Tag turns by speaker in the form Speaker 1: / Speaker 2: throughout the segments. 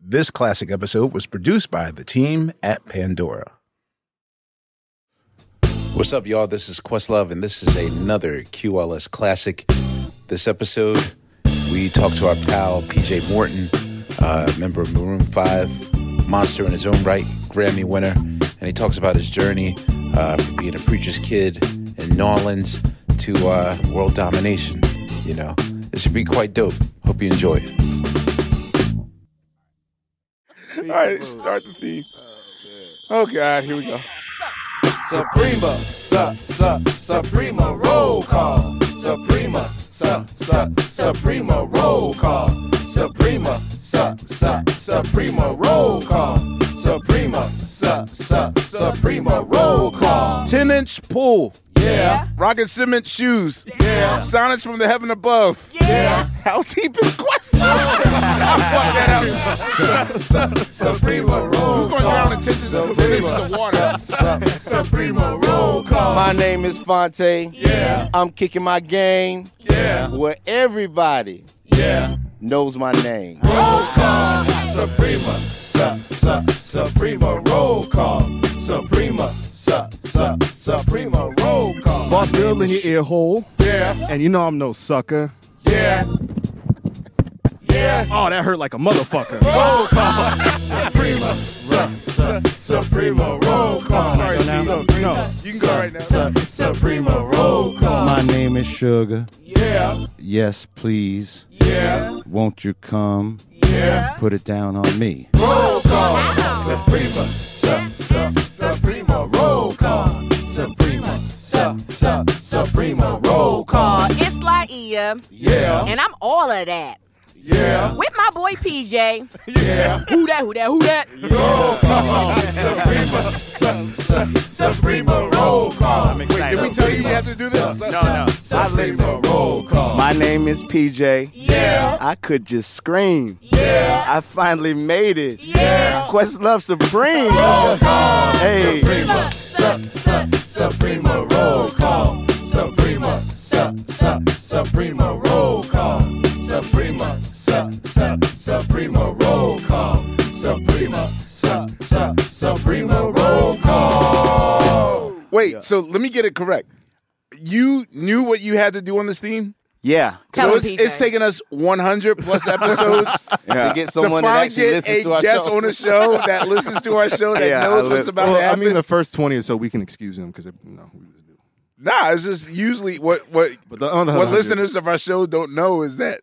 Speaker 1: This classic episode was produced by the team at Pandora. What's up, y'all? This is Questlove, and this is another QLS classic. This episode, we talk to our pal PJ Morton, uh, member of Maroon 5, monster in his own right, Grammy winner, and he talks about his journey uh, from being a preacher's kid in New Orleans to uh, world domination. You know, it should be quite dope. Hope you enjoy it. All right, start the theme. Oh, God, here we go.
Speaker 2: Suprema, su, su, Suprema roll call. Suprema, su, su, Suprema roll call. Suprema, su, su, Suprema roll call. Suprema, su, su, Suprema roll call.
Speaker 1: 10 inch pool.
Speaker 2: Yeah,
Speaker 1: Rocket cement shoes.
Speaker 2: yeah,
Speaker 1: Silence from the heaven above.
Speaker 2: yeah.
Speaker 1: How deep is Questlove? I fucked that up.
Speaker 2: Suprema
Speaker 1: Who's gonna
Speaker 2: roll call.
Speaker 1: drown in 10 inches- 10 inches of water?
Speaker 2: Su- su- Suprema roll call.
Speaker 3: My name is Fonte.
Speaker 2: yeah,
Speaker 3: I'm kicking my game
Speaker 2: yeah,
Speaker 3: where everybody
Speaker 2: yeah.
Speaker 3: knows my name.
Speaker 2: Roll call. Suprema. Su, su, Suprema roll call. Suprema. Su, su, Suprema roll call.
Speaker 4: Boss Bill in your ear hole,
Speaker 2: Yeah,
Speaker 4: and you know I'm no sucker.
Speaker 2: yeah. Yeah.
Speaker 4: Oh, that hurt like a motherfucker.
Speaker 2: Roll call. Suprema. Su, su, Suprema roll call.
Speaker 1: Sorry,
Speaker 2: Suprema.
Speaker 4: No.
Speaker 1: You can go right now.
Speaker 2: Su, Suprema roll call.
Speaker 3: My name is Sugar.
Speaker 2: Yeah,
Speaker 3: Yes, please.
Speaker 2: yeah,
Speaker 3: Won't you come
Speaker 2: yeah.
Speaker 3: put it down on me?
Speaker 2: Roll call. Suprema. Su, su, Suprema roll call. Suprema. Su, su, Suprema roll call.
Speaker 5: Uh, it's Laia,
Speaker 2: Yeah,
Speaker 5: and I'm all of that.
Speaker 2: yeah,
Speaker 5: With my boy PJ.
Speaker 2: yeah.
Speaker 5: Who that, who that, who that?
Speaker 2: Roll call. Suprema. Su, su, Suprema roll call. Wait,
Speaker 1: Did we tell you you have to do this?
Speaker 2: no. Suprema roll call.
Speaker 3: My name is PJ.
Speaker 2: Yeah,
Speaker 3: I could just scream.
Speaker 2: yeah.
Speaker 3: I finally made it.
Speaker 2: Yeah.
Speaker 3: Questlove Supreme.
Speaker 2: Roll call.
Speaker 3: Hey.
Speaker 2: Suprema. Su, su, Suprema roll call. Suprema. Su, su, Suprema roll call. Suprema. Su, su, Suprema roll call. Suprema. Su, su, Suprema roll call.
Speaker 1: Wait, so let me get it correct. You knew what you had to do on this theme?
Speaker 3: Yeah.
Speaker 5: Tell
Speaker 1: so
Speaker 5: him,
Speaker 1: it's,
Speaker 5: PJ.
Speaker 1: it's taken us 100 plus episodes
Speaker 3: To get someone
Speaker 1: to finally
Speaker 3: that actually
Speaker 1: get
Speaker 3: listens
Speaker 1: a
Speaker 3: to our
Speaker 1: guest
Speaker 3: show.
Speaker 1: on a show that listens to our show that
Speaker 3: Yeah,
Speaker 1: knows
Speaker 3: I
Speaker 1: what's
Speaker 3: li-
Speaker 1: about to
Speaker 4: Well, I
Speaker 1: happen.
Speaker 4: mean, the first 20 or so, we can excuse him because, you know. we-
Speaker 1: nah, it's just usually what what
Speaker 4: But the other
Speaker 1: what
Speaker 4: 100
Speaker 1: listeners of our show don't know is that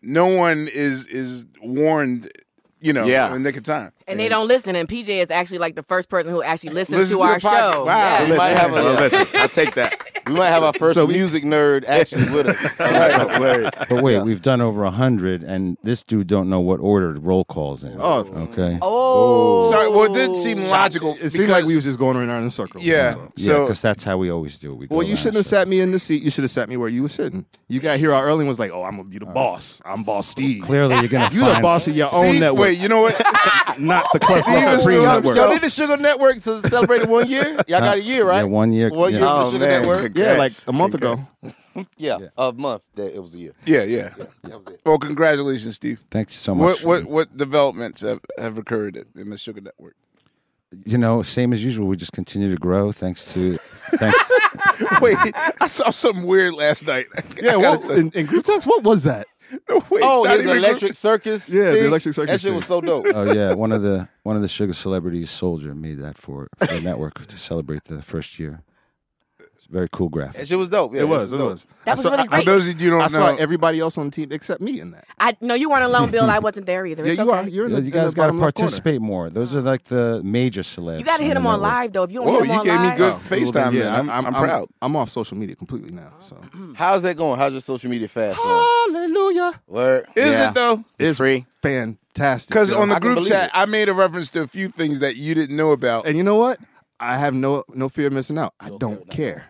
Speaker 1: no one is is warned, you know,
Speaker 3: Yeah.
Speaker 1: in the nick of time.
Speaker 5: And they don't listen, and PJ is actually like the first person who actually listens
Speaker 1: Listen
Speaker 5: to,
Speaker 1: to
Speaker 5: our
Speaker 1: the podcast.
Speaker 5: show.
Speaker 1: Wow.
Speaker 5: Yes.
Speaker 1: Listen.
Speaker 3: Might have a-
Speaker 1: Well,
Speaker 3: I take that.
Speaker 2: We might have our first
Speaker 4: So we-
Speaker 2: music nerd actually with us. All right, word.
Speaker 6: But wait, we've done over a hundred, and this dude don't know what order the roll calls in.
Speaker 4: Oh.
Speaker 6: okay.
Speaker 7: Oh.
Speaker 1: Sorry, well, it did seem
Speaker 7: Shots.
Speaker 1: logical.
Speaker 4: It seemed like
Speaker 1: because-
Speaker 4: we was just going around in circles.
Speaker 1: Yeah.
Speaker 4: So-
Speaker 6: Yeah,
Speaker 1: So
Speaker 6: because that's how we always do. We go
Speaker 4: Well, you
Speaker 6: around
Speaker 4: shouldn't have
Speaker 6: circles.
Speaker 4: sat me in the seat. You should have sat me where you were sitting. You got here all early and was like, "Oh, I'm gonna be the boss. I'm boss Steve.
Speaker 6: Clearly, you're gonna
Speaker 4: you
Speaker 6: find
Speaker 4: the boss of your own
Speaker 1: Steve-
Speaker 4: network,
Speaker 1: wait, you know what?
Speaker 4: not the Quest
Speaker 1: Steve
Speaker 4: Love
Speaker 1: is
Speaker 4: Supreme
Speaker 1: doing
Speaker 4: network."
Speaker 2: So did the Sugar Network to celebrate one year? Y'all got a year, right?
Speaker 6: Yeah, one year.
Speaker 2: One
Speaker 6: yeah.
Speaker 2: year of
Speaker 6: Oh,
Speaker 2: the Sugar
Speaker 1: man.
Speaker 2: Network.
Speaker 4: yeah, like a month ago.
Speaker 2: Yeah, a month. That Uh, it was a year.
Speaker 1: yeah, yeah.
Speaker 2: That was it.
Speaker 1: Well, congratulations, Steve.
Speaker 6: Thank you so
Speaker 1: What
Speaker 6: much.
Speaker 1: what what developments have, have occurred in the Sugar Network?
Speaker 6: you know, same as usual. We just continue to grow thanks to thanks.
Speaker 1: Wait, I saw something weird last night. I
Speaker 4: Yeah,
Speaker 1: gotta
Speaker 4: well,
Speaker 1: say-
Speaker 4: in, in group text, what was that?
Speaker 1: no, wait,
Speaker 2: Oh,
Speaker 1: not
Speaker 2: his
Speaker 1: even-
Speaker 2: electric circus.
Speaker 4: Yeah, the
Speaker 2: thing?
Speaker 4: electric circus
Speaker 2: That shit
Speaker 4: thing.
Speaker 2: was so dope.
Speaker 6: Oh yeah, one of the one of the sugar celebrities, Soldier, made that for, for the network to celebrate the first year. It's a very cool graphic.
Speaker 2: That shit was dope. Yeah,
Speaker 4: It was. It
Speaker 2: dope.
Speaker 4: was.
Speaker 7: That was really
Speaker 1: For
Speaker 7: great.
Speaker 1: those of you who
Speaker 4: I
Speaker 1: don't know,
Speaker 4: saw everybody else on the team except me in that.
Speaker 7: I no, you weren't alone, Bill. I wasn't there either.
Speaker 4: Yeah,
Speaker 7: It's
Speaker 4: you
Speaker 7: okay.
Speaker 4: are. You're in
Speaker 6: Yeah,
Speaker 4: the
Speaker 6: you
Speaker 4: in the
Speaker 6: guys got to
Speaker 4: bottom left corner.
Speaker 6: participate more. Those are like the major celebs.
Speaker 7: You got to hit
Speaker 6: the
Speaker 7: him on
Speaker 6: network.
Speaker 7: live though. If you don't
Speaker 1: Whoa,
Speaker 7: hit him
Speaker 1: you
Speaker 7: on
Speaker 1: gave me
Speaker 7: live,
Speaker 1: good
Speaker 4: Well, then,
Speaker 1: FaceTime. Oh, then. I'm, I'm, proud.
Speaker 4: I'm off social media completely now. So
Speaker 2: How's that going? How's your social media fast? going?
Speaker 4: hallelujah,
Speaker 2: Word.
Speaker 1: Is
Speaker 2: Yeah.
Speaker 1: it though?
Speaker 2: It's free.
Speaker 4: fantastic.
Speaker 1: Because
Speaker 4: yo.
Speaker 1: on the
Speaker 2: I can
Speaker 1: group
Speaker 2: believe
Speaker 1: chat,
Speaker 2: it.
Speaker 1: I made a reference to a few things that you didn't know about.
Speaker 4: and you know what? I have no no fear of missing out. I don't care.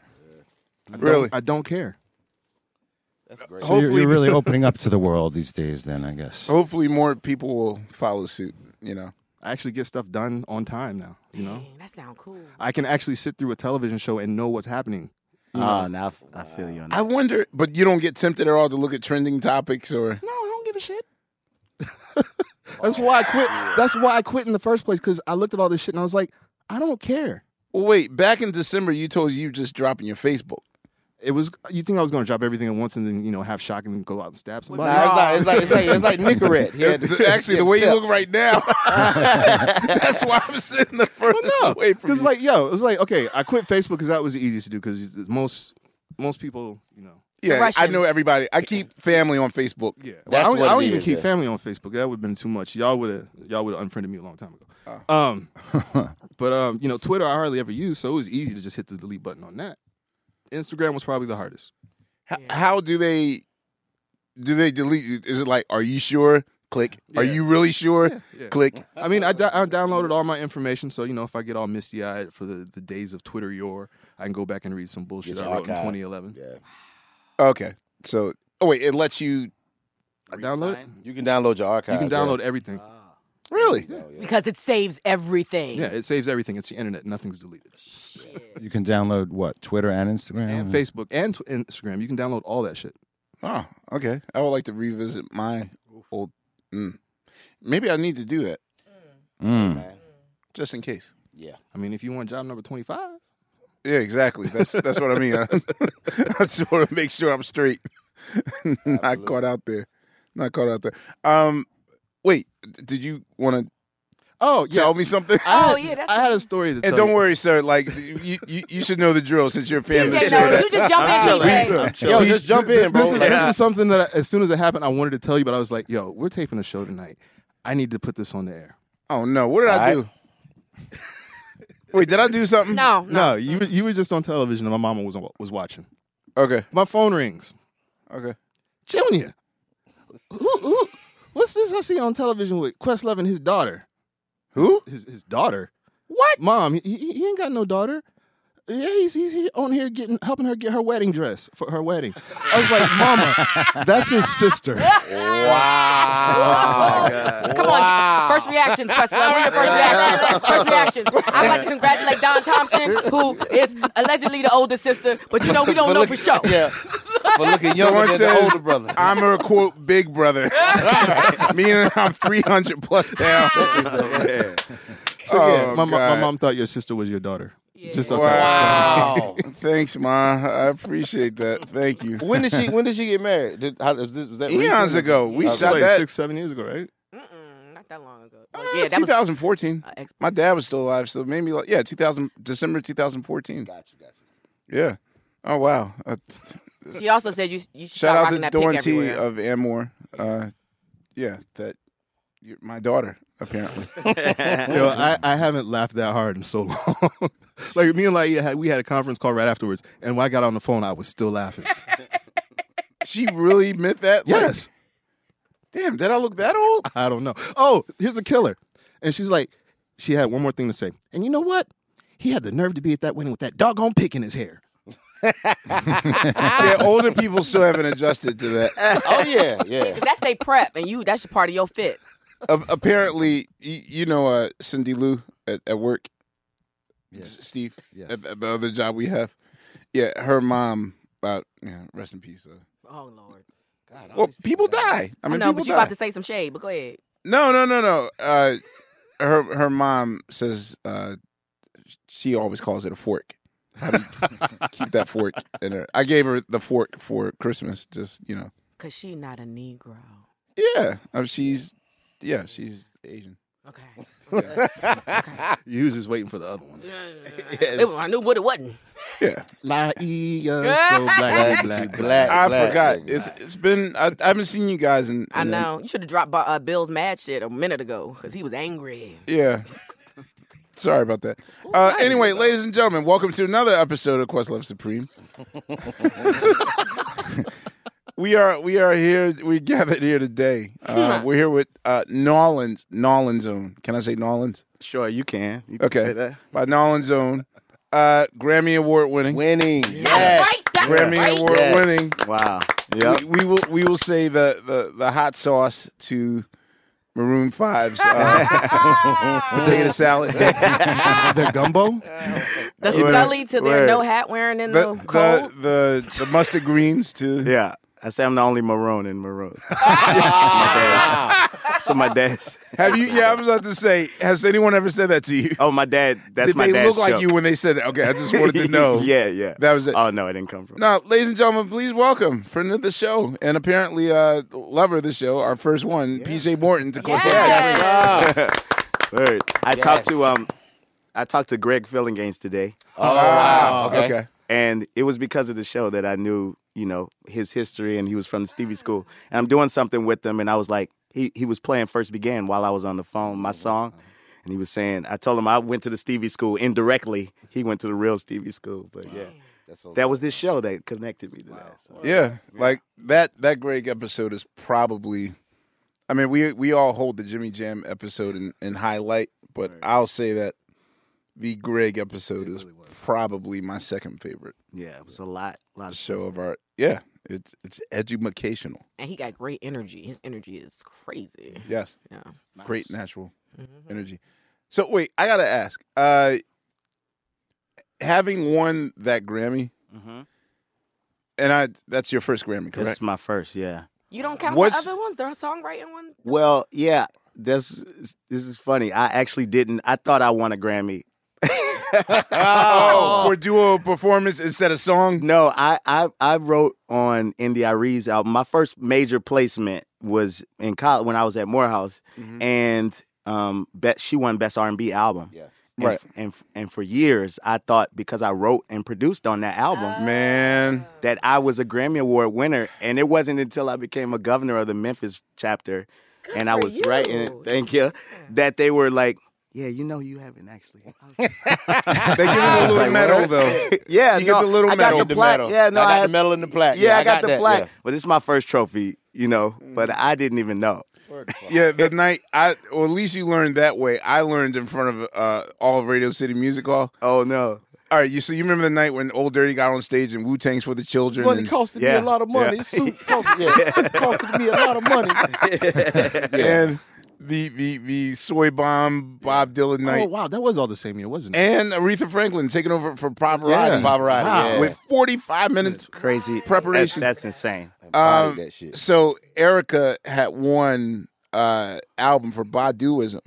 Speaker 4: I don't-
Speaker 1: Really?
Speaker 4: I don't care.
Speaker 2: That's great.
Speaker 6: So you're,
Speaker 1: Hopefully-
Speaker 6: you're really opening up to the world these days. Then I guess.
Speaker 1: Hopefully, more people will follow suit. You know,
Speaker 4: I actually get stuff done on time now. You know,
Speaker 7: Dang, that sound cool.
Speaker 4: I can actually sit through a television show and know what's happening.
Speaker 2: Ah, now I f- I feel you on
Speaker 1: I wonder, but you don't get tempted at all to look at trending topics or
Speaker 4: No, I don't give a shit. that's why I quit. That's why I quit in the first place because I looked at all this shit and I was like, I don't care.
Speaker 1: Well, wait. Back in December, you told us you just dropping your Facebook.
Speaker 4: It was you think I was going to drop everything at once and then you know have shock and then go out and stab somebody.
Speaker 2: Nah, it's like it's like it's like, it's like Nicorette. Yeah,
Speaker 1: The- Actually, the way you look right now, that's why I'm sitting the furthest
Speaker 4: no,
Speaker 1: away from you.
Speaker 4: because like yo, it was like okay, I quit Facebook because that was the easiest to do because most most people you know.
Speaker 1: yeah, I
Speaker 7: Russians.
Speaker 1: know everybody. I keep family on Facebook.
Speaker 4: Yeah,
Speaker 2: That's
Speaker 4: I don't,
Speaker 2: what
Speaker 4: I don't
Speaker 2: it
Speaker 4: even
Speaker 2: is,
Speaker 4: keep
Speaker 2: yeah.
Speaker 4: family on Facebook. That would have been too much. Y'all would have y'all would have unfriended me a long time ago.
Speaker 1: Ah.
Speaker 4: Um, but um, you know, Twitter I hardly ever use, so it was easy to just hit the delete button on that. Instagram was probably the hardest.
Speaker 1: H- How do they do they delete? you? Is it like, are you sure? Click. Are
Speaker 4: Yeah.
Speaker 1: you really sure?
Speaker 4: yeah.
Speaker 1: Click.
Speaker 4: I mean, I, d- I downloaded all my information, so you know, if I get all misty eyed for the, the days of Twitter your, I can go back and read some bullshit
Speaker 2: Get
Speaker 4: I
Speaker 2: your
Speaker 4: wrote in
Speaker 2: archive.
Speaker 4: 2011.
Speaker 2: Yeah.
Speaker 1: Okay. So, oh wait, it lets you
Speaker 4: I downloaded. it.
Speaker 2: You can download your Uh-huh. archive.
Speaker 4: You can download everything.
Speaker 1: really.
Speaker 7: Because it saves everything.
Speaker 4: Yeah, it saves everything. It's the internet. Nothing's deleted.
Speaker 6: You can download what Twitter and Instagram Mm.
Speaker 4: And
Speaker 1: Uh-huh.
Speaker 4: Facebook and tw- Instagram, you can download all that shit.
Speaker 1: Oh, okay. I would like to revisit my old. Mm. Maybe I need to do that
Speaker 6: Mm.
Speaker 1: just in case.
Speaker 4: I mean, if you want job number 25,
Speaker 1: Yeah, exactly. That's that's what I mean. I, just want to make sure I'm straight, not caught out there, not caught out there. Um, wait, d- did you want to
Speaker 4: Oh yeah.
Speaker 1: tell me something?
Speaker 4: I
Speaker 7: Oh,
Speaker 4: had-
Speaker 7: yeah, that's
Speaker 4: I had a story to tell.
Speaker 1: and don't
Speaker 4: you.
Speaker 1: worry, sir. Like you, you, you should know the drill since you're a fan of the
Speaker 7: PJ,
Speaker 1: show.
Speaker 7: no,
Speaker 1: That,
Speaker 7: you just jump in, PJ.
Speaker 2: Yo, just jump in, bro.
Speaker 4: This is,
Speaker 2: Like,
Speaker 4: this is something that I, as soon as it happened, I wanted to tell you, but I was like, "Yo, we're taping a show tonight. I need to put this on the air."
Speaker 1: oh no, what did I do? wait, did I do something?
Speaker 7: No, no.
Speaker 4: No, you you were just on television, and my mama was was watching.
Speaker 1: Okay.
Speaker 4: My phone rings.
Speaker 1: Okay.
Speaker 4: Junior, who, who, what's this I see on television with Questlove and his daughter?
Speaker 1: Who?
Speaker 4: His his daughter?
Speaker 1: What?
Speaker 4: Mom, he, he he ain't got no daughter. Yeah, he's he's he- on here getting helping her get her wedding dress for her wedding. I was like, Mama, that's his sister.
Speaker 7: Come on, first reactions, Preston. What are your first reactions? First reactions. I'd like to congratulate Don Thompson, who is allegedly the older sister, but you know we don't know for sure.
Speaker 2: Yeah. For looking
Speaker 1: The
Speaker 2: younger
Speaker 1: one
Speaker 2: than
Speaker 1: says,
Speaker 2: the older brother.
Speaker 1: I'm a quote big brother. Meaning I'm 300 plus pounds.
Speaker 4: So yeah,
Speaker 1: Oh,
Speaker 4: my, mo- my
Speaker 1: God.
Speaker 4: mom thought your sister was your daughter. Just thought that was funny.
Speaker 1: Wow. Thanks, Ma. I appreciate that. Thank you.
Speaker 2: when did she when did she get married? Did, how, was, this, was that
Speaker 1: Eons
Speaker 2: recent?
Speaker 1: ago. We
Speaker 2: Okay.
Speaker 1: shot
Speaker 4: Like
Speaker 1: that-
Speaker 4: six, seven years ago, right?
Speaker 7: Mm-mm, not that long ago. Well, yeah, that was.
Speaker 1: 2014.
Speaker 7: Uh, ex-
Speaker 1: My dad was still alive, so maybe like yeah, 2000 December 2014. Gotcha, gotcha. Yeah. Oh wow. Uh,
Speaker 7: She also said you you should
Speaker 1: shout
Speaker 7: start
Speaker 1: out
Speaker 7: rocking
Speaker 1: to
Speaker 7: that pick
Speaker 1: Dawn T
Speaker 7: everywhere.
Speaker 1: of Amor. Uh, yeah, that you're my daughter.
Speaker 2: apparently.
Speaker 4: Yo, I, I haven't laughed that hard in so long. like me and Laia had we had a conference call right afterwards, and when I got on the phone, I was still laughing.
Speaker 2: she really meant that? Like,
Speaker 4: yes,
Speaker 2: damn, did I look that old?
Speaker 4: I don't know. Oh, here's a killer, and she's like, she had one more thing to say, and you know what? He had the nerve to be at that wedding with that doggone pick in his hair.
Speaker 1: yeah, older people still haven't adjusted to that.
Speaker 2: Oh yeah, yeah.
Speaker 7: Because that's they prep, and you that's part of your fit.
Speaker 1: A- apparently, you, you know uh, Cindy Lou at, at work, S- Steve,
Speaker 6: Yes.
Speaker 1: at, at the other job we have. Yeah, her mom. Uh, yeah, rest in peace. Uh,
Speaker 7: Oh lord.
Speaker 1: well, people die. I
Speaker 7: I,
Speaker 1: mean,
Speaker 7: know,
Speaker 1: people
Speaker 7: but you
Speaker 1: die.
Speaker 7: about to say some shade. But go ahead.
Speaker 1: No, no, no, no. Uh, her her mom says uh, she always calls it a fork. How do you keep that fork in her? I gave her the fork for Christmas. Just you know,
Speaker 7: Cause she not a Negro.
Speaker 1: yeah. Uh, she's yeah, she's Asian.
Speaker 7: Okay.
Speaker 4: You was just waiting for the other one.
Speaker 7: It was- I knew what it wasn't.
Speaker 1: Yeah,
Speaker 4: Laia, so black, black, black.
Speaker 2: Black.
Speaker 1: I
Speaker 2: black.
Speaker 1: forgot. It's it's been I, I haven't seen you guys in.
Speaker 7: I
Speaker 1: in-
Speaker 7: know. You should have dropped uh, Bill's mad shit a minute ago because he was angry.
Speaker 1: yeah. Sorry about that. Uh, anyway, ladies and gentlemen, welcome to another episode of Quest Love Supreme. we are we are here. We gathered here today. Uh, we're here with uh, Nolans Nolans Zone. Can I say Nolans?
Speaker 3: Sure, you can. You can say
Speaker 1: Okay,
Speaker 3: that.
Speaker 1: by Nolans Zone, uh, Grammy Award winning,
Speaker 2: Winning.
Speaker 7: That's
Speaker 2: Yes.
Speaker 7: right. That's
Speaker 1: Grammy
Speaker 7: right.
Speaker 1: Award
Speaker 2: Yes.
Speaker 1: winning.
Speaker 3: Wow. Yep.
Speaker 1: We, we will we will say the, the, the hot sauce to Maroon 5's uh, potato salad.
Speaker 4: That gumbo?
Speaker 7: The Scully to their
Speaker 3: Word.
Speaker 7: no hat wearing in
Speaker 1: the,
Speaker 7: the, cold.
Speaker 1: the, the, the mustard greens to
Speaker 3: Yeah. I say I'm the only maroon in maroon. It's my dad. So my dad's.
Speaker 1: have you yeah I was about to say has anyone ever said that to you
Speaker 3: Oh, my dad. That's
Speaker 1: did
Speaker 3: my
Speaker 1: they
Speaker 3: dad's.
Speaker 1: look like
Speaker 3: joke.
Speaker 1: you when they said that okay I just wanted to know
Speaker 3: yeah, yeah.
Speaker 1: That was it.
Speaker 3: Oh no, it didn't come from.
Speaker 1: now ladies and gentlemen please welcome friend of the show and apparently uh lover of the show our first one PJ Morton to course
Speaker 7: Yes.
Speaker 3: Word. I talked to um, I talked to Greg Fillinganes today, Uh,
Speaker 1: Oh, okay. okay
Speaker 3: and it was because of the show that I knew, you know, his history, and he was from the Stevie School, and I'm doing something with him, and I was like, he he was playing first began while I was on the phone,
Speaker 1: Oh,
Speaker 3: my song. And he was saying, I told him I went to the Stevie School indirectly. He went to the real Stevie School, but yeah, that was this show that connected me to that. So.
Speaker 1: yeah like that that Greg episode is probably I mean we we all hold the Jimmy Jam episode in, in highlight but I'll say that the Greg episode is probably my second favorite.
Speaker 3: Yeah, it was a lot, lot of
Speaker 1: show of art. Yeah, it's it's educational.
Speaker 7: and he got great energy. His energy is crazy.
Speaker 1: Yes,
Speaker 7: Yeah. Mm-hmm.
Speaker 1: great natural
Speaker 3: Mm-hmm.
Speaker 1: energy. So wait, I gotta ask. Uh Having won that Grammy,
Speaker 3: Mm-hmm.
Speaker 1: and I—that's your first Grammy,
Speaker 3: This
Speaker 1: correct?
Speaker 3: is my first, yeah.
Speaker 7: You don't count
Speaker 1: What's-
Speaker 7: the other ones. Their songwriting ones.
Speaker 3: Well, yeah. This is- this is funny. I actually didn't. I thought I won a Grammy.
Speaker 1: Oh, for duo performance instead of song.
Speaker 3: No, I I, I wrote on Indie Reed's album. My first major placement was in college when I was at Morehouse,
Speaker 1: Mm-hmm.
Speaker 3: and um, bet she won best R and B album. Yeah. And,
Speaker 1: Right.
Speaker 3: f- and f- and for years I thought because I wrote and produced on that album
Speaker 1: Man,
Speaker 3: that I was a Grammy Award winner, and it wasn't until I became a governor of the Memphis chapter, and I
Speaker 7: for
Speaker 3: was writing it.
Speaker 7: you.
Speaker 3: Thank you. That they were like, "Yeah, you know, you haven't actually." I was like,
Speaker 1: they give you a little medal though.
Speaker 3: yeah,
Speaker 1: You
Speaker 3: no,
Speaker 1: get the little
Speaker 3: I
Speaker 1: medal.
Speaker 3: got the plaque. Yeah, no,
Speaker 2: I
Speaker 3: I,
Speaker 2: got
Speaker 3: had,
Speaker 2: the medal and the plaque.
Speaker 3: Yeah, I got, the
Speaker 2: that,
Speaker 3: plaque.
Speaker 2: yeah.
Speaker 3: But this is my first trophy, you know. But I didn't even know.
Speaker 1: Yeah, the night I, or at least you learned that way. I learned in front of uh, all of Radio City Music Hall.
Speaker 3: Oh no.
Speaker 1: All right, you so you remember the night when Old Dirty got on stage and Wu Tang's for the children?
Speaker 2: Money
Speaker 1: and-
Speaker 2: costed
Speaker 3: Yeah.
Speaker 2: me a lot of money.
Speaker 3: Yeah.
Speaker 2: Suit cost, yeah, costed me a lot of money.
Speaker 1: Oh, and the the the soy bomb Bob Dylan
Speaker 4: Oh
Speaker 1: night
Speaker 4: wow, that was all the same year, wasn't it?
Speaker 1: and Aretha Franklin taking over for Pavarotti.
Speaker 2: Yeah. Pavarotti, yeah.
Speaker 1: with forty five minutes.
Speaker 3: Crazy
Speaker 1: Preparation.
Speaker 3: That's, that's insane.
Speaker 2: Bodied that shit.
Speaker 1: Um, So Erica had one uh, album for Baduism,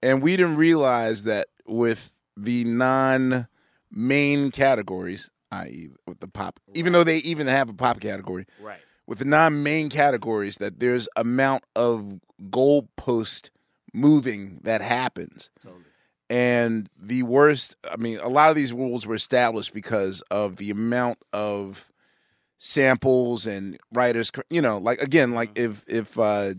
Speaker 1: and we didn't realize that with the non main categories, i.e., with the pop, even though they even have a pop category,
Speaker 3: Right.
Speaker 1: with the non-main categories that there's amount of goalpost moving that happens. And the worst, I mean, a lot of these rules were established because of the amount of
Speaker 2: Mm-hmm.
Speaker 1: samples and writers, cr- you know, like again, like if if uh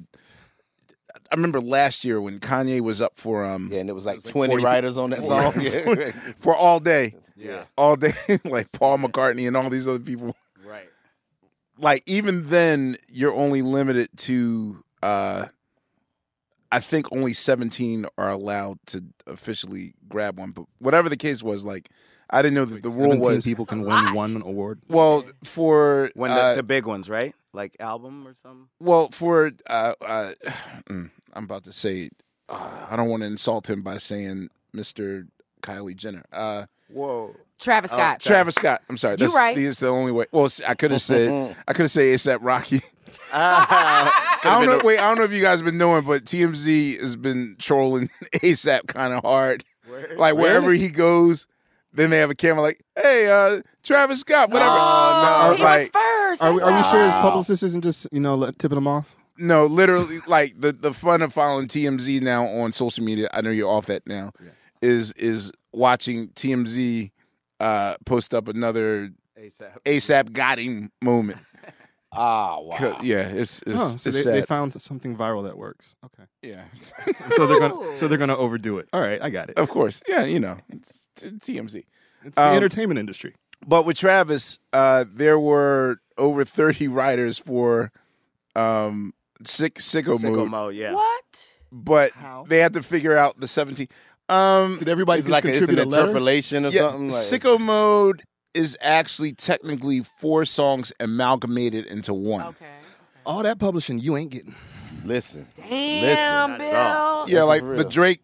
Speaker 1: I remember last year when Kanye was up for um yeah,
Speaker 2: and it was like 20 writers on that song. Yeah.
Speaker 1: for all day,
Speaker 2: Yeah.
Speaker 1: all day, like Paul McCartney and all these other people.
Speaker 2: Right.
Speaker 1: Like even then, you're only limited to uh I think only 17 are allowed to officially grab one. But whatever the case was, like I didn't know that the rule
Speaker 4: 17
Speaker 1: was
Speaker 4: people can win one award.
Speaker 1: Well, for
Speaker 3: When the,
Speaker 1: uh,
Speaker 3: the big ones, right? Like album or something.
Speaker 1: Well, for uh, uh, mm, I'm about to say, uh, I don't want to insult him by saying Mr. Kylie Jenner. Uh,
Speaker 2: Whoa.
Speaker 7: Travis Scott.
Speaker 1: Travis Scott. I'm sorry.
Speaker 7: You
Speaker 1: That's,
Speaker 7: right.
Speaker 1: It's the only way. Well, I could have said I could have said ASAP Rocky.
Speaker 4: Ah,
Speaker 1: I don't know. Wait, I don't know if you guys been knowing, but TMZ has been trolling ASAP kind of hard. Like wherever he goes, then they have a camera like, "Hey, uh, Travis Scott, whatever."
Speaker 7: Oh,
Speaker 1: I was
Speaker 7: he
Speaker 1: like-
Speaker 7: was first.
Speaker 4: Are we, are we sure his
Speaker 1: Wow.
Speaker 4: publicist isn't just you know let, tipping him off?
Speaker 1: No, literally, like the the fun of following TMZ now on social media. I know you're off that now. Is is watching TMZ uh, post up another
Speaker 3: ASAP.
Speaker 1: ASAP got him moment.
Speaker 2: Ah, wow.
Speaker 1: 'Cause- Yeah, it's it's,
Speaker 4: Huh, so
Speaker 1: it's
Speaker 4: they,
Speaker 1: sad.
Speaker 4: they found something viral that works. Okay,
Speaker 1: yeah,
Speaker 4: so they're gonna so they're gonna overdo it. All right, I got it.
Speaker 1: of course. Yeah, you know, it's t- TMZ.
Speaker 4: It's the
Speaker 1: Um,
Speaker 4: entertainment industry.
Speaker 1: But with Travis, uh, there were over thirty writers for um, sick sicko,
Speaker 3: Sicko
Speaker 1: mode,
Speaker 3: mode, yeah.
Speaker 7: What?
Speaker 1: but they had to figure out the seventeen. Um,
Speaker 4: Did everybody
Speaker 2: It's
Speaker 4: just
Speaker 2: like a, it's
Speaker 4: contribute
Speaker 2: an
Speaker 4: a letter?
Speaker 2: interpolation or something. Like,
Speaker 1: Sicko Mode is actually technically four songs amalgamated into one.
Speaker 7: Okay.
Speaker 4: All that publishing you ain't getting.
Speaker 2: Listen.
Speaker 7: Damn,
Speaker 2: Listen.
Speaker 7: Bill.
Speaker 1: Yeah,
Speaker 2: That's
Speaker 1: like
Speaker 2: for
Speaker 1: the
Speaker 2: real.
Speaker 1: Drake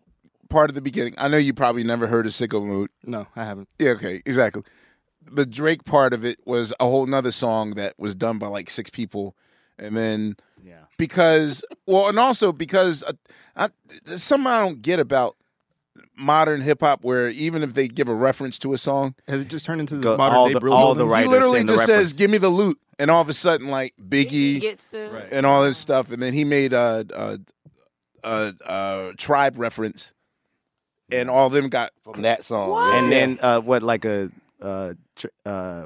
Speaker 1: part of the beginning. I know you probably never heard of Sicko Mode.
Speaker 4: No, I haven't.
Speaker 1: Yeah, okay, exactly. The Drake part of it was a whole nother song that was done by like six people, and then
Speaker 3: Yeah.
Speaker 1: because well, and also because uh, I, there's something I don't get about modern hip hop, where even if they give a reference to a song,
Speaker 4: Has it just turned into the
Speaker 3: Go-
Speaker 4: modern
Speaker 3: all
Speaker 4: day
Speaker 3: the-
Speaker 4: Brill
Speaker 3: all
Speaker 4: Building?
Speaker 3: the right-
Speaker 1: he
Speaker 3: Writer
Speaker 1: literally
Speaker 3: saying the
Speaker 1: just says
Speaker 3: reference.
Speaker 1: "Give me the loot," and all of a sudden, like
Speaker 7: He
Speaker 1: Biggie,
Speaker 7: gets the.
Speaker 4: Right.
Speaker 1: and all this stuff. And then he made a a, a, a tribe reference, and all of them got
Speaker 2: From that song.
Speaker 7: What?
Speaker 3: And then uh, what, like a uh, tr- uh,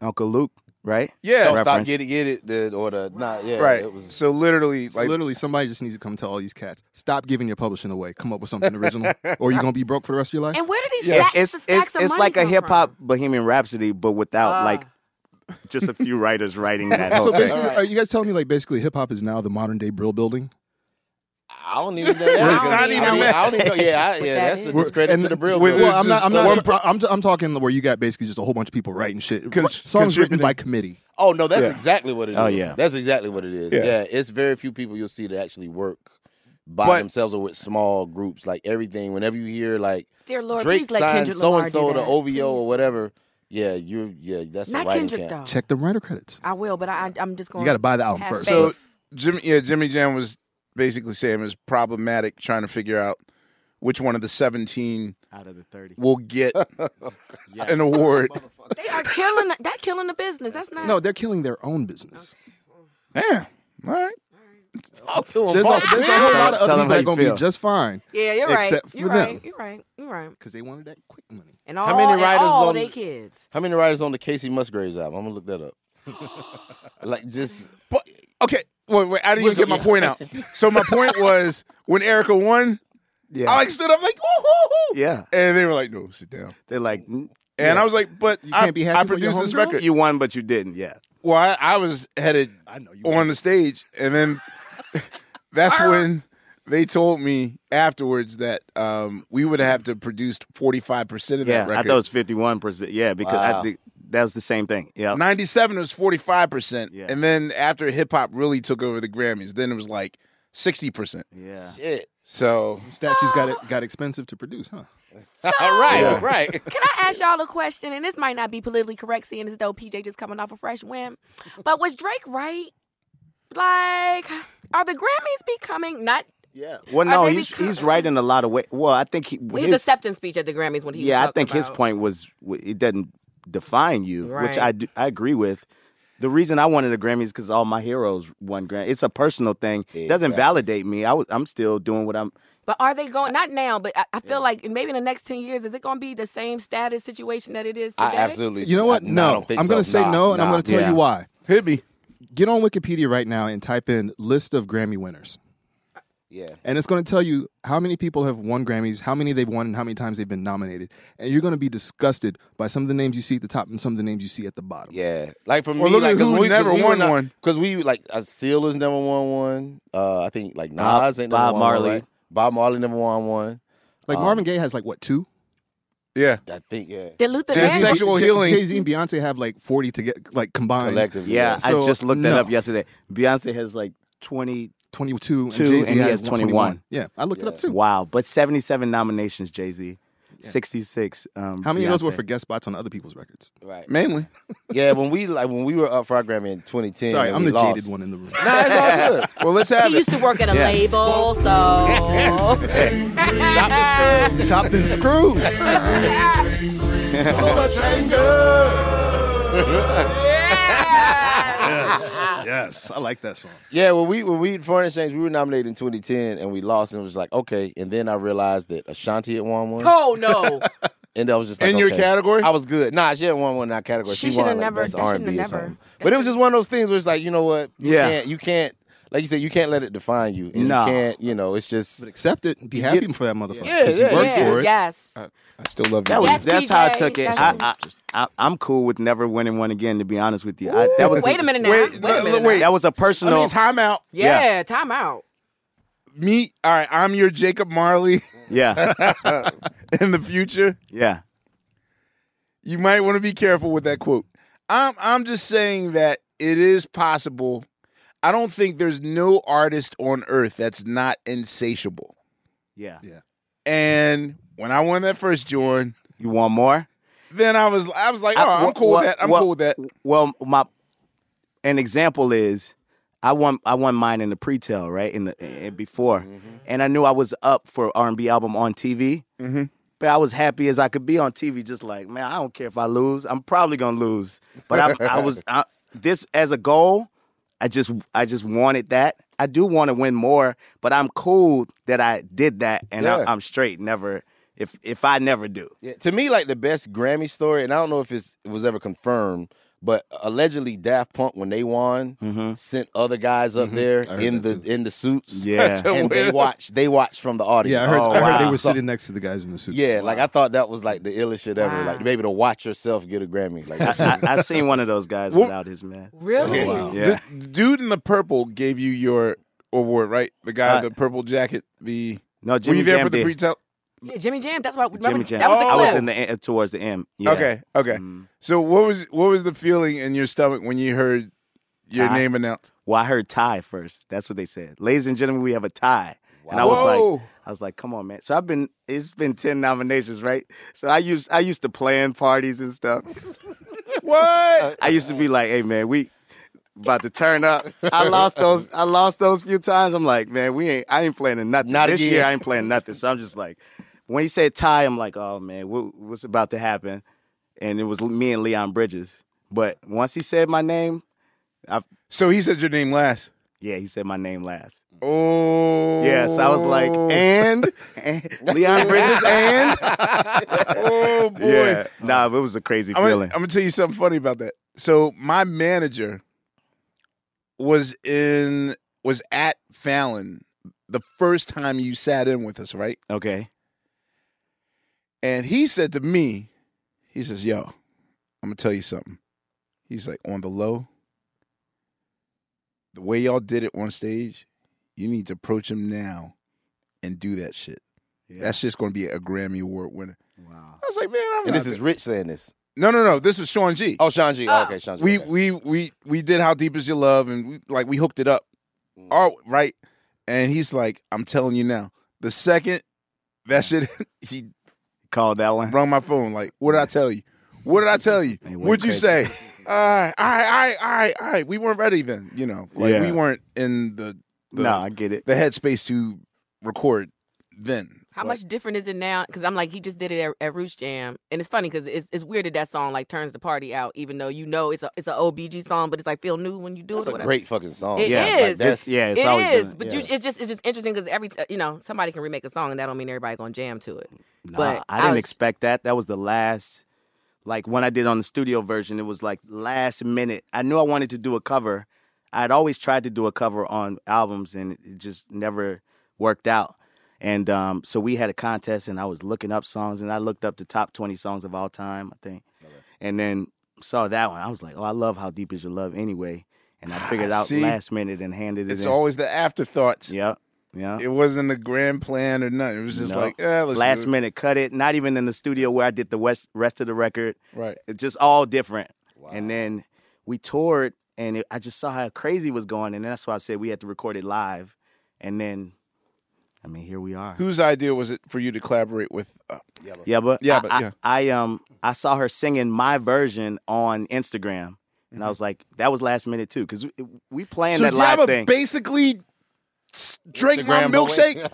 Speaker 3: Uncle Luke, right?
Speaker 1: yeah,
Speaker 2: Don't stop,
Speaker 3: Reference.
Speaker 2: get it, get it, the, or the nah, yeah,
Speaker 1: right.
Speaker 2: It was
Speaker 1: so literally, like
Speaker 4: Literally, somebody just needs to come tell all these cats, stop giving your publishing away. Come up with something original, or you're gonna be broke for the rest of your life.
Speaker 7: And where did he
Speaker 1: Yeah.
Speaker 7: stacks,
Speaker 3: It's
Speaker 7: the
Speaker 3: it's
Speaker 7: stacks
Speaker 3: it's,
Speaker 7: of money
Speaker 3: like a
Speaker 7: come
Speaker 3: hip hop
Speaker 7: from?
Speaker 3: Bohemian Rhapsody, but without
Speaker 7: Ah.
Speaker 3: like just a few writers writing that.
Speaker 4: so
Speaker 3: whole thing.
Speaker 4: basically, are you guys telling me like basically hip hop is now the modern day Brill Building?
Speaker 2: I don't even know. That,
Speaker 7: Not
Speaker 2: I, mean,
Speaker 7: even
Speaker 2: I, mean,
Speaker 7: that.
Speaker 2: I don't even know. Yeah, I,
Speaker 7: that
Speaker 2: yeah, that's
Speaker 7: is.
Speaker 2: a discredit to
Speaker 4: And
Speaker 2: the Brill
Speaker 1: with-
Speaker 2: Building.
Speaker 4: Well, I'm not. I'm
Speaker 1: Just
Speaker 4: not.
Speaker 1: one
Speaker 4: tr- I'm, t- I'm talking where you got basically just a whole bunch of people writing shit.
Speaker 1: Con-
Speaker 4: Ri- songs written
Speaker 1: contributing.
Speaker 4: by committee.
Speaker 2: Oh no, that's
Speaker 1: Yeah.
Speaker 2: exactly what it is.
Speaker 3: Oh, yeah.
Speaker 2: that's exactly what it is.
Speaker 1: Yeah.
Speaker 2: Yeah. it's very few people you'll see that actually work by
Speaker 1: But-
Speaker 2: themselves or with small groups. Like everything, whenever you hear like
Speaker 7: Dear Lord,
Speaker 2: Drake
Speaker 7: please let
Speaker 2: signed
Speaker 7: Kendrick
Speaker 2: so
Speaker 7: Lamar
Speaker 2: and so
Speaker 7: do
Speaker 2: to
Speaker 7: that.
Speaker 2: OVO or
Speaker 7: Please.
Speaker 2: whatever, yeah, you're yeah, that's a
Speaker 7: Not
Speaker 2: writing
Speaker 7: Kendrick
Speaker 2: camp.
Speaker 7: though.
Speaker 4: Check the writer credits.
Speaker 7: I will, but I, I'm just going.
Speaker 4: You got to buy the album
Speaker 7: have
Speaker 4: first.
Speaker 7: faith.
Speaker 1: So Jimmy, yeah, Jimmy Jam was basically saying it's problematic trying to figure out which one of the seventeen
Speaker 3: Out of the thirty,
Speaker 1: will get an award.
Speaker 7: They are killing. That killing the business. That's not.
Speaker 4: No, they're killing their own business.
Speaker 1: Damn. All right.
Speaker 2: Talk to him.
Speaker 4: There's a, there's a whole
Speaker 3: Tell-
Speaker 4: lot of
Speaker 3: tell
Speaker 4: other people
Speaker 3: them how
Speaker 4: that
Speaker 3: you
Speaker 4: gonna
Speaker 3: feel.
Speaker 4: be just fine
Speaker 7: Yeah, you're right.
Speaker 4: Except for
Speaker 7: you're
Speaker 4: them.
Speaker 7: right. You're right. You're right.
Speaker 4: because they wanted that quick money.
Speaker 7: And all,
Speaker 2: many
Speaker 7: and
Speaker 2: writers
Speaker 7: all
Speaker 2: on-
Speaker 7: they kids.
Speaker 2: How many writers on the Casey Musgraves album? I'm gonna look that up. like just
Speaker 1: But okay, wait, wait. I didn't even get my point out. So my point was when Erica won,
Speaker 3: yeah,
Speaker 1: I like stood up like, woo, hoo, hoo.
Speaker 3: yeah.
Speaker 1: and they were like, no, sit down.
Speaker 3: They're like,
Speaker 4: Mm-hmm.
Speaker 3: "N-
Speaker 1: And I was like, but
Speaker 4: You
Speaker 1: I,
Speaker 4: can't be happy
Speaker 1: I
Speaker 4: for your
Speaker 1: produced this
Speaker 4: homegirl?
Speaker 1: record.
Speaker 3: you won, but you didn't. Yeah,
Speaker 1: Well, I, I was headed
Speaker 4: I know you.
Speaker 1: on the stage, and then that's when they told me afterwards that um, we would have to produce forty five percent of
Speaker 3: yeah.
Speaker 1: that
Speaker 3: I
Speaker 1: record.
Speaker 3: thought it was fifty-one percent. Yeah, because
Speaker 2: Wow.
Speaker 3: I think that was the same thing. Yeah,
Speaker 1: Ninety seven was forty five percent,
Speaker 3: Yeah.
Speaker 1: and then after hip hop really took over the Grammys, then it was like sixty percent.
Speaker 3: yeah.
Speaker 2: shit.
Speaker 1: So
Speaker 4: statues got it got expensive to produce, huh?
Speaker 2: All right, right.
Speaker 7: Can I ask y'all a question? And this might not be politically correct, seeing as though PJ just coming off a fresh win. But was Drake right? Like, are the Grammys becoming not?
Speaker 3: Yeah. Well,
Speaker 7: Are
Speaker 3: no,
Speaker 7: they
Speaker 3: he's
Speaker 7: becau-
Speaker 3: he's right in a lot of ways. Well, I think he,
Speaker 7: His,
Speaker 3: his-
Speaker 7: acceptance speech at the Grammys when he. was
Speaker 3: yeah, I
Speaker 7: talking
Speaker 3: think his
Speaker 7: about-
Speaker 3: point was w- it doesn't define you,
Speaker 7: Right.
Speaker 3: which I do, I agree with. The reason I wanted a Grammy is because all my heroes won Grammy. It's a personal thing. It doesn't validate me. I w- I'm still doing what I'm.
Speaker 7: But are they going? Not now, but I, I feel like maybe in the next ten years, is it going to be the same status situation that it is today?
Speaker 2: I absolutely.
Speaker 4: You know what?
Speaker 2: I-
Speaker 4: No,
Speaker 2: I don't think
Speaker 4: I'm gonna
Speaker 2: so.
Speaker 4: say
Speaker 2: Nah,
Speaker 4: no, and I'm
Speaker 2: nah.
Speaker 4: gonna tell
Speaker 3: yeah.
Speaker 4: you why.
Speaker 1: hit me.
Speaker 4: Get on Wikipedia right now and type in list of Grammy winners.
Speaker 2: Yeah.
Speaker 4: And it's going to tell you how many people have won Grammys, how many they've won, and how many times they've been nominated. And you're going to be disgusted by some of the names you see at the top and some of the names you see at the bottom.
Speaker 2: Yeah, like for
Speaker 4: Well,
Speaker 2: me,
Speaker 4: look at
Speaker 2: like, 'cause
Speaker 4: who
Speaker 2: we, 'cause
Speaker 4: never
Speaker 2: we were
Speaker 4: won
Speaker 2: not-
Speaker 4: one.
Speaker 2: Cause we like uh, Sealers never won one. Uh, I think like
Speaker 4: Bob-
Speaker 2: Nas ain't never
Speaker 4: Bob
Speaker 2: won one,
Speaker 4: Marley.
Speaker 2: right? Bob Marley never won one.
Speaker 4: Like
Speaker 2: Um,
Speaker 4: Marvin Gaye has like what two?
Speaker 1: Yeah,
Speaker 2: I think yeah.
Speaker 7: Did Luther
Speaker 2: Just
Speaker 7: Vandross-
Speaker 2: sexual healing.
Speaker 4: Jay Z and Beyonce have like forty to get like combined
Speaker 2: Collectively,
Speaker 3: Yeah,
Speaker 4: So,
Speaker 3: I just looked that
Speaker 4: no.
Speaker 3: up yesterday. Beyonce has like 20,
Speaker 4: 22,
Speaker 3: two,
Speaker 4: and Jay Z
Speaker 3: and he
Speaker 4: has
Speaker 3: has 21.
Speaker 4: Yeah, I looked it up too.
Speaker 3: Wow, but 77 nominations, Jay Z. 66. Um,
Speaker 4: How many of those were
Speaker 3: Beyonce.
Speaker 4: for guest spots on other people's records?
Speaker 2: Right.
Speaker 3: Mainly.
Speaker 2: yeah, when we like when we were up for our Grammy in 2010.
Speaker 4: Sorry,
Speaker 2: and
Speaker 4: I'm
Speaker 2: we
Speaker 4: the
Speaker 2: lost.
Speaker 4: jaded one in the room.
Speaker 2: Nah, it's all good. Well, let's have
Speaker 7: He
Speaker 2: it.
Speaker 7: used to work at a
Speaker 2: Yeah.
Speaker 7: label, so.
Speaker 2: Chopped and screwed.
Speaker 8: So much anger.
Speaker 4: yes, yes, I like that song.
Speaker 2: Yeah, when we when we foreign exchange, we were nominated in 2010 and we lost, and it was like okay. And then I realized that Ashanti had won one.
Speaker 7: Oh, no.
Speaker 2: And I was just like,
Speaker 1: In your
Speaker 2: okay.
Speaker 1: category?
Speaker 2: I was good. Nah, she didn't won one in that category.
Speaker 7: She
Speaker 2: She,
Speaker 7: shoulda
Speaker 2: won like,
Speaker 7: never-
Speaker 2: best
Speaker 7: that shoulda
Speaker 2: R&B or
Speaker 7: never.
Speaker 2: something. But it was just one of those things where it's like, you know what? You
Speaker 3: Yeah.
Speaker 2: can't, you can't, like you said, you can't let it define you. And
Speaker 3: No.
Speaker 2: you can't, you know, it's just
Speaker 4: But accept it. Be happy for that motherfucker.
Speaker 2: Yeah,
Speaker 4: 'cause you
Speaker 2: yeah,
Speaker 4: worked
Speaker 2: yeah.
Speaker 4: for it.
Speaker 7: Yes.
Speaker 1: I still love
Speaker 3: That was
Speaker 7: Yes,
Speaker 3: that's how I
Speaker 7: PJ,
Speaker 3: took it.
Speaker 7: that's
Speaker 3: I,
Speaker 7: it.
Speaker 3: I, I I'm cool with never winning one again. To be honest with you, I, that was
Speaker 7: Wait a minute now. Wait,
Speaker 1: Wait,
Speaker 7: a minute.
Speaker 1: look,
Speaker 7: now.
Speaker 1: wait.
Speaker 3: that was a
Speaker 1: I
Speaker 3: personal.
Speaker 1: mean, time out.
Speaker 7: Yeah,
Speaker 3: yeah.
Speaker 7: time out.
Speaker 1: Me, all right, I'm your Jacob Marley
Speaker 3: yeah,
Speaker 1: in the future.
Speaker 3: yeah.
Speaker 1: You might want to be careful with that quote. I'm I'm just saying that it is possible. I don't think there's no artist on earth that's not insatiable.
Speaker 3: Yeah.
Speaker 1: And when I won that first joint,
Speaker 3: You want more?
Speaker 1: then I was I was like, oh,
Speaker 3: I-
Speaker 1: I'm
Speaker 3: wh-
Speaker 1: cool
Speaker 3: wh-
Speaker 1: with that. I'm
Speaker 3: wh-
Speaker 1: cool with that.
Speaker 3: Well, my an example is I won I won mine in the pre-tail right in the in- before,
Speaker 1: Mm-hmm.
Speaker 3: and I knew I was up for R and B album on TV.
Speaker 1: Mhm.
Speaker 3: But I was happy as I could be on TV, just like man, I don't care if I lose. I'm probably gonna lose, but I, I was I, this as a goal. I just I just wanted that. I do want to win more, but I'm cool that I did that, and
Speaker 2: Yeah.
Speaker 3: I, I'm straight. Never if if I never do.
Speaker 2: Yeah, to me, like the best Grammy story, and I don't know if it's, it was ever confirmed, but allegedly Daft Punk when they won
Speaker 3: Mm-hmm.
Speaker 2: sent other guys
Speaker 4: Mm-hmm.
Speaker 2: up there in the in the suits.
Speaker 3: Yeah.
Speaker 1: To
Speaker 2: and they
Speaker 1: win.
Speaker 2: watched they watched from the audience.
Speaker 4: Yeah, I heard.
Speaker 3: Oh,
Speaker 4: I heard they
Speaker 3: wow.
Speaker 4: were
Speaker 2: So-
Speaker 4: sitting next to the guys in the suits.
Speaker 2: Yeah, like I thought that was like the illest shit ever.
Speaker 7: Wow.
Speaker 2: Like to be able to watch yourself get a Grammy. Like that's
Speaker 3: I,
Speaker 2: just-
Speaker 3: I seen one of those guys without his man.
Speaker 7: Really?
Speaker 3: Yeah.
Speaker 1: The dude in the purple gave you your award, right? The guy
Speaker 3: Uh,
Speaker 1: with the purple jacket, the
Speaker 3: No,
Speaker 1: Were
Speaker 3: Jimmy
Speaker 1: you there
Speaker 3: Jam
Speaker 1: for the
Speaker 3: did.
Speaker 1: pre-tell?
Speaker 7: Yeah, Jimmy Jam. That's why. Remember,
Speaker 3: Jimmy Jam.
Speaker 7: That was the
Speaker 1: Oh.
Speaker 3: I
Speaker 7: clip.
Speaker 3: was in the end, towards the end. Yeah.
Speaker 1: Okay, okay.
Speaker 3: Mm.
Speaker 1: So what was what was the feeling in your stomach when you heard your
Speaker 3: Ty.
Speaker 1: name announced?
Speaker 3: Well, I heard tie first. That's what they said. Ladies and gentlemen, we have a tie. And I was like, I was like, come on, man. So I've been, it's been ten nominations, right? So I used, I used to plan parties and stuff.
Speaker 1: what?
Speaker 3: I used to be like, hey, man, we about to turn up. I lost those, I lost those few times. I'm like, man, we ain't, I ain't planning nothing.
Speaker 2: Not
Speaker 3: this
Speaker 2: again.
Speaker 3: year, I ain't planning nothing. So I'm just like, when he said tie, I'm like, oh man, what, what's about to happen? And it was me and Leon Bridges. But once he said my name,
Speaker 1: So he said your name last.
Speaker 3: Yeah, he said my name last.
Speaker 1: Oh.
Speaker 3: Yeah, so I was like, and, and Leon Bridges, and
Speaker 1: oh boy.
Speaker 3: yeah, nah, but it was a crazy
Speaker 1: I'm, gonna,
Speaker 3: feeling.
Speaker 1: I'm gonna tell you something funny about that. So my manager was in was at Fallon the first time you sat in with us, right?
Speaker 3: okay,
Speaker 1: And he said to me, he says, Yo, I'm gonna tell you something. He's like, on the low, the way y'all did it on stage, you need to approach him now and do that shit.
Speaker 3: Yeah.
Speaker 1: That's just gonna be a Grammy Award winner.
Speaker 3: wow,
Speaker 1: I was like, man, I'm
Speaker 2: and
Speaker 1: not
Speaker 2: this is Rich saying this.
Speaker 1: No, no, no. This was Sean G.
Speaker 2: Oh, Sean G.
Speaker 7: Oh.
Speaker 2: Okay, Sean G.
Speaker 1: we
Speaker 2: okay.
Speaker 1: we we we did How Deep Is Your Love and we like we hooked it up.
Speaker 2: Mm.
Speaker 1: All right. And he's like, I'm telling you now, the second that shit he
Speaker 3: called that one.
Speaker 1: rung my phone. Like, what did I tell you? What did I tell you?
Speaker 3: He went
Speaker 1: What'd you say?
Speaker 3: crazy.
Speaker 1: All right, all right, all right, all right. We weren't ready then. You know, like
Speaker 3: Yeah.
Speaker 1: we weren't in the the,
Speaker 3: Nah, I get it.
Speaker 1: the headspace to record then.
Speaker 7: How much different is it now? Because I'm like, he just did it at, at Roots Jam, and it's funny because it's, it's weird that that song like turns the party out, even though you know it's a it's an OBG song, but it's like feel new when you do
Speaker 2: That's
Speaker 7: it. or
Speaker 2: a
Speaker 7: whatever.
Speaker 2: great fucking song.
Speaker 7: It
Speaker 3: Yeah,
Speaker 7: is.
Speaker 2: that's,
Speaker 3: yeah, it's
Speaker 7: It
Speaker 3: always
Speaker 7: is,
Speaker 3: been-
Speaker 7: but
Speaker 3: yeah.
Speaker 7: you, it's just it's just interesting because every t- you know somebody can remake a song and that don't mean everybody gonna jam to it.
Speaker 3: Nah,
Speaker 7: but
Speaker 3: I didn't
Speaker 7: was-
Speaker 3: expect that. That was the last, like when I did on the studio version, it was like last minute. I knew I wanted to do a cover. I had always tried to do a cover on albums, and it just never worked out. And um, so we had a contest, and I was looking up songs, and I looked up the top 20 songs of all time, I think. And then saw that one. I was like, oh, I love How Deep Is Your Love anyway. And I figured out
Speaker 1: See?
Speaker 3: last minute and handed it
Speaker 1: It's
Speaker 3: in.
Speaker 1: always the afterthoughts.
Speaker 3: Yep. Yeah.
Speaker 1: It wasn't a grand plan or nothing. It was just
Speaker 3: No.
Speaker 1: like, eh, let's
Speaker 3: last
Speaker 1: do it.
Speaker 3: minute cut it. Not even in the studio where I did the west, rest of the record.
Speaker 1: Right.
Speaker 3: It's just all different. And then we toured, and it, I just saw how crazy it was going, and that's why I said we had to record it live. And then, I mean, here we are.
Speaker 1: Whose idea was it for you to collaborate with? Uh,
Speaker 3: Yeah, but
Speaker 1: Yeah,
Speaker 3: I,
Speaker 1: but,
Speaker 3: I-
Speaker 1: yeah.
Speaker 3: I, um I saw her singing my version on Instagram, and
Speaker 1: Mm-hmm.
Speaker 3: I was like, that was last minute too, because we, we planned
Speaker 1: so
Speaker 3: that live
Speaker 1: Yabba
Speaker 3: thing.
Speaker 1: basically s- drank my
Speaker 2: Instagram boy.
Speaker 1: milkshake.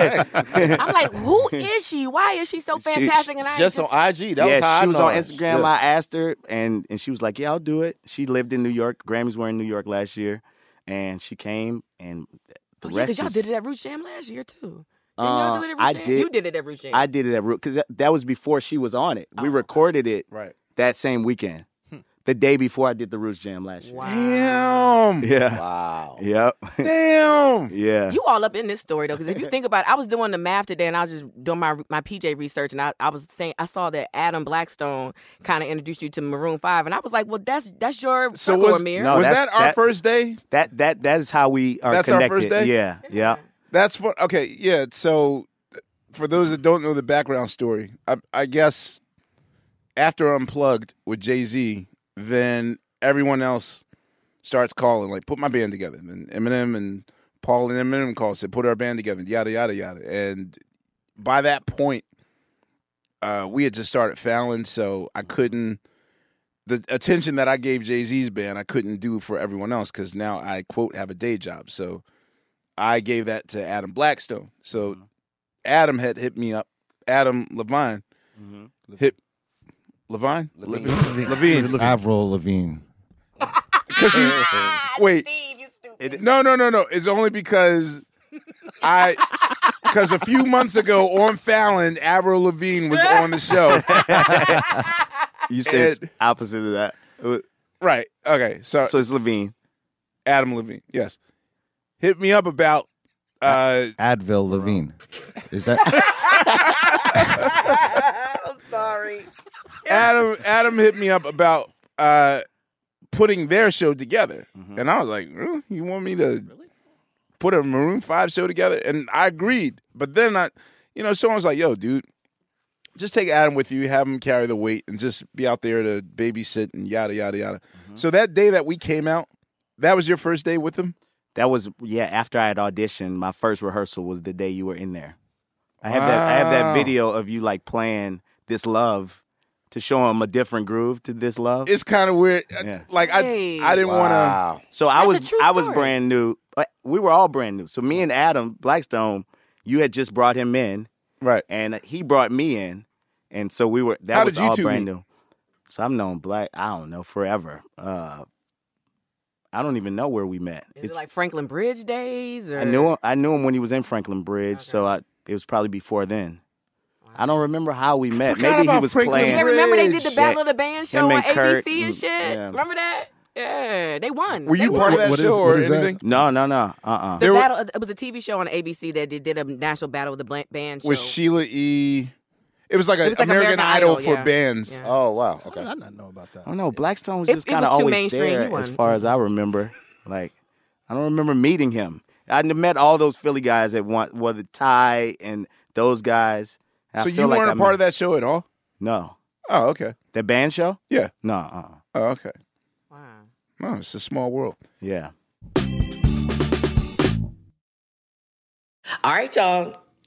Speaker 7: I'm like, who is she? Why is she so fantastic? And I ain't
Speaker 2: just
Speaker 7: just-
Speaker 2: on IG. That was
Speaker 3: yeah,
Speaker 2: how I
Speaker 3: she was
Speaker 2: know
Speaker 3: on
Speaker 2: her.
Speaker 3: Instagram. I asked her, and and she was like, "Yeah, I'll do it." She lived in New York. Grammys were in New York last year, and she came, and the
Speaker 7: Oh, yeah,
Speaker 3: rest
Speaker 7: because y'all
Speaker 3: is-
Speaker 7: did it at Root Jam last year too. Didn't y'all do it at
Speaker 3: Uh,
Speaker 7: Root
Speaker 3: I
Speaker 7: Jam?
Speaker 3: did-
Speaker 7: You did it Oh. at Root Jam.
Speaker 3: I did it at Root because that, that was before she was on it. We recorded it
Speaker 1: Right.
Speaker 3: that same weekend,
Speaker 7: Hmm.
Speaker 3: the day before I did the Roots Jam last year.
Speaker 1: Damn.
Speaker 3: Yeah.
Speaker 2: Wow.
Speaker 3: Yep.
Speaker 1: Damn.
Speaker 3: yeah.
Speaker 7: You all up in this story though, because if you think about it, I was doing the math today and I was just doing my my PJ research and I, I was saying I saw that Adam Blackstone kind of introduced you to Maroon Five and I was like, well, that's that's your
Speaker 1: So
Speaker 7: circle,
Speaker 1: was,
Speaker 7: Amir.
Speaker 3: No,
Speaker 1: was
Speaker 3: that's-
Speaker 1: that our
Speaker 3: that-
Speaker 1: first day?
Speaker 3: that that that is how we are
Speaker 1: That's our
Speaker 3: connected.
Speaker 1: first day?
Speaker 3: Yeah. Yeah.
Speaker 1: That's what. Okay, yeah. So, uh, for those that don't know the background story, I, I guess after Unplugged with Jay Z, then everyone else starts calling, like, put my band together. And Eminem and Paul and Eminem called, said, put our band together, yada yada yada. And by that point, uh, we had just started fouling, so I couldn't. The attention that I gave Jay Z's band, I couldn't do for everyone else because now I quote have a day job. So I gave that to Adam Blackstone. So Adam had hit me up. Adam Levine hit Levine Levine Levine
Speaker 6: Avril Levine.
Speaker 1: because he wait. No, no, no, no. It's only because I because a few months ago on Fallon, Avril Levine was on the show.
Speaker 3: You said
Speaker 1: And-
Speaker 3: opposite of that. It was-
Speaker 1: right. Okay. So,
Speaker 3: So it's Levine.
Speaker 1: Adam Levine, yes, hit me up about. Uh,
Speaker 6: Advil Levine. Is that
Speaker 1: Adam Adam hit me up about uh, putting their show together,
Speaker 3: Mm-hmm.
Speaker 1: and I was like, really? "You want me to put a Maroon Five show together?" And I agreed, but then I, you know, someone was like, "Yo, dude, just take Adam with you, have him carry the weight, and just be out there to babysit and yada yada yada."
Speaker 3: Mm-hmm.
Speaker 1: So that day that we came out, that was your first day with him.
Speaker 3: That was yeah. After I had auditioned, my first rehearsal was the day you were in there. I have that. I have
Speaker 1: Wow.
Speaker 3: that video of you like playing this love to show him a different groove to this love.
Speaker 1: It's kind of weird. I-
Speaker 3: Yeah.
Speaker 1: Like I,
Speaker 7: Hey.
Speaker 1: I didn't want
Speaker 2: Wow.
Speaker 3: so I
Speaker 7: That's a
Speaker 3: was
Speaker 7: true
Speaker 3: I was
Speaker 7: story.
Speaker 3: brand new. Uh, We were all brand new. So me and Adam Blackstone, you had just brought him in,
Speaker 1: to. Right.
Speaker 3: and he brought me in, and so we were. That
Speaker 1: How
Speaker 3: was
Speaker 1: did you
Speaker 3: all
Speaker 1: two
Speaker 3: brand
Speaker 1: meet?
Speaker 3: new. So I've known Black. I don't know forever. Uh, I don't even know where we met.
Speaker 7: Is it like Franklin Bridge days? Or
Speaker 3: I knew him, I knew him when he was in Franklin Bridge, so I, it was probably before then. I don't remember how we met.
Speaker 1: forgot
Speaker 3: Maybe he
Speaker 1: about
Speaker 3: was
Speaker 1: Franklin
Speaker 3: playing.
Speaker 7: Hey, remember they did the
Speaker 1: Bridge.
Speaker 7: Battle of the Band show
Speaker 3: Him
Speaker 7: on
Speaker 3: and
Speaker 7: ABC
Speaker 3: Kurt
Speaker 7: and
Speaker 3: and-
Speaker 7: shit.
Speaker 3: yeah.
Speaker 7: Remember that? Yeah, they won.
Speaker 1: Were
Speaker 7: They
Speaker 1: you
Speaker 7: won.
Speaker 1: part of that
Speaker 6: What is-
Speaker 1: show or
Speaker 6: what is that?
Speaker 1: anything?
Speaker 3: No, no, no. Uh, uh
Speaker 7: The
Speaker 1: There were-
Speaker 7: battle, it was a TV show on ABC that did, did a national battle of the bla- band show.
Speaker 1: with Sheila E. It was like an
Speaker 7: It was like
Speaker 1: American,
Speaker 7: American
Speaker 1: Idol,
Speaker 7: Idol,
Speaker 1: for
Speaker 7: yeah.
Speaker 1: bands.
Speaker 7: Yeah.
Speaker 2: Oh wow.
Speaker 4: How did
Speaker 2: Okay.
Speaker 4: I not know about that?
Speaker 3: I don't know. Blackstone was
Speaker 7: It-
Speaker 3: oh, just
Speaker 7: it
Speaker 3: kind of
Speaker 7: was too
Speaker 3: always
Speaker 7: mainstream,
Speaker 3: there
Speaker 7: you
Speaker 3: as
Speaker 7: won.
Speaker 3: far as I remember. Like, I don't remember meeting him. I met all those Philly guys at once, well, the Ty and those guys.
Speaker 1: So you weren't a part of that show at all?
Speaker 3: No.
Speaker 1: Oh, okay.
Speaker 3: The band show?
Speaker 1: Yeah.
Speaker 3: No, uh-uh.
Speaker 1: Oh, okay.
Speaker 7: Wow.
Speaker 1: No, it's a small world.
Speaker 3: Yeah.
Speaker 9: All right, y'all.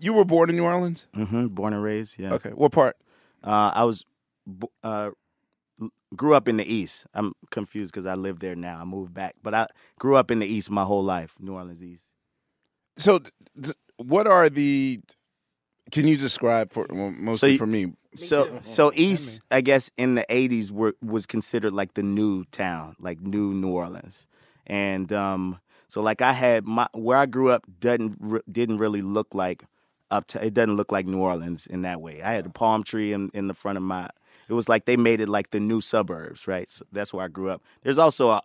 Speaker 1: you were born in New Orleans?
Speaker 3: hmm Born and raised. Yeah.
Speaker 1: Okay. What part?
Speaker 3: Uh, I was bo- uh, l- grew up in the East. I'm confused because I live there now. I moved back, but I grew up in the East my whole life. New Orleans East.
Speaker 1: So, th- th- what are the? Can you describe for well, mostly
Speaker 3: you-
Speaker 1: for me?
Speaker 3: So so e East, I guess in the '80s were, was considered like the new town, like new New Orleans, and um, so like I had my where I grew up doesn't re- didn't really look like up to it doesn't look like New Orleans in that way. I had a palm tree in, in the front of my. It was like they made it like the new suburbs, right? So that's where I grew up. There's also a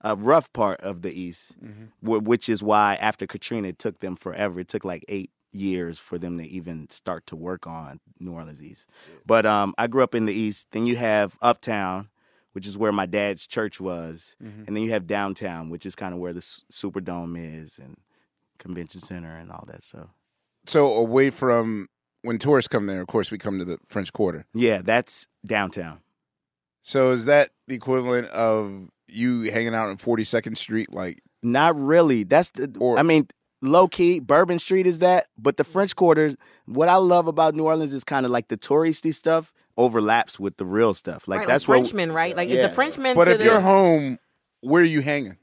Speaker 3: a rough part of the East, wh- which is why after Katrina, it took them forever. It took like eight years for them to even start to work on New Orleans East. But um, I grew up in the East. Then you have Uptown, which is where my dad's church was,
Speaker 7: Mm-hmm.
Speaker 3: and then you have Downtown, which is kind of where the S- Superdome is and Convention Center and all that stuff.
Speaker 1: So away from when tourists come there, of course we come to the French Quarter.
Speaker 3: Yeah, that's downtown.
Speaker 1: So is that the equivalent of you hanging out in Forty Second Street? Like,
Speaker 3: Not really. That's the. I mean, low key, Bourbon Street is that, but the
Speaker 7: Mm.
Speaker 3: French Quarter. What I love about New Orleans is kind of like the touristy stuff overlaps with the real stuff. Like
Speaker 7: right,
Speaker 3: that's
Speaker 7: like
Speaker 3: where.
Speaker 7: Frenchman, right? Like is
Speaker 3: Yeah.
Speaker 7: the Frenchman
Speaker 1: but
Speaker 7: to
Speaker 1: if
Speaker 7: the
Speaker 1: you're home, where are you hanging?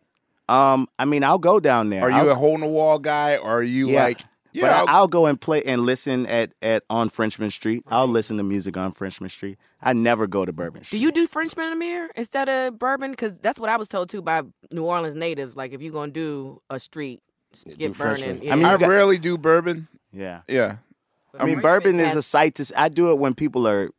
Speaker 3: Um, I mean, I'll go down there.
Speaker 1: Are you
Speaker 3: I'll-
Speaker 1: a hole in the wall guy? Or are you like?
Speaker 3: but
Speaker 1: Yeah,
Speaker 3: I, I'll go and play and listen at at on Frenchman Street. I'll listen to music on Frenchman Street. I never go to Bourbon
Speaker 7: Do
Speaker 3: Street.
Speaker 7: you do Frenchman in the mirror instead of bourbon? Because that's what I was told too by New Orleans natives. Like if you're gonna do a street, get burning.
Speaker 3: I mean,
Speaker 1: I
Speaker 3: you got-
Speaker 1: rarely do bourbon.
Speaker 3: yeah.
Speaker 1: Yeah,
Speaker 3: I mean, bourbon is a sight to. s- I do it when people are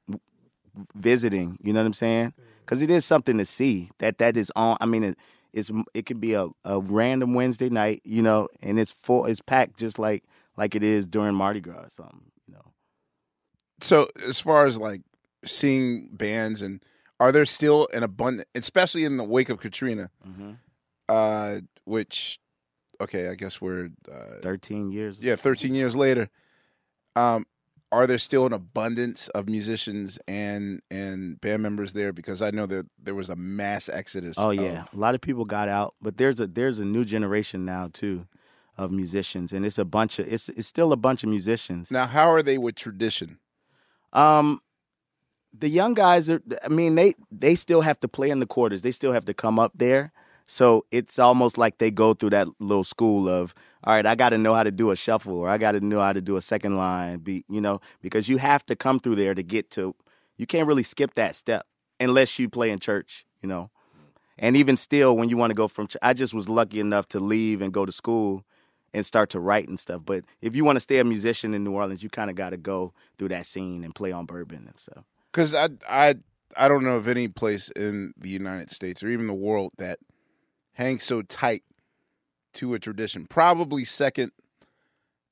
Speaker 3: visiting. You know what I'm saying?
Speaker 7: Mm.
Speaker 3: Because it is something to see. That that is on. I mean, it, it's it could be a, a random Wednesday night. You know, and it's full. It's packed just like like it is during Mardi Gras or something. You know.
Speaker 1: so as far as like seeing bands and are there still an abundant especially in the wake of katrina uh which okay i guess we're uh,
Speaker 3: Thirteen years.
Speaker 1: yeah 13 years later um are there still an abundance of musicians and and band members there because i know that there was a mass exodus
Speaker 3: Oh
Speaker 1: of-
Speaker 3: yeah, a lot of people got out, but there's a there's a new generation now too of musicians, and it's a bunch of it's it's still a bunch of musicians.
Speaker 1: now how are they with tradition
Speaker 3: Um, the young guys are. I mean, they they still have to play in the quarters. They still have to come up there. So it's almost like they go through that little school of, all right, I got to know how to do a shuffle, or I got to know how to do a second line beat, you know, because you have to come through there to get to. You can't really skip that step unless you play in church, you know. And even still, when you want to go from, ch- I just was lucky enough to leave and go to school and start to write and stuff. But if you want to stay a musician in New Orleans, you kind of got to go through that scene and play on bourbon and stuff.
Speaker 1: because I I I don't know of any place in the United States or even the world that hangs so tight to a tradition. Probably second,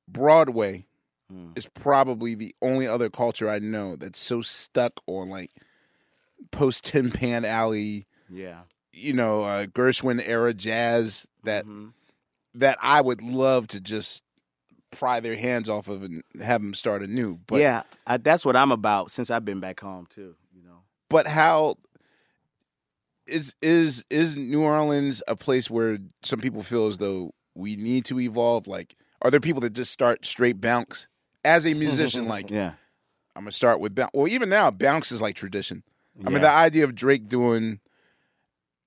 Speaker 1: Broadway
Speaker 3: Hmm.
Speaker 1: is probably the only other culture I know that's so stuck on like post Tin Pan Alley,
Speaker 3: Yeah.
Speaker 1: you know, uh, Gershwin era jazz that
Speaker 3: Mm-hmm.
Speaker 1: that I would love to just pry their hands off of and have them start anew. But
Speaker 3: yeah, I, that's what I'm about since I've been back home too, you know.
Speaker 1: but how is is is New Orleans a place where some people feel as though we need to evolve? Like, are there people that just start straight bounce as a musician? like,
Speaker 3: Yeah.
Speaker 1: I'm gonna start with bounce. Well, even now, bounce is like tradition. I mean,
Speaker 3: Yeah.
Speaker 1: the idea of Drake doing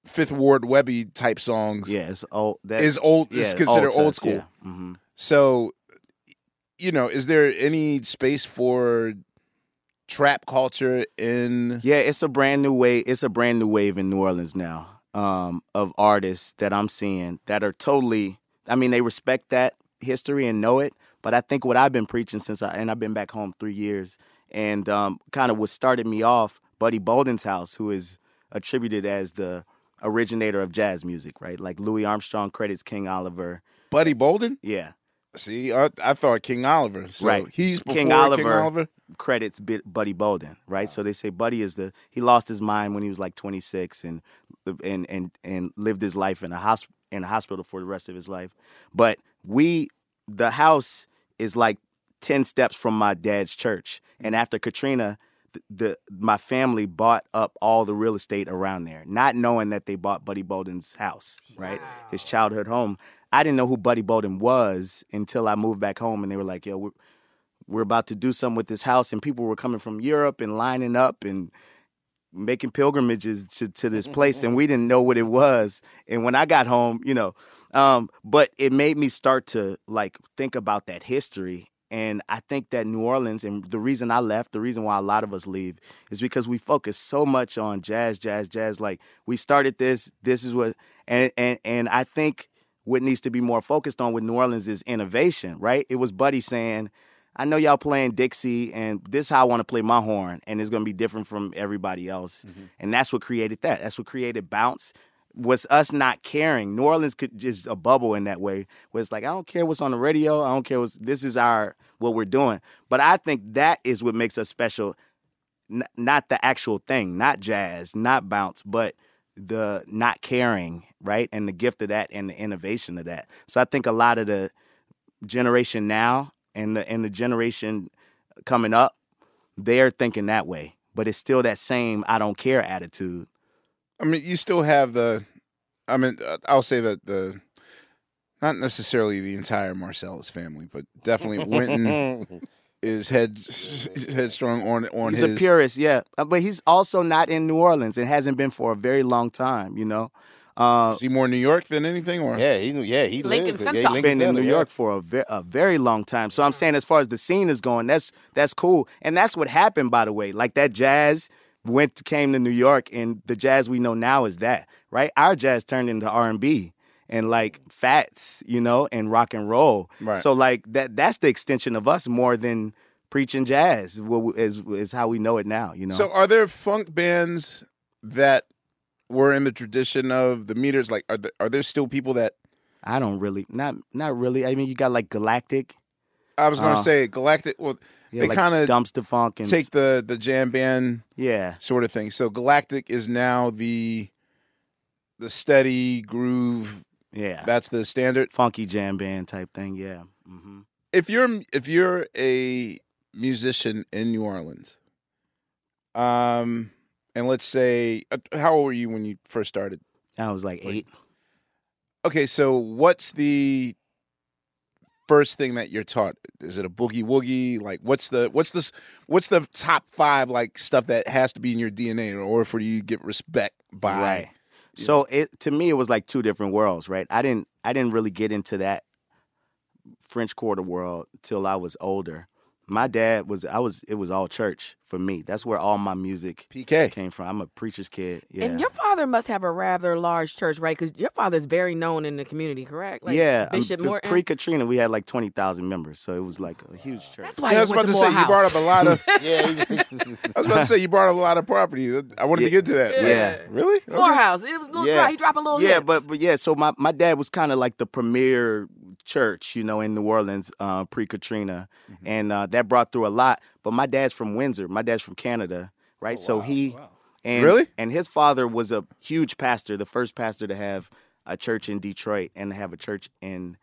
Speaker 1: Fifth Ward Webby type songs.
Speaker 3: Yeah, it's old. That,
Speaker 1: is old.
Speaker 3: yeah,
Speaker 1: is considered old,
Speaker 3: touch,
Speaker 1: school.
Speaker 3: yeah. Mhm.
Speaker 1: So, you know, is there any space for trap culture in?
Speaker 3: Yeah, it's a brand new wave. It's a brand new wave in New Orleans now um, of artists that I'm seeing that are totally. I mean, they respect that history and know it. But I think what I've been preaching since I and I've been back home three years, and um, kind of what started me off, Buddy Bolden's house, who is attributed as the originator of jazz music, right? Like Louis Armstrong credits King Oliver.
Speaker 1: Buddy Bolden?
Speaker 3: Yeah.
Speaker 1: See, I, I thought King Oliver. So
Speaker 3: right.
Speaker 1: He's before
Speaker 3: King Oliver,
Speaker 1: Oliver?
Speaker 3: credits Bi- Buddy Bolden, right? So they say Buddy is the he lost his mind when he was like 26 and and and and lived his life in a hosp- in a hospital for the rest of his life. But we the house is like 10 steps from my dad's church. And after Katrina, the, the my family bought up all the real estate around there, not knowing that they bought Buddy Bolden's house, right? His childhood home. I didn't know who Buddy Bolden was until I moved back home and they were like, "Yo, we're, we're about to do something with this house and people were coming from Europe and lining up and making pilgrimages to, to this place and we didn't know what it was and when i got home you know um, but it made me start to like think about that history and i think that new orleans and the reason i left the reason why a lot of us leave is because we focus so much on jazz jazz jazz like we started this this is what and and and i think what needs to be more focused on with new orleans is innovation right it was buddy saying I know y'all playing Dixie, and this is how I want to play my horn, and it's gonna be different from everybody else. And that's what created that. That's what created bounce. Was us not caring. New Orleans could just a bubble in that way, where it's like I don't care what's on the radio. I don't care what's this is our what we're doing. But I think that is what makes us special. N- not the actual thing, not jazz, not bounce, but the not caring, right? And the gift of that and the innovation of that. So I think a lot of the generation now and the and the generation coming up, they're thinking that way. But it's still that same I don't care attitude.
Speaker 1: I mean, you still have the. I mean, uh, I'll say that the, not necessarily the entire Marcellus family, but definitely Winton is head headstrong on on
Speaker 3: he's
Speaker 1: his.
Speaker 3: a purist, yeah. Uh, But he's also not in New Orleans and hasn't been for a very long time, you know. Uh,
Speaker 1: Is he more New York than anything? Or
Speaker 3: yeah,
Speaker 2: he's yeah, he
Speaker 3: Lincoln
Speaker 2: lives- yeah, Center. Lincoln
Speaker 3: been in
Speaker 2: Center,
Speaker 3: New
Speaker 2: yeah.
Speaker 3: York for a, ve- a very long time. So I'm saying, as far as the scene is going, that's that's cool, and that's what happened, by the way. Like that jazz went came to New York, and the jazz we know now is that right. Our jazz turned into R and B and like fats, you know, and rock and roll.
Speaker 1: Right.
Speaker 3: So like that that's the extension of us more than preaching jazz wh- is is how we know it now. You know.
Speaker 1: So, are there funk bands that were in the tradition of the meters? Like, are there, are there still people that
Speaker 3: I don't really not not really. I mean, you got like Galactic.
Speaker 1: I was going to
Speaker 3: Uh,
Speaker 1: say Galactic? Well,
Speaker 3: Yeah,
Speaker 1: they
Speaker 3: like
Speaker 1: kind of
Speaker 3: dumpster funk and
Speaker 1: take the the jam band
Speaker 3: yeah
Speaker 1: sort of thing. So Galactic is now the the steady groove.
Speaker 3: Yeah.
Speaker 1: that's the standard
Speaker 3: funky jam band type thing. Yeah. hmm
Speaker 1: if you're if you're a musician in New Orleans, um, and let's say, uh, how old were you when you first started?
Speaker 3: I was like eight.
Speaker 1: Okay, so what's the first thing that you're taught? Is it a boogie woogie? Like, what's the what's this what's the top five like stuff that has to be in your DNA in order for you to get respect by?
Speaker 3: Right. So it to me it was like two different worlds, right? I didn't I didn't really get into that French Quarter world till I was older. My dad was I was it was all church for me. That's where all my music
Speaker 1: PK
Speaker 3: came from. I'm a preacher's kid. Yeah.
Speaker 7: And your father must have a rather large church, right? Because your father's very known in the community, correct? Like
Speaker 3: yeah, um,
Speaker 7: Bishop
Speaker 3: b-
Speaker 7: Morton.
Speaker 3: pre-Katrina, we had like twenty thousand members, so it was like a huge church. That's
Speaker 7: why Yeah, I he was went about to to say,
Speaker 1: you brought up a lot of.
Speaker 2: yeah,
Speaker 1: I was about to say you brought up a lot of property. I wanted to get to that. Like,
Speaker 3: Yeah.
Speaker 1: really?
Speaker 7: Morehouse. It was a little dry. He dropped a little
Speaker 3: Yeah,
Speaker 7: hits.
Speaker 3: but but yeah, so my, my dad was kind of like the premier church, you know, in New Orleans uh, pre Katrina, and uh, that brought through a lot. But my dad's from Windsor. My dad's from Canada, right? so he and
Speaker 1: Really?
Speaker 3: and his father was a huge pastor, the first pastor to have a church in Detroit and to have a church in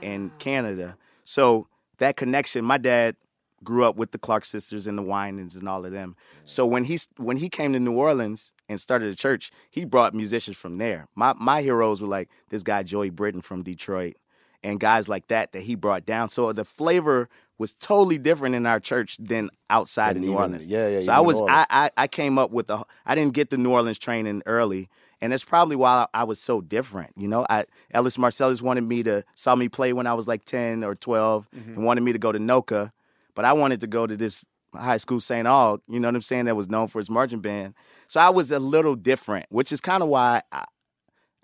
Speaker 3: in Canada. So that connection, my dad grew up with the Clark sisters and the Winans and all of them. So when he when he came to New Orleans and started a church, he brought musicians from there. My my heroes were like this guy Joey Britton from Detroit and guys like that that he brought down. So the flavor was totally different in our church than outside of New
Speaker 2: even-
Speaker 3: Orleans.
Speaker 2: yeah, yeah,
Speaker 3: So I
Speaker 2: even
Speaker 3: was
Speaker 2: New Orleans.
Speaker 3: I, I I came up with the I didn't get the New Orleans training early, And that's probably why I, I was so different. You know, I Ellis Marcellus wanted me to saw me play when I was like 10 or 12
Speaker 2: Mm-hmm.
Speaker 10: Mhm.
Speaker 3: and wanted me to go to Noka, but I wanted to go to this high school St. Aug, you know what I'm saying, that was known for its marching band. So I was a little different, which is kind of why I,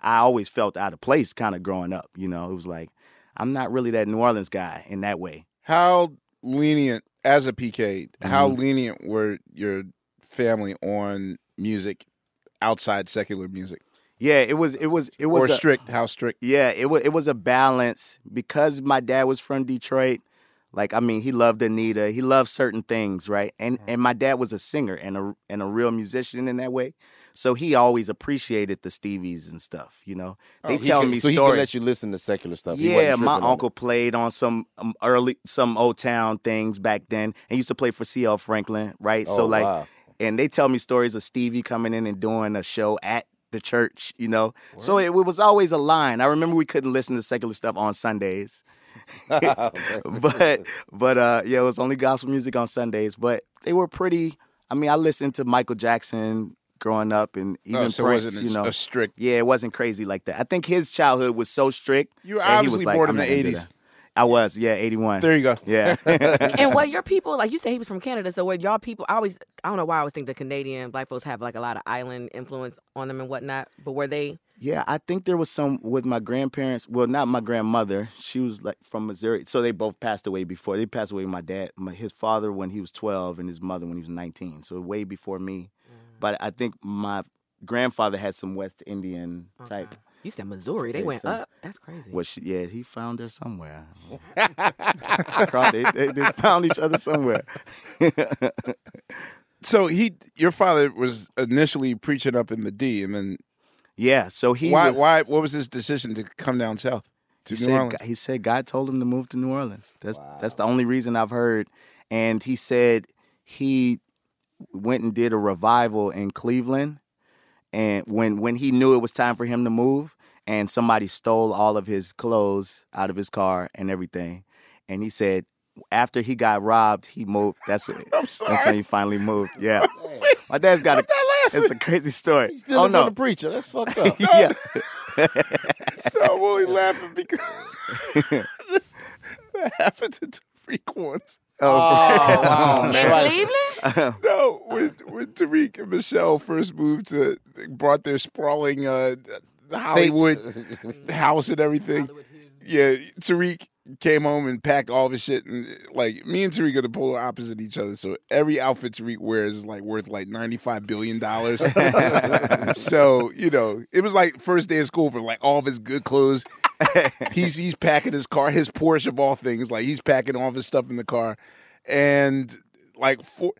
Speaker 3: I always felt out of place kind of growing up, you know. It was like I'm not really that New Orleans guy in that way.
Speaker 1: How lenient as a PK? How
Speaker 3: Mhm.
Speaker 1: lenient were your family on music outside secular music?
Speaker 3: Yeah, it was it was it was
Speaker 1: or
Speaker 3: a-
Speaker 1: strict. How strict?
Speaker 3: Yeah, it was it was a balance because my dad was from Detroit. Like I mean, he loved Anita. He loved certain things, right? And
Speaker 2: Mm-hmm.
Speaker 3: and my dad was a singer and a and a real musician in that way. So he always appreciated the Stevies and stuff, you know. They
Speaker 2: Oh, he
Speaker 3: tell
Speaker 2: could-
Speaker 3: me
Speaker 2: so he could
Speaker 3: stories.
Speaker 2: let you listen to secular stuff. He wasn't
Speaker 3: Yeah, my
Speaker 2: tripping on it.
Speaker 3: uncle played on some um, early some old town things back then, and used to play for CL Franklin, right? so
Speaker 2: Oh,
Speaker 3: like,
Speaker 2: wow.
Speaker 3: and they tell me stories of Stevie coming in and doing a show at the church, you know. So it, it was always a line. I remember we couldn't listen to secular stuff on Sundays,
Speaker 1: Oh,
Speaker 2: Oh,
Speaker 3: but but uh, yeah, it was only gospel music on Sundays. But they were pretty. I mean, I listened to Michael Jackson growing up, and even
Speaker 1: Oh, so it
Speaker 3: Prince,
Speaker 1: wasn't
Speaker 3: you
Speaker 1: a-
Speaker 3: know,
Speaker 1: a strict.
Speaker 3: Yeah, it wasn't crazy like that. I think his childhood was so strict.
Speaker 1: You were
Speaker 3: that he was
Speaker 1: obviously
Speaker 3: like,
Speaker 1: born
Speaker 3: "I'm
Speaker 1: in
Speaker 3: not
Speaker 1: the
Speaker 3: gonna do
Speaker 1: 80s.
Speaker 3: that." I was, yeah, eighty one.
Speaker 1: There you go.
Speaker 3: Yeah.
Speaker 7: and what your people like you said he was from Canada, so what y'all people I always I don't know why I always think the Canadian black folks have like a lot of island influence on them and whatnot, but were they
Speaker 3: Yeah, I think there was some with my grandparents. Well, not my grandmother. She was like from Missouri, so they both passed away before. They passed away. My dad, my, his father when he was twelve, and his mother when he was nineteen. So way before me.
Speaker 7: Mm.
Speaker 3: But I think my grandfather had some West Indian type.
Speaker 7: you said Missouri, they
Speaker 3: Yeah,
Speaker 7: went
Speaker 3: so-
Speaker 7: up. That's crazy.
Speaker 3: Well, she, yeah, he found her somewhere. Across- they, they, they found each other somewhere.
Speaker 1: so he, your father was initially preaching up in the D, and then
Speaker 3: yeah. So he
Speaker 1: why
Speaker 3: was-
Speaker 1: why what was his decision to come down south to
Speaker 3: He
Speaker 1: New
Speaker 3: said,
Speaker 1: Orleans?
Speaker 3: He said God told him to move to New Orleans. That's that's the only reason I've heard. And he said he went and did a revival in Cleveland, and when when he knew it was time for him to move, and somebody stole all of his clothes out of his car and everything, and he said. After he got robbed, he moved. That's what, that's when
Speaker 2: sorry.
Speaker 3: he finally moved. Yeah, my dad's got a. It's a crazy story.
Speaker 2: Still
Speaker 3: oh
Speaker 2: in front
Speaker 3: no,
Speaker 2: of the preacher. That's fucked up.
Speaker 3: yeah.
Speaker 1: no, I'm only laughing because that happened to Tariq once.
Speaker 3: Oh,
Speaker 8: wow. In
Speaker 1: Cleveland? no, when, when Tariq and Michelle first moved to, brought their sprawling uh, Hollywood house and everything. Yeah, Tariq came home and packed all of his shit, and like me and Tariq are the polar opposite each other. So every outfit Tariq wears is like worth like ninety five billion dollars. so you know, it was like first day of school for like all of his good clothes. he's he's packing his car, his Porsche of all things. Like he's packing all of his stuff in the car, and like four,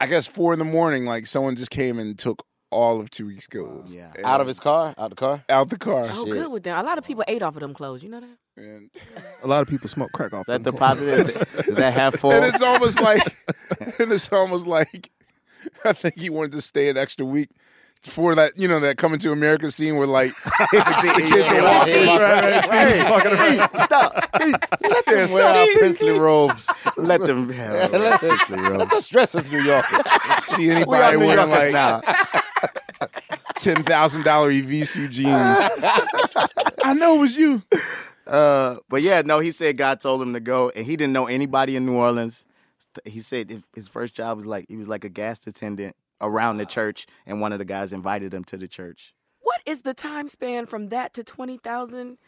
Speaker 1: I guess four in the morning, like someone just came and took all of Tariq's clothes. Yeah,
Speaker 2: Out of his car? Out the car?
Speaker 1: Out the car.
Speaker 7: Oh, good with them. A lot of people ate off of them clothes. You know that.
Speaker 4: A lot of people smoke crack off.
Speaker 3: That
Speaker 4: them.
Speaker 3: deposit is, is that half full?
Speaker 1: And it's almost like, and it's almost like, I think he wanted to stay an extra week for that, you know, that coming to America scene where like the kids are
Speaker 8: yeah,
Speaker 1: walking
Speaker 8: yeah.
Speaker 1: right, right, see,
Speaker 8: Hey,
Speaker 1: he's walking around.
Speaker 3: Stop.
Speaker 2: Let
Speaker 1: them
Speaker 2: wear our
Speaker 1: stop.
Speaker 2: princely robes.
Speaker 3: Let them have
Speaker 2: our
Speaker 3: princely robes.
Speaker 2: Just dress as New Yorkers.
Speaker 1: See
Speaker 2: We are
Speaker 1: anybody
Speaker 2: New
Speaker 1: wearing
Speaker 2: Yorkers
Speaker 1: like
Speaker 2: now.
Speaker 1: ten thousand dollar EVC jeans? I know it was you.
Speaker 3: Uh, but yeah, no, he said God told him to go, and he didn't know anybody in New Orleans. He said if his first job was like he was like a gas attendant around the church, and one of the guys invited him to the church.
Speaker 7: What is the time span from that to twenty thousand?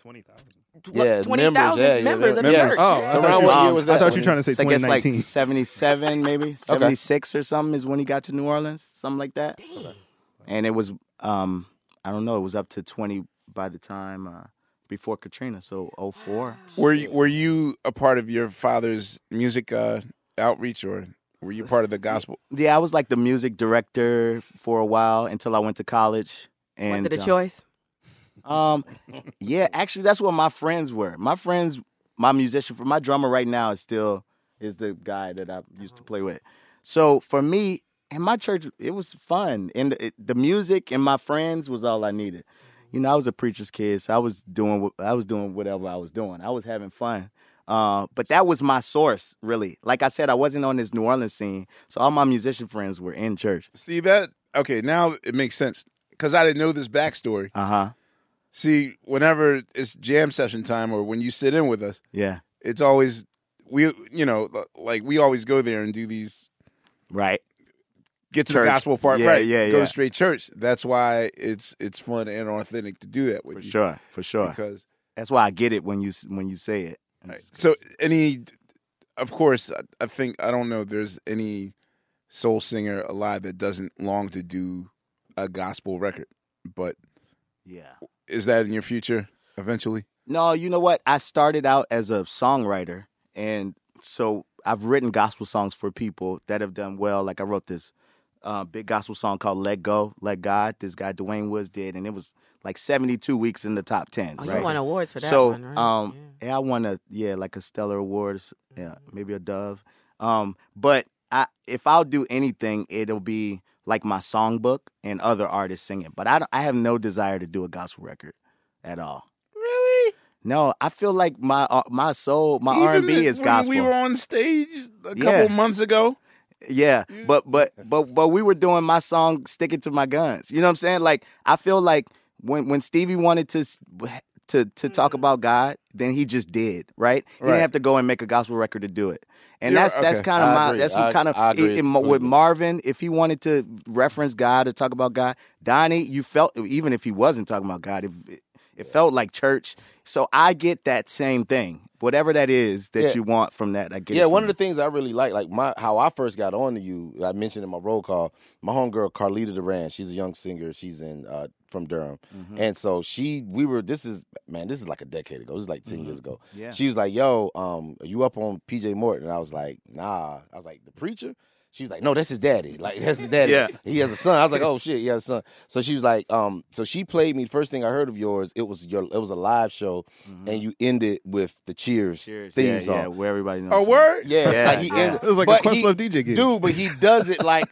Speaker 11: Twenty thousand.
Speaker 3: Yeah, Oh,
Speaker 7: twenty thousand members Oh, of the church. yeah.
Speaker 4: I thought you- um, I thought you were trying to say
Speaker 3: I guess like
Speaker 4: 2019.
Speaker 3: seventy-seven, maybe seventy-six or something is when he got to New Orleans, something like that. And it was, um, I don't know, it was up to twenty by the time uh, before Katrina, so 04.
Speaker 1: Were you, were you a part of your father's music uh, outreach, or were you part of the gospel?
Speaker 3: Yeah, I was like the music director for a while until I went to college. And
Speaker 7: Was it a
Speaker 3: um,
Speaker 7: choice?
Speaker 3: Um, yeah, actually, that's what my friends were. My friends, my musician, for my drummer right now is still is the guy that I used to play with. So for me and my church, it was fun, and the, it- the music and my friends was all I needed. You know, I was a preacher's kid, so I was doing what- I was doing whatever I was doing. I was having fun. Uh, but that was my source, really. Like I said, I wasn't on this New Orleans scene, so all my musician friends were in church.
Speaker 1: See that? Okay, now it makes sense because I didn't know this backstory.
Speaker 3: Uh huh.
Speaker 1: See, whenever it's jam session time or when you sit in with us,
Speaker 3: Yeah.
Speaker 1: it's always we you know like we always go there and do these
Speaker 3: right
Speaker 1: get to
Speaker 3: Church.
Speaker 1: the gospel part
Speaker 3: Yeah,
Speaker 1: right
Speaker 3: yeah,
Speaker 1: go
Speaker 3: yeah.
Speaker 1: straight church that's why it's it's fun and authentic to do that with
Speaker 3: For
Speaker 1: you
Speaker 3: sure, for sure.
Speaker 1: because
Speaker 3: That's why I get it when you s- when you say it.
Speaker 1: so any of course I, I think I don't know if there's any soul singer alive that doesn't long to do a gospel record but
Speaker 3: yeah
Speaker 1: is that in your future eventually
Speaker 3: No, you know what? I started out as a songwriter, and so I've written gospel songs for people that have done well. Like I wrote this uh, big gospel song called "Let Go, Let God." This guy Dwayne Woods did, and it was like seventy-two weeks in the top ten.
Speaker 7: Oh, you
Speaker 3: right?
Speaker 7: won awards for that
Speaker 3: So,
Speaker 7: one, right?
Speaker 3: um, yeah. I won a yeah, like a stellar awards, yeah,
Speaker 7: Mm-hmm.
Speaker 3: maybe a dove. Um, but I, if I'll do anything, it'll be like my songbook and other artists singing. But I, don't, I have no desire to do a gospel record at all. No, I feel like my uh, my soul, my R and
Speaker 1: Even
Speaker 3: B
Speaker 1: if-
Speaker 3: is
Speaker 1: when
Speaker 3: gospel.
Speaker 1: we were on stage a couple
Speaker 3: Yeah.
Speaker 1: months ago
Speaker 3: yeah, but but but but we were doing my song "Stick It to My Guns." You know what I'm saying? Like I feel like when when Stevie wanted to s- to to
Speaker 1: Mm-hmm.
Speaker 3: talk about God, then he just did right. He
Speaker 2: Right.
Speaker 3: didn't have to go and make a gospel record to do it. And
Speaker 2: You're-
Speaker 3: that's that's
Speaker 2: okay.
Speaker 3: kind of
Speaker 2: I
Speaker 3: my
Speaker 2: agree.
Speaker 3: that's
Speaker 2: I-
Speaker 3: kind
Speaker 2: I
Speaker 3: of
Speaker 2: agree
Speaker 3: with
Speaker 2: completely.
Speaker 3: Marvin. If he wanted to reference God or talk about God, Donnie, you felt even if he wasn't talking about God, it, it, it felt like church. So I get that same thing, whatever that is that
Speaker 2: Yeah.
Speaker 3: you want from that. I get.
Speaker 2: yeah,
Speaker 3: it
Speaker 2: one
Speaker 3: from
Speaker 2: of the things I really like, like my how I first got on to you, I mentioned in my roll call, my homegirl Carlita Duran, she's a young singer, she's in uh, from Durham,
Speaker 3: Mm-hmm.
Speaker 2: and so she, we were, this is man, this is like a decade ago, this is like 10 years ago.
Speaker 3: Mm-hmm. Yeah.
Speaker 2: she was like, "Yo, um, are you up on PJ Morton?" And I was like, "Nah," I was like, "The preacher." She was like, "No, that's his daddy. Like that's his daddy.
Speaker 3: Yeah.
Speaker 2: He has a son." I was like, "Oh shit, he has a son." So she was like, "Um." So she played me. First thing I heard of yours, it was your, it was a live show, and you ended with the Cheers, theme
Speaker 3: Mm-hmm. yeah,
Speaker 2: song.
Speaker 3: yeah, where everybody knows.
Speaker 2: A word? Yeah,
Speaker 3: Yeah,
Speaker 2: like he
Speaker 3: yeah.
Speaker 2: is.
Speaker 3: It was like a
Speaker 2: but
Speaker 3: Questlove
Speaker 2: he-
Speaker 3: DJ gig.
Speaker 2: dude. But he does it like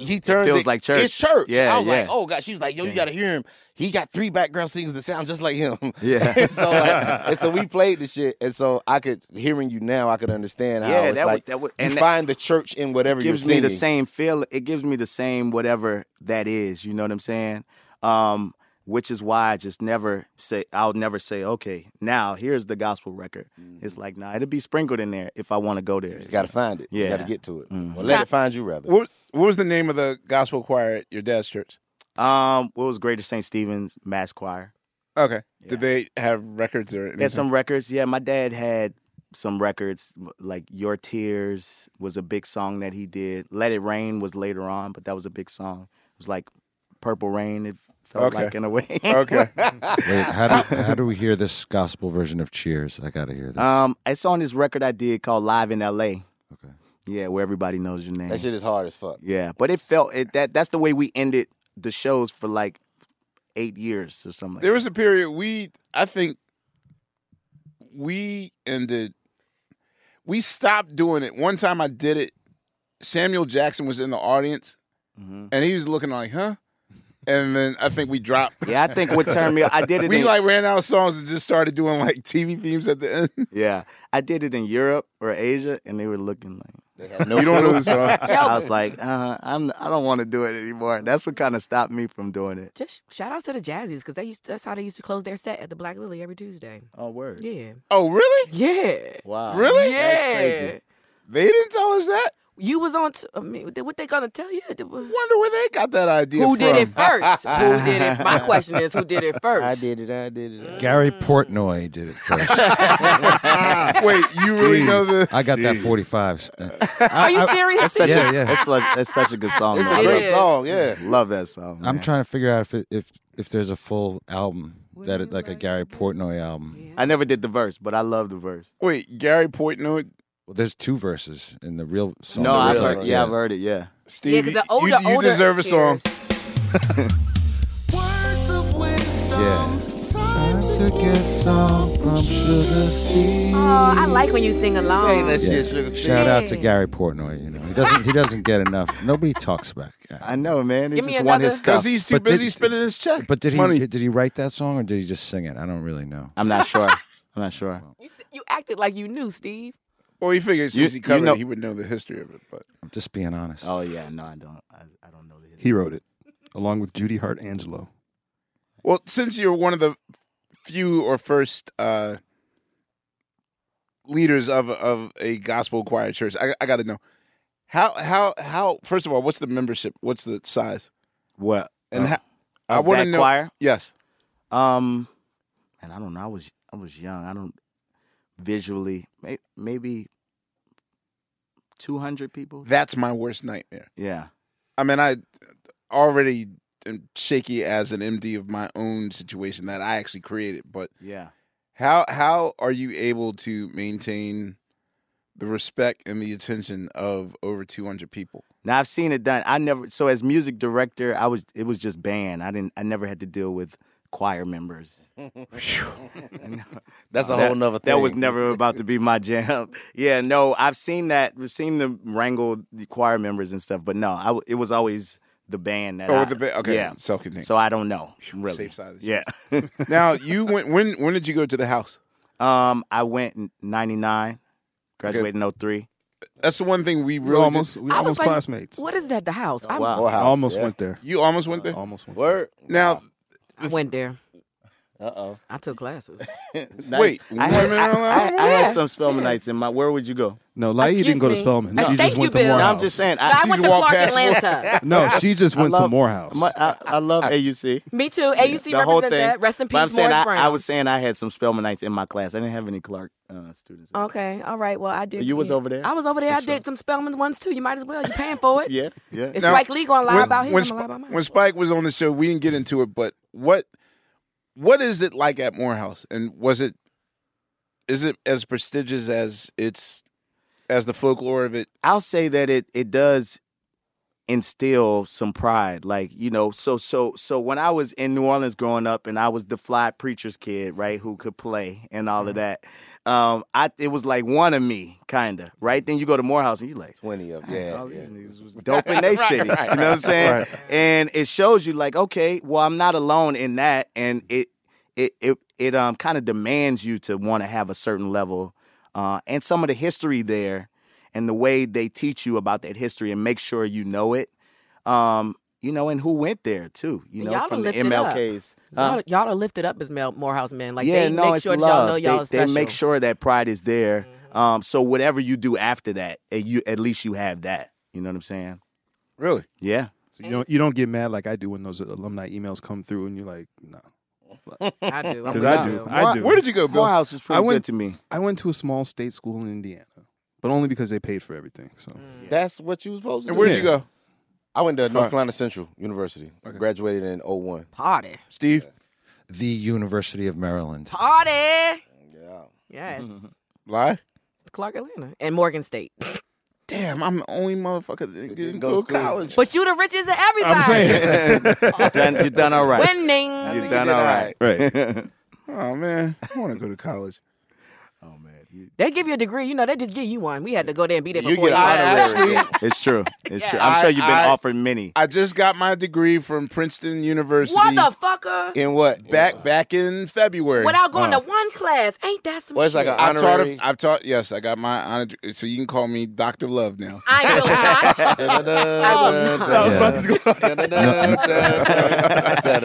Speaker 2: he turns.
Speaker 3: feels like church.
Speaker 2: It's church.
Speaker 3: Yeah,
Speaker 2: I was like,
Speaker 3: yeah.
Speaker 2: oh god. She was like, yo, you got to hear him. He got three background singers that sound just like him.
Speaker 3: Yeah.
Speaker 2: and, so like, and so we played the shit, and so I could hearing you now, I could understand how
Speaker 3: Yeah,
Speaker 2: it's
Speaker 3: that would-
Speaker 2: like
Speaker 3: that would-
Speaker 2: you
Speaker 3: and that-
Speaker 2: find the church in whatever
Speaker 3: gives
Speaker 2: you're singing.
Speaker 3: me the same feel. It gives me the same whatever that is. You know what I'm saying? Um, which is why I just never say I'll never say okay. Now here's the gospel record.
Speaker 2: Mm-hmm.
Speaker 3: It's like nah, it'll be sprinkled in there if I want to go there. You
Speaker 2: got to find it.
Speaker 3: Yeah,
Speaker 2: You got to get to it. Well, let it find you rather.
Speaker 1: what, what was the name of the gospel choir at your dad's church
Speaker 3: Um, what was Greater St. Stephen's Mass Choir?
Speaker 1: okay did they have records or anything
Speaker 3: They had some records. Yeah, my dad had some records like Your Tears was a big song that he did. Let It Rain was later on, but that was a big song. It was like Purple Rain. It felt
Speaker 1: Okay.
Speaker 3: like in a way.
Speaker 1: Okay.
Speaker 6: Wait, how do, how do we hear this gospel version of Cheers? I gotta hear this.
Speaker 4: Ah.
Speaker 3: Um, it's on this record I did called Live in LA. Okay. Yeah, where everybody knows your name.
Speaker 2: That shit is hard as fuck.
Speaker 3: Yeah, but it felt it that that's the way we ended the shows for like eight years or something. Like
Speaker 1: there was a period we i think we ended we stopped doing it one time i did it samuel jackson was in the audience
Speaker 2: Mm-hmm.
Speaker 1: and he was looking like huh and then i think we dropped
Speaker 3: Yeah, I think what turned me- I did it
Speaker 1: we
Speaker 3: in-
Speaker 1: like ran out of songs and just started doing like tv themes at the end
Speaker 3: Yeah, I did it in Europe or Asia, and they were looking like
Speaker 2: had
Speaker 1: no You don't clue. know the song.
Speaker 3: I was like, uh, I'm I don't want to do it anymore. That's what kind of stopped me from doing it.
Speaker 7: Just shout out to the Jazzies because they used that's how they used to close their set at the Black Lily every Tuesday.
Speaker 3: Oh, word.
Speaker 7: Yeah.
Speaker 1: oh really
Speaker 7: Yeah.
Speaker 3: Wow.
Speaker 1: really
Speaker 7: Yeah. crazy.
Speaker 1: they didn't tell us that
Speaker 7: You was on. T- I mean, what they gonna tell you? Wonder
Speaker 1: where they got that idea.
Speaker 7: Who did it
Speaker 1: from.
Speaker 7: first? who did it? My question is, who did it first?
Speaker 2: I did it. I did it.
Speaker 6: Gary Portnoy did it first.
Speaker 1: Wait, you really
Speaker 6: Steve.
Speaker 1: know this?
Speaker 6: I got that
Speaker 1: Steve.
Speaker 6: 45.
Speaker 4: Oh,
Speaker 3: Are
Speaker 7: you serious?
Speaker 3: That's such
Speaker 6: Yeah,
Speaker 3: a
Speaker 6: yeah.
Speaker 3: That's, like, that's such a good song.
Speaker 2: It's a
Speaker 3: man.
Speaker 2: great It is. song, yeah.
Speaker 3: love that song.
Speaker 6: I'm
Speaker 3: man.
Speaker 6: trying to figure out if it, if if there's a full album that it, like a Gary Portnoy album.
Speaker 3: I never did the verse, but I love the verse.
Speaker 1: Wait, Gary Portnoy.
Speaker 6: Well, there's two verses in the real song.
Speaker 3: no,
Speaker 6: The
Speaker 3: I've
Speaker 6: real-
Speaker 3: heard, yeah, I've heard it. Yeah,
Speaker 1: Steve, you, you, you deserve a song.
Speaker 6: Yeah. Time to get some from Sugar Steve.
Speaker 7: Oh, I like when you sing along.
Speaker 6: Yeah. Shout out to Gary Portnoy. You know he doesn't he doesn't get enough. Nobody talks about. Gary.
Speaker 3: I know, man. He
Speaker 7: Give me
Speaker 3: just won his
Speaker 7: another-
Speaker 3: stuff.
Speaker 1: 'Cause he's too
Speaker 6: But did-
Speaker 1: busy spending his check.
Speaker 6: But did he
Speaker 1: Money.
Speaker 6: did he write that song or did he just sing it? I don't really know.
Speaker 3: I'm not sure. I'm not sure.
Speaker 7: You, s- you acted like you knew, Steve.
Speaker 1: Well, he figured
Speaker 3: You-
Speaker 1: since he covered
Speaker 3: you know-
Speaker 1: it, he would know the history of it. But
Speaker 6: I'm just being honest.
Speaker 3: Oh yeah, no, I don't. I, I don't know.
Speaker 6: He wrote it.
Speaker 4: along with Judy Hart Angelo.
Speaker 1: Well, since you're one of the few or first uh, leaders of of a gospel choir church, I, I got to know how how how. First of all, what's the membership? What's the size?
Speaker 3: What
Speaker 1: and
Speaker 3: of-
Speaker 1: how, I
Speaker 3: of
Speaker 1: want to
Speaker 3: that
Speaker 1: know.
Speaker 3: choir?
Speaker 1: Yes,
Speaker 3: Um, and I don't know. I was I was young. I don't visually may, maybe two hundred people.
Speaker 1: that's my worst nightmare.
Speaker 3: Yeah.
Speaker 1: I mean, I already am shaky as an MD of my own situation that I actually created, but
Speaker 3: Yeah.
Speaker 1: How how are you able to maintain the respect and the attention of over 200 people?
Speaker 3: Now I've seen it done. I never so as music director, I was it was just band. I didn't I never had to deal with choir members.
Speaker 2: That's a
Speaker 3: That-
Speaker 2: whole nother thing.
Speaker 3: That was never about to be my jam. yeah, no, I've seen that. We've seen them wrangle the choir members and stuff, but no, I w it was always the band that
Speaker 1: Oh,
Speaker 3: I,
Speaker 1: the ba- okay,
Speaker 3: Yeah.
Speaker 1: self-contained.
Speaker 3: So I don't know. Really.
Speaker 1: safe side of the
Speaker 3: Yeah.
Speaker 1: Now, you went when when did you go to the house?
Speaker 3: um I went in 99, graduated in 03.
Speaker 1: That's the one thing we
Speaker 4: We're
Speaker 1: really
Speaker 4: almost
Speaker 1: did-
Speaker 4: we're almost
Speaker 7: like,
Speaker 4: classmates.
Speaker 7: What is that? The house? I'm-
Speaker 3: wow.
Speaker 4: I almost went there.
Speaker 1: Oh, You almost went there?
Speaker 4: Almost went.
Speaker 2: Word.
Speaker 1: Now,
Speaker 7: I went there.
Speaker 3: Uh oh.
Speaker 7: I took classes.
Speaker 1: wait.
Speaker 3: I had,
Speaker 1: women
Speaker 3: I,
Speaker 1: are allowed?
Speaker 3: I- I had
Speaker 7: Yeah.
Speaker 3: some Spelmanites in my. Where would you go?
Speaker 4: No, Laia
Speaker 7: Excuse
Speaker 4: didn't go to
Speaker 7: me.
Speaker 4: Spelman.
Speaker 7: No,
Speaker 4: She
Speaker 7: thank
Speaker 4: just
Speaker 7: you,
Speaker 4: went to
Speaker 7: Bill.
Speaker 3: No,
Speaker 4: Morehouse.
Speaker 3: I'm just saying.
Speaker 7: But I
Speaker 3: I,
Speaker 7: went
Speaker 1: just
Speaker 7: to
Speaker 1: walked
Speaker 7: Clark
Speaker 1: past me.
Speaker 7: Atlanta.
Speaker 4: No, she just went to Morehouse.
Speaker 3: my- I, I love AUC.
Speaker 7: Me too. AUC
Speaker 3: the whole
Speaker 7: represent
Speaker 3: thing.
Speaker 7: that. Rest in peace,
Speaker 3: But I'm saying
Speaker 7: Morris
Speaker 3: I,
Speaker 7: Brown.
Speaker 3: I was saying I had some Spelmanites in my class. I didn't have any Clark uh, students.
Speaker 7: Okay. All right. Well, I did.
Speaker 3: You was over there?
Speaker 7: I was over there. I did some Spellman's ones too. You might as well. You paying for it?
Speaker 3: Yeah, yeah.
Speaker 7: It's
Speaker 1: Now,
Speaker 7: Spike Lee gonna lie
Speaker 1: when,
Speaker 7: about his.
Speaker 1: when,
Speaker 7: I'm
Speaker 1: Sp-
Speaker 7: gonna lie about mine.
Speaker 1: when Spike was on the show, we didn't get into it, but what what is it like at Morehouse? And was it is it as prestigious as it's as the folklore of it?
Speaker 3: I'll say that it it does instill some pride. Like, you know, so so so when I was in New Orleans growing up and I was the fly preacher's kid, right, who could play and all of that. Um, I it was like one of me, kinda, right? Then you go to Morehouse and you like
Speaker 2: twenty of yeah.
Speaker 3: yeah, all
Speaker 2: yeah.
Speaker 3: these niggas was dope in they city. you know what I'm saying? And it shows you like, okay, well, I'm not alone in that, and it it it it um kind of demands you to want to have a certain level, uh, and some of the history there, and the way they teach you about that history and make sure you know it, um, you know, and who went there too, you know,
Speaker 7: Y'all done
Speaker 3: from the
Speaker 7: lifted up.
Speaker 3: MLKs. Huh?
Speaker 7: y'all, y'all are lifted up as Mel Morehouse men. Like
Speaker 3: um, yeah,
Speaker 7: they
Speaker 3: no,
Speaker 7: make
Speaker 3: it's
Speaker 7: sure that y'all
Speaker 3: love.
Speaker 7: know y'all
Speaker 3: they,
Speaker 7: are special. Mm-hmm.
Speaker 3: they make sure that pride is there. Um, so whatever you do after that, eh, you at least you have that. You know what I'm saying?
Speaker 1: Really?
Speaker 3: Yeah.
Speaker 4: So you don't you don't get mad like I do when those alumni emails come through and you're like, no.
Speaker 7: I do. I'm
Speaker 4: Because
Speaker 7: with
Speaker 4: I
Speaker 7: you.
Speaker 4: do. I do.
Speaker 1: Where did you go, Bill?
Speaker 3: Morehouse was pretty
Speaker 4: I went-
Speaker 3: good to me.
Speaker 4: I went to a small state school in Indiana, but only because they paid for everything. So
Speaker 2: Mm. That's what you was supposed to
Speaker 1: And
Speaker 2: do.
Speaker 1: where did you go?
Speaker 2: I went to North Carolina Central University. Graduated in 01.
Speaker 7: Party.
Speaker 1: Steve?
Speaker 6: The University of Maryland.
Speaker 7: Party. Yeah. Yes.
Speaker 1: Lie?
Speaker 7: Clark Atlanta and Morgan State.
Speaker 1: Damn, I'm the only motherfucker that didn't,
Speaker 2: go
Speaker 1: go,
Speaker 2: to
Speaker 1: to
Speaker 2: school.
Speaker 1: college.
Speaker 7: But you the richest of everybody.
Speaker 4: I'm saying,
Speaker 3: you done, you done all right.
Speaker 7: Winning.
Speaker 3: You done all right.
Speaker 4: right?
Speaker 1: Oh man, I want to go to college.
Speaker 7: They give you a degree. You know, they just give you one. We had to go there and be there for
Speaker 1: You
Speaker 7: four
Speaker 1: get
Speaker 7: years.
Speaker 1: I actually
Speaker 3: It's true. It's true.
Speaker 7: Yeah.
Speaker 3: I'm sure you've been
Speaker 1: I- I-
Speaker 3: offered many.
Speaker 1: I just got my degree from Princeton University
Speaker 7: Motherfucker.
Speaker 2: In what?
Speaker 1: back back in February.
Speaker 7: Without going
Speaker 3: Oh.
Speaker 7: to one class. Ain't that some
Speaker 2: Well, it's
Speaker 7: shit?
Speaker 2: like a-
Speaker 1: I've taught.
Speaker 2: honorary-
Speaker 1: I've taught. Yes, I got my honor. So you can call me Doctor Love now.
Speaker 7: I will not.
Speaker 2: Da-da-da,
Speaker 7: not.
Speaker 2: da-da-da,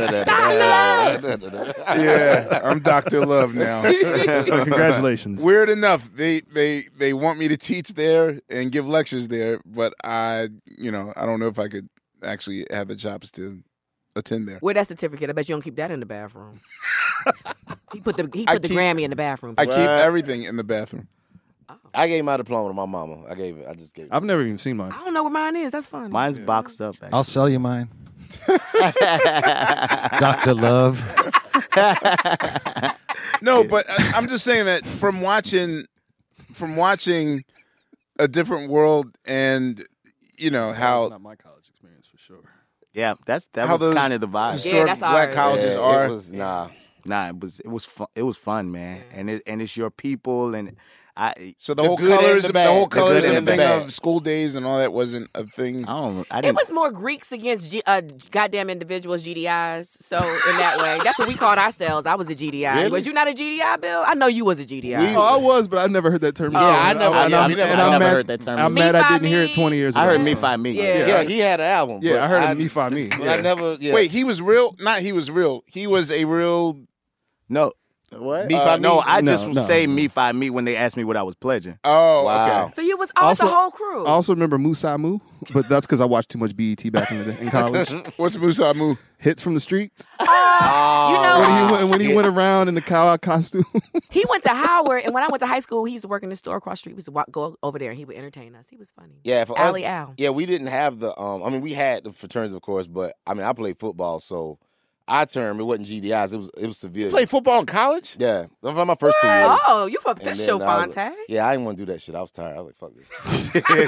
Speaker 7: Dollar.
Speaker 2: da-da-da-da-da-da-da-da-da.
Speaker 1: yeah, I'm Doctor Love now.
Speaker 4: Well, congratulations.
Speaker 1: Weird enough, they they they want me to teach there and give lectures there, but I, you know, I don't know if I could actually have the chops to attend there.
Speaker 7: Where that certificate? I bet you don't keep that in the bathroom. he put the he
Speaker 1: I
Speaker 7: put the
Speaker 1: keep-
Speaker 7: Grammy in the bathroom.
Speaker 1: I keep
Speaker 2: What?
Speaker 1: everything in the bathroom.
Speaker 7: Oh.
Speaker 2: I gave my diploma to my mama. I gave it. I just gave it.
Speaker 4: I've never even seen mine.
Speaker 7: I don't know where mine is. That's funny.
Speaker 3: Mine's boxed up.
Speaker 6: I'll sell you mine. Dr. Love.
Speaker 1: No, but I, I'm just saying that from watching, from watching a different world, and you know
Speaker 4: It's
Speaker 1: how
Speaker 4: not my college experience for sure.
Speaker 3: Yeah, that's that
Speaker 1: How
Speaker 3: was
Speaker 1: those-
Speaker 3: kind of the vibe.
Speaker 1: historic
Speaker 7: that's
Speaker 1: black
Speaker 7: ours.
Speaker 1: colleges
Speaker 2: Yeah,
Speaker 1: are.
Speaker 2: It was, nah.
Speaker 3: Nah, it was it was fun. It was fun, man. And it and it's your people, and I
Speaker 1: So the, whole colors, the, whole colors and the thing of school days and all that wasn't a thing.
Speaker 3: I don't. I
Speaker 7: It was more Greeks against G, uh, goddamn individuals, GDIs. So in that way, that's what we called ourselves. I was a GDI.
Speaker 4: Really?
Speaker 7: Was you not a GDI, Bill? I know you was a GDI.
Speaker 4: oh, I was, but I've never heard that term.
Speaker 7: Yeah,
Speaker 4: before.
Speaker 7: I never-
Speaker 4: and
Speaker 7: yeah,
Speaker 4: I'm-
Speaker 7: I've never- I've
Speaker 4: and I'm
Speaker 7: never
Speaker 4: mad-
Speaker 7: heard that term
Speaker 4: I'm
Speaker 7: before.
Speaker 4: mad
Speaker 7: Me
Speaker 4: I
Speaker 7: fi
Speaker 4: didn't hear it
Speaker 7: me.
Speaker 4: 20 years ago.
Speaker 3: I heard
Speaker 4: so-
Speaker 3: me fi me.
Speaker 7: Yeah.
Speaker 1: Yeah, he had an album.
Speaker 4: Yeah,
Speaker 1: but
Speaker 4: I heard me fi me.
Speaker 1: but
Speaker 4: Yeah.
Speaker 1: I never.
Speaker 2: yeah.
Speaker 1: Wait, he was real. Not he was real. He was a real.
Speaker 3: No.
Speaker 2: What?
Speaker 1: Me
Speaker 3: Uh,
Speaker 1: fi
Speaker 3: no,
Speaker 1: me?
Speaker 3: I just
Speaker 6: No,
Speaker 3: would
Speaker 6: no,
Speaker 3: say me fi me when they asked me what I was pledging.
Speaker 1: Oh,
Speaker 2: Wow.
Speaker 1: okay.
Speaker 7: So you was all the
Speaker 4: Also-
Speaker 7: whole crew.
Speaker 4: I also remember Musa Mu, but that's because I watched too much BET back in, the day, in college.
Speaker 1: What's Musa Mu?
Speaker 4: Hits from the streets.
Speaker 7: Uh, you know,
Speaker 4: When he went, when he went around in the cow costume.
Speaker 7: He went to Howard, and when I went to high school, he used to work in the store across the street. We used to walk, go over there, and he would entertain us. He was funny.
Speaker 2: Yeah, for
Speaker 7: Alley
Speaker 2: us,
Speaker 7: Al.
Speaker 2: yeah, we didn't have the. Um, I mean, we had the fraternities, of course, but I mean, I played football, so our term it wasn't GDIs. It was it was civilian.
Speaker 1: Played football in college.
Speaker 2: yeah, those were my first two years.
Speaker 7: Oh, you from
Speaker 2: And then
Speaker 7: Fisher,
Speaker 2: I was-
Speaker 7: Fonte?
Speaker 2: Yeah, I didn't want to do that shit. I was tired. I was like, fuck this.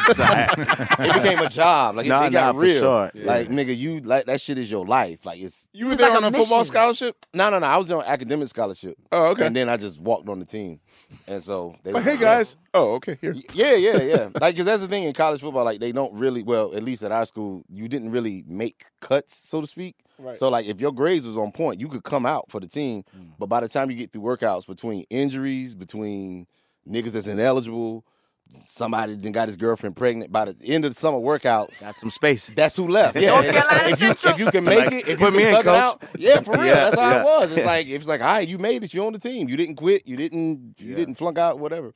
Speaker 3: Exactly.
Speaker 2: It became a job. Like,
Speaker 3: Nah,
Speaker 2: it, it got
Speaker 3: nah, for
Speaker 2: real.
Speaker 3: sure.
Speaker 2: Like, nigga, you like that shit is your life. Like, it's
Speaker 1: You were
Speaker 7: was
Speaker 1: there
Speaker 7: like
Speaker 1: on
Speaker 7: a
Speaker 1: a football
Speaker 7: mission.
Speaker 1: scholarship.
Speaker 2: no, no, no. I was on academic scholarship,
Speaker 1: Oh, okay.
Speaker 2: and then I just walked on the team, and so they.
Speaker 1: But
Speaker 2: were
Speaker 1: hey
Speaker 2: like,
Speaker 1: guys. Oh, okay. Here.
Speaker 2: Yeah, yeah, yeah. Like, cause that's the thing in college football. Like, they don't really. Well, at least at our school, you didn't really make cuts, so to speak.
Speaker 1: Right. Mm.
Speaker 2: So, like, if your grades was on point, you could come out for the team. But by the time you get through workouts, between injuries, between niggas that's ineligible, somebody then got his girlfriend pregnant. By the end of the summer workouts,
Speaker 3: Got some space.
Speaker 2: that's who left. Yeah,
Speaker 7: North Carolina
Speaker 2: if, you,
Speaker 7: Central.
Speaker 2: if you can make it, if
Speaker 3: put
Speaker 2: you
Speaker 3: me
Speaker 2: can
Speaker 3: in,
Speaker 2: thug it out,
Speaker 3: coach.
Speaker 2: yeah, for real.
Speaker 3: Yeah,
Speaker 2: that's how
Speaker 3: yeah.
Speaker 2: it was. It's like it's like, all right, you made it. You on the team. You didn't quit. You didn't. You didn't flunk out. Whatever.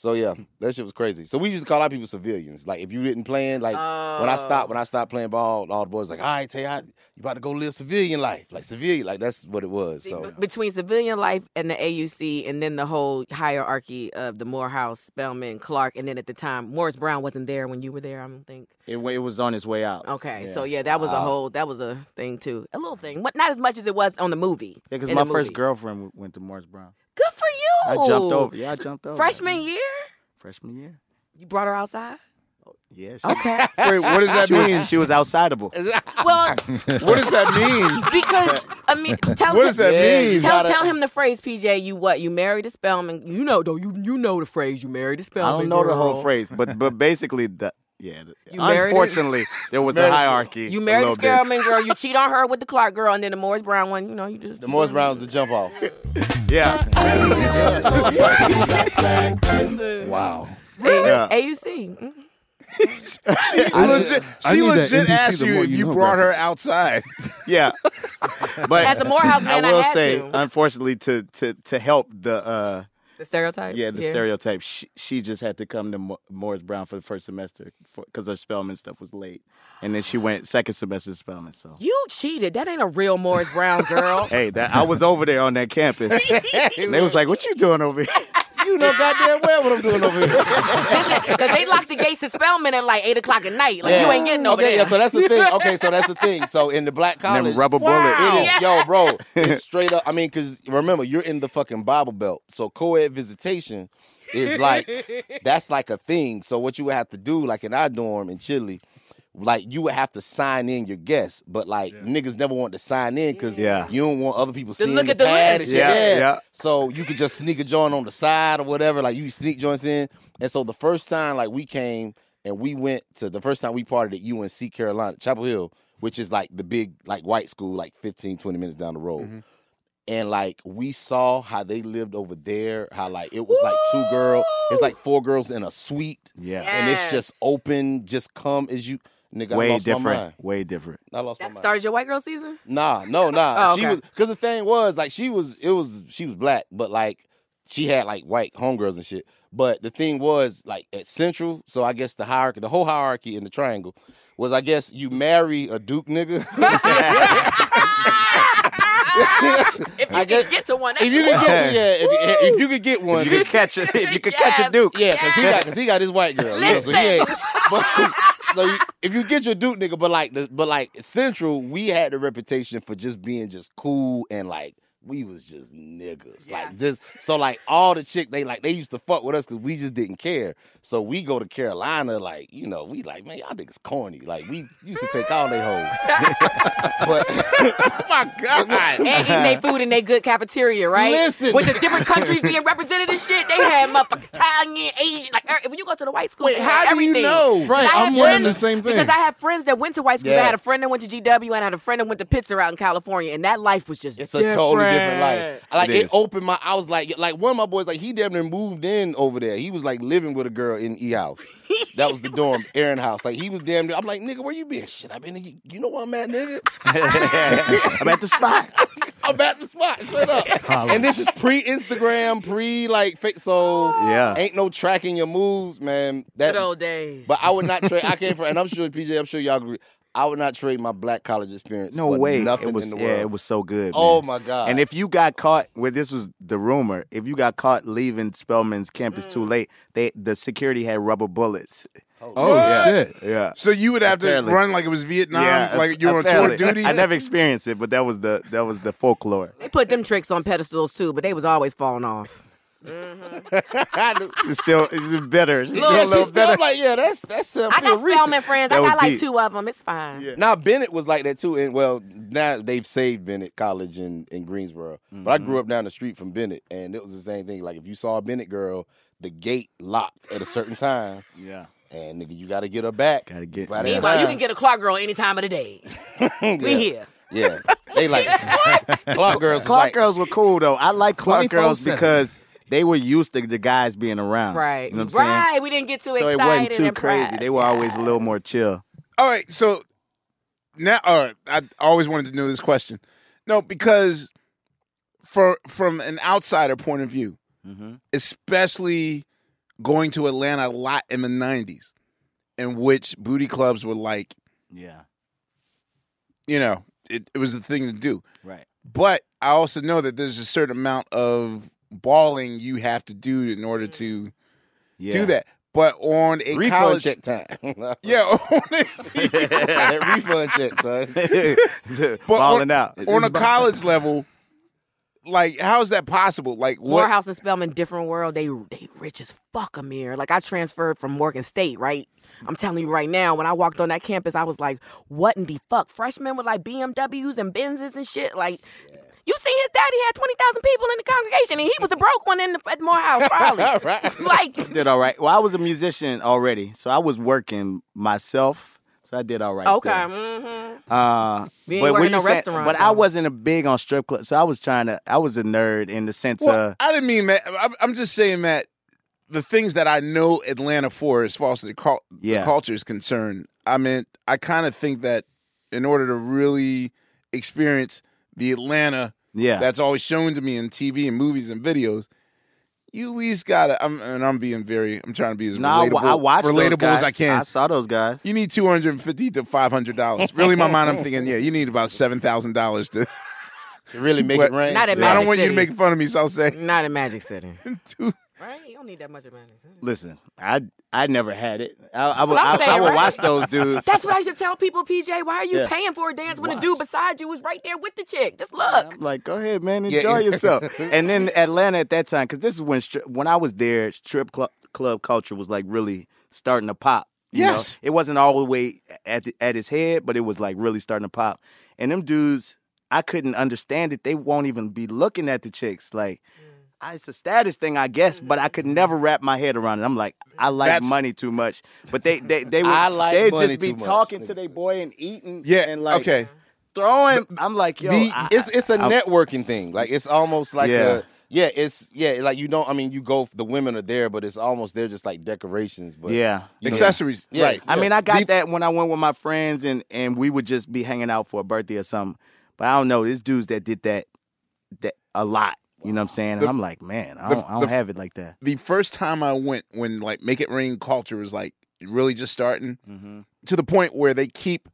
Speaker 2: So yeah, that shit was crazy. So we used to call our people civilians. Like if you didn't plan, like when I stopped, when I stopped playing ball, all the boys like, all right, Tay, I- you about to go live civilian life, like civilian, like that's what it was.
Speaker 7: See,
Speaker 2: So
Speaker 7: be- between civilian life and the AUC, and then the whole hierarchy of the Morehouse, Spelman, Clark, and then at the time Morris Brown wasn't there when you were there. I don't think.
Speaker 3: It, wa- it was on its way out. Uh,
Speaker 7: Okay, so yeah, that was a whole that was a thing too, a little thing, but not as much as it was on the movie.
Speaker 3: Yeah, because
Speaker 7: in
Speaker 3: my
Speaker 7: the
Speaker 3: first
Speaker 7: movie.
Speaker 3: girlfriend w- went to Morris Brown.
Speaker 7: Good for
Speaker 3: I
Speaker 7: you.
Speaker 3: jumped over. Yeah, I jumped over.
Speaker 7: Freshman year,
Speaker 3: Freshman year.
Speaker 7: you brought her outside.
Speaker 3: Yeah. She,
Speaker 7: Okay.
Speaker 1: Wait, what does that
Speaker 3: she
Speaker 1: mean?
Speaker 3: was she was outsideable.
Speaker 7: well,
Speaker 1: What does that mean?
Speaker 7: because I mean, tell
Speaker 1: What does that
Speaker 2: Yeah,
Speaker 1: mean?
Speaker 2: you
Speaker 7: Tell,
Speaker 2: gotta-
Speaker 7: tell him the phrase, PJ. You what? You married a Spellman. You know, though. You you know the phrase. You married a
Speaker 3: I
Speaker 7: Spellman.
Speaker 3: don't know the whole
Speaker 7: girl.
Speaker 3: phrase, but but basically the yeah. the-
Speaker 7: You married her?
Speaker 3: unfortunately, there was a hierarchy.
Speaker 7: You
Speaker 3: a
Speaker 7: married a
Speaker 3: little bit.
Speaker 7: Spellman girl. You cheat on her with the Clark girl, and then the Morris Brown one. You know, you just
Speaker 2: the Morris Brown's the jump off.
Speaker 3: Yeah.
Speaker 1: Wow.
Speaker 7: Really?
Speaker 3: Yeah.
Speaker 7: AUC. Mhm. Mm-hmm.
Speaker 4: I need-
Speaker 1: Legit,
Speaker 4: I
Speaker 1: she
Speaker 4: need that
Speaker 1: legit
Speaker 4: NBC
Speaker 1: asked
Speaker 4: the
Speaker 1: you
Speaker 4: more
Speaker 1: if
Speaker 4: you
Speaker 1: you
Speaker 4: know,
Speaker 1: brought
Speaker 4: bro.
Speaker 1: her outside.
Speaker 3: Yeah. But
Speaker 7: As a Morehouse
Speaker 3: I
Speaker 7: man, I,
Speaker 3: will
Speaker 7: had
Speaker 3: say,
Speaker 7: to.
Speaker 3: unfortunately, to to to help the uh
Speaker 7: the stereotype.
Speaker 3: yeah the stereotype, she, she just had to come to Mo- Morris Brown for the first semester because her Spellman stuff was late, and then she went second semester to Spellman. So
Speaker 7: You cheated. That ain't a real Morris Brown girl.
Speaker 3: hey, that I was over there on that campus. and they was like, "What you doing over here?"
Speaker 2: you know goddamn well what I'm doing over here.
Speaker 7: Because they locked the gates to Spellman at like 8 o'clock at night. Like, you ain't getting over
Speaker 2: okay,
Speaker 7: there.
Speaker 2: Yeah, so that's the thing. Okay, so that's the thing. So in the black
Speaker 3: And
Speaker 2: college,
Speaker 3: them rubber
Speaker 2: It
Speaker 3: bullets.
Speaker 2: is- yo, bro, it's straight up. I mean, because remember, you're in the fucking Bible Belt, so co-ed visitation is like that's like a thing. So what you would have to do, like in our dorm in Chile, like you would have to sign in your guests, but like niggas never want to sign in because
Speaker 3: Yeah.
Speaker 2: you don't want other people
Speaker 7: To
Speaker 2: seeing
Speaker 7: look
Speaker 2: the
Speaker 7: at the
Speaker 2: pad
Speaker 7: list.
Speaker 2: and shit.
Speaker 3: Yeah, yeah.
Speaker 2: So you could just sneak a joint on the side or whatever, like you sneak joints in. And so the first time like we came and we went to the first time we partied at UNC Carolina, Chapel Hill, which is like the big like white school, like 15, 20 minutes down the road.
Speaker 3: Mm-hmm.
Speaker 4: Mm-hmm.
Speaker 2: And like we saw how they lived over there, how like it was like two girl, it's like four girls in a suite,
Speaker 3: Yeah,
Speaker 2: and it's just
Speaker 7: Yes.
Speaker 2: open, just come as you nigga. I
Speaker 3: way
Speaker 2: lost my mind.
Speaker 3: different. Way different.
Speaker 2: I lost my
Speaker 7: that
Speaker 2: mind.
Speaker 7: started your white girl season?
Speaker 2: Nah, no, nah.
Speaker 7: Oh,
Speaker 2: She
Speaker 7: okay.
Speaker 2: was because the thing was like she was it was she was black, but like she had like white homegirls and shit. But the thing was like at Central, so I guess the hierarchy, the whole hierarchy in the triangle was I guess you marry a Duke nigga.
Speaker 7: If you
Speaker 2: I
Speaker 7: can
Speaker 2: guess-
Speaker 7: get to one, that's
Speaker 2: if you could get yeah, if, if you could get one,
Speaker 3: You could catch a if you could catch
Speaker 7: Yes.
Speaker 3: a Duke.
Speaker 2: yeah, because he got because he got his white girl. Yeah, so he
Speaker 7: Listen.
Speaker 2: ain't, but, so you, if you get your Duke nigga, but like the, but like Central, we had the reputation for just being just cool and like we was just niggas. Like just so like all the chick they like they used to fuck with us because we just didn't care. So we go to Carolina, like, you know, we like, man, y'all niggas corny. Like we used to take all they hoes. but
Speaker 9: my God.
Speaker 7: Oh and eating their food in their good cafeteria, right?
Speaker 2: Listen.
Speaker 7: With the different countries being represented and shit, they had motherfucking Italian, Asian, like er- when you go to the white school,
Speaker 2: Wait,
Speaker 7: they
Speaker 2: how
Speaker 7: had
Speaker 2: do you
Speaker 7: everything.
Speaker 2: know?
Speaker 7: Because
Speaker 4: Right,
Speaker 7: I had
Speaker 4: I'm wondering the
Speaker 7: friends-
Speaker 4: same thing.
Speaker 7: Because I had friends that went to white schools. I
Speaker 2: Yeah.
Speaker 7: had a friend that went to GW, and I had a friend that went to Pitzer out in California, and that life was just
Speaker 2: It's a totally different life. Like
Speaker 3: It
Speaker 2: it,
Speaker 3: is.
Speaker 2: opened my. I was like, like one of my boys, like he damn near moved in over there. He was like living with a girl in E house. That was the dorm, Aaron house. Like he was damn near. I'm like, nigga, where you been? Shit, I've been. in- You know where I'm at, nigga.
Speaker 3: I'm at the spot.
Speaker 2: I'm at the spot. Straight up. and this is pre Instagram, pre like fa- so.
Speaker 3: Yeah.
Speaker 2: Ain't no tracking your moves, man. That
Speaker 7: Good old days.
Speaker 2: But I would not trade. I came from, and I'm sure PJ. I'm sure y'all agree. I would not trade my black college experience.
Speaker 3: No
Speaker 2: for
Speaker 3: way.
Speaker 2: Nothing
Speaker 3: it
Speaker 2: in
Speaker 3: was
Speaker 2: the world.
Speaker 3: yeah, it was so good.
Speaker 2: Oh
Speaker 3: man.
Speaker 2: my god.
Speaker 3: And if you got caught, well, this was the rumor. If you got caught leaving Spelman's campus too
Speaker 1: Mm.
Speaker 3: late, they the security had rubber bullets.
Speaker 4: Oh shit.
Speaker 3: Yeah.
Speaker 1: So you would have
Speaker 3: Apparently.
Speaker 1: to run like it was Vietnam,
Speaker 3: yeah,
Speaker 1: like you were on tour
Speaker 3: apparently.
Speaker 1: of duty.
Speaker 3: I never experienced it, but that was the that was the folklore.
Speaker 7: they put them tricks on pedestals too, but they was always falling off.
Speaker 2: Mm-hmm.
Speaker 3: It's still it's better. It's still
Speaker 2: yeah,
Speaker 3: a
Speaker 2: she's
Speaker 3: little
Speaker 2: still
Speaker 3: better.
Speaker 2: like, yeah, that's that's uh,
Speaker 7: I got
Speaker 2: pretty recent.
Speaker 7: Spelman friends.
Speaker 3: That
Speaker 7: I
Speaker 3: was
Speaker 7: got like
Speaker 3: deep.
Speaker 7: two of them. It's fine.
Speaker 2: Now Bennett was like that too, and well, now they've saved Bennett College in in Greensboro. But I
Speaker 7: Mm-hmm.
Speaker 2: grew up down the street from Bennett, and it was the same thing. Like if you saw a Bennett girl, the gate locked at a certain time,
Speaker 3: yeah.
Speaker 2: and nigga, you got to get her back.
Speaker 3: Gotta get-
Speaker 2: By that
Speaker 7: Meanwhile, you
Speaker 2: time.
Speaker 7: can get a Clark girl any time of the day. We here.
Speaker 2: yeah. They like Clark girls. was
Speaker 3: Clark
Speaker 2: like,
Speaker 3: girls were cool though. I like Clark girls
Speaker 8: 24/7.
Speaker 3: because they were used to the guys being around.
Speaker 7: Right.
Speaker 3: You know what I'm
Speaker 7: right.
Speaker 3: saying?
Speaker 7: We didn't get too
Speaker 3: so
Speaker 7: excited.
Speaker 3: it wasn't too
Speaker 7: and
Speaker 3: crazy.
Speaker 7: pressed.
Speaker 3: They were
Speaker 7: Yeah.
Speaker 3: always a little more chill.
Speaker 1: All right, so now, all right, I always wanted to know this question. No, because for from an outsider point of view,
Speaker 7: Mm-hmm.
Speaker 3: Hmm?
Speaker 1: especially going to Atlanta a lot in the '90s, in which booty clubs were like,
Speaker 3: Yeah.
Speaker 1: you know, it, it was the thing to do.
Speaker 3: Right.
Speaker 1: But I also know that there's a certain amount of balling you have to do in order to
Speaker 3: Mm. Yeah.
Speaker 1: do that. But on a
Speaker 2: refund
Speaker 1: college,
Speaker 2: check time.
Speaker 1: yeah, on a-
Speaker 2: that refund check, son.
Speaker 3: that.
Speaker 1: But
Speaker 3: Balling
Speaker 1: on,
Speaker 3: out.
Speaker 1: on a college level. Like, how is that possible? Like, what?
Speaker 7: Morehouse and Spelman, different world. They they rich as fuck, Amir. Like I transferred from Morgan State, right? I'm telling you right now, when I walked on that campus, I was like, what in the fuck? Freshmen with like BMWs and Benzes and shit. Like, you see, his daddy had twenty thousand people in the congregation, and he was the broke one in the at Morehouse, probably. Like,
Speaker 3: did all right. Well, I was a musician already, so I was working myself. So I did all right.
Speaker 7: okay,
Speaker 3: there.
Speaker 7: hmm
Speaker 3: Uh,
Speaker 7: You ain't
Speaker 3: but
Speaker 7: working
Speaker 3: when
Speaker 7: no
Speaker 3: you said,
Speaker 7: restaurant,
Speaker 3: but I
Speaker 7: though.
Speaker 3: wasn't a big on strip club, so I was trying to. I was a nerd in the sense
Speaker 1: Well,
Speaker 3: of
Speaker 1: I didn't mean that. I'm, I'm just saying that the things that I know Atlanta for, as far as the, cul-
Speaker 3: Yeah.
Speaker 1: the culture is concerned, I mean, I kind of think that in order to really experience the Atlanta
Speaker 3: yeah.
Speaker 1: that's always shown to me in TV and movies and videos, you at least gotta. I'm, and I'm being very. I'm trying to be as
Speaker 3: no, I,
Speaker 1: relatable,
Speaker 3: wa- I watched those
Speaker 1: relatable as I
Speaker 3: guys.
Speaker 1: can.
Speaker 3: I saw those guys.
Speaker 1: you need two hundred and fifty to five hundred dollars. Really, in my mind, I'm thinking, yeah, you need about seven thousand dollars to.
Speaker 2: To really make
Speaker 1: What?
Speaker 2: it rain.
Speaker 7: Not at
Speaker 1: I
Speaker 7: Magic
Speaker 1: don't want you
Speaker 7: City.
Speaker 1: to make fun of me, so I'll say.
Speaker 7: not in Magic City,
Speaker 1: two-
Speaker 7: right? You don't need that much of Magic City.
Speaker 3: Listen, I I never had it. I, I would
Speaker 7: what
Speaker 3: I,
Speaker 7: I'm saying,
Speaker 3: I would
Speaker 7: right?
Speaker 3: watch those dudes.
Speaker 7: That's what I should tell people, PJ. Why are you
Speaker 3: Yeah.
Speaker 7: paying for a dance when the
Speaker 3: Watch.
Speaker 7: dude beside you is right there with the chick? Just look.
Speaker 3: I'm like, go ahead, man,
Speaker 1: Yeah.
Speaker 3: enjoy yourself. And then Atlanta at that time, because this is when stri- when I was there, strip club club culture was like really starting to pop. you know?
Speaker 1: Yes.
Speaker 3: it wasn't all the way at the, at his head, but it was like really starting to pop. And them dudes, I couldn't understand it. They won't even be looking at the chicks. Like,
Speaker 2: Mm.
Speaker 3: I, it's a status thing, I guess, but I could never wrap my head around it. I'm like, I like
Speaker 1: That's-
Speaker 3: money too much, but they they they would
Speaker 2: I like
Speaker 3: they'd
Speaker 2: money
Speaker 3: just be
Speaker 2: too much,
Speaker 3: talking to
Speaker 2: nigga.
Speaker 3: their boy and eating.
Speaker 1: Yeah,
Speaker 3: and like
Speaker 1: okay.
Speaker 3: throwing. I'm like, yo,
Speaker 2: the,
Speaker 3: I-
Speaker 2: it's it's a
Speaker 3: I-
Speaker 2: networking thing. Like it's almost like
Speaker 3: Yeah.
Speaker 2: a yeah. It's yeah. Like you don't. I mean, you go. The women are there, but it's almost they're just like decorations. But
Speaker 3: yeah.
Speaker 2: you know,
Speaker 1: accessories.
Speaker 2: Yeah.
Speaker 1: Right.
Speaker 3: I mean, I got
Speaker 1: Leave-
Speaker 3: that when I went with my friends and and we would just be hanging out for a birthday or something. But I don't know, there's dudes that did that that a lot. You know what I'm saying? And
Speaker 1: The-
Speaker 3: I'm like, man, I
Speaker 1: the-
Speaker 3: don't, I don't
Speaker 1: the-
Speaker 3: have it like that.
Speaker 1: the first time I went when like Make It Rain culture was like really just starting to the point where they keep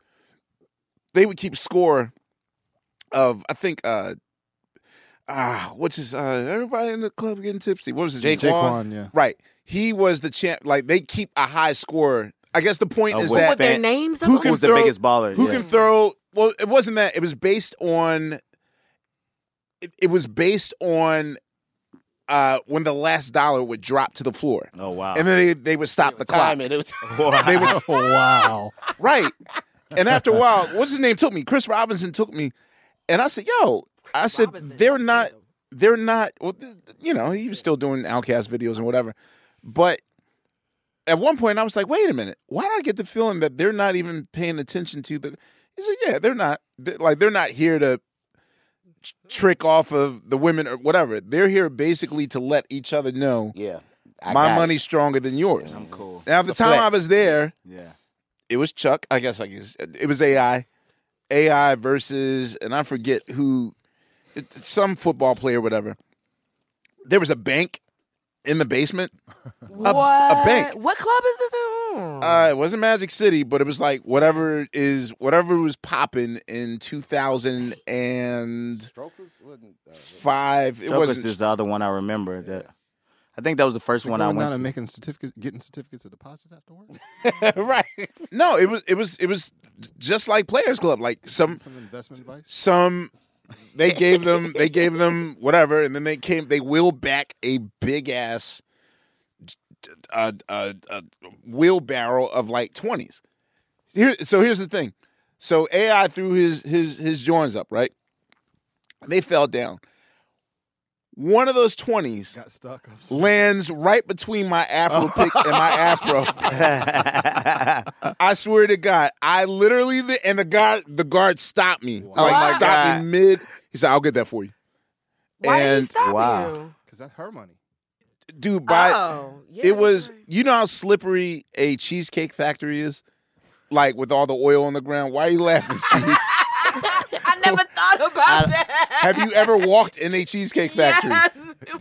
Speaker 1: they would keep score of I think uh ah what's his uh everybody in the club getting tipsy. What was it? Jake Quan?
Speaker 4: Jaquan, yeah.
Speaker 1: Right. He was the champ like they keep a high score. I guess the point
Speaker 3: Oh,
Speaker 1: is
Speaker 3: what
Speaker 1: that
Speaker 7: With their
Speaker 3: Fan-
Speaker 7: names
Speaker 1: who
Speaker 7: on
Speaker 1: can
Speaker 3: Who's the
Speaker 1: throw-
Speaker 3: biggest baller?
Speaker 1: who
Speaker 3: Yeah.
Speaker 1: can throw well it wasn't that it was based on it, it was based on uh, when the last dollar would drop to the floor.
Speaker 3: Oh wow!
Speaker 1: And then they, they would stop the clock.
Speaker 2: Time it. It was-
Speaker 1: They would-
Speaker 12: wow.
Speaker 1: Right. And after a while, what's his name took me? Chris Robinson took me. And I said, yo, I said, they're not, they're not, well, th- th- you know, he was still doing Outcast videos and whatever. But at one point, I was like, wait a minute. Why do I get the feeling that they're not even paying attention to the. He said, yeah, they're not, they're- like, they're not here to tr- trick off of the women or whatever. They're here basically to let each other know
Speaker 2: yeah. I
Speaker 1: my
Speaker 2: got it.
Speaker 1: money's stronger than yours.
Speaker 3: I'm cool.
Speaker 1: Now, at the
Speaker 2: It's a
Speaker 1: time I
Speaker 2: flex.
Speaker 1: was there,
Speaker 3: Yeah.
Speaker 1: it was Chuck. I guess I guess it was AI, AI versus, and I forget who, it- some football player, whatever. There was a bank in the basement.
Speaker 7: What?
Speaker 1: bank.
Speaker 7: What club is this? in? Mm.
Speaker 1: Uh, it wasn't Magic City, but it was like whatever is whatever was popping in two thousand and
Speaker 2: Strokers wasn't. Uh,
Speaker 1: five. It
Speaker 3: Douglas is
Speaker 1: was
Speaker 3: the other one I remember. That I think that was the first one I
Speaker 4: Going down
Speaker 3: went
Speaker 4: and
Speaker 3: to.
Speaker 4: making certificates, getting certificates of deposits afterwards.
Speaker 1: right. No, it was it was it was just like Players Club. Like some
Speaker 4: Some investment advice.
Speaker 1: some they gave them they gave them whatever and then they came they wheeled back a big ass uh, uh, uh, wheelbarrow of like 20s here so here's the thing so ai threw his his his joints up right they fell down one of those 20s
Speaker 4: Got stuck. I'm sorry.
Speaker 1: lands right between my afro pick and my afro I swear to God, I literally the, and the guard the guard stopped me. Like
Speaker 3: my
Speaker 1: stopped
Speaker 3: God.
Speaker 1: me mid. He said, "I'll get that for you."
Speaker 7: Why did he
Speaker 1: and-
Speaker 7: stop
Speaker 3: wow.
Speaker 7: you?
Speaker 4: Because that's her money.
Speaker 1: Dude, by
Speaker 7: oh, yeah,
Speaker 1: it was
Speaker 7: that's right.
Speaker 1: you know how slippery a cheesecake factory is, like with all the oil on the ground. Why are you laughing, Steve?
Speaker 7: I never thought about that.
Speaker 1: Have you ever walked in a cheesecake factory?
Speaker 7: Yes.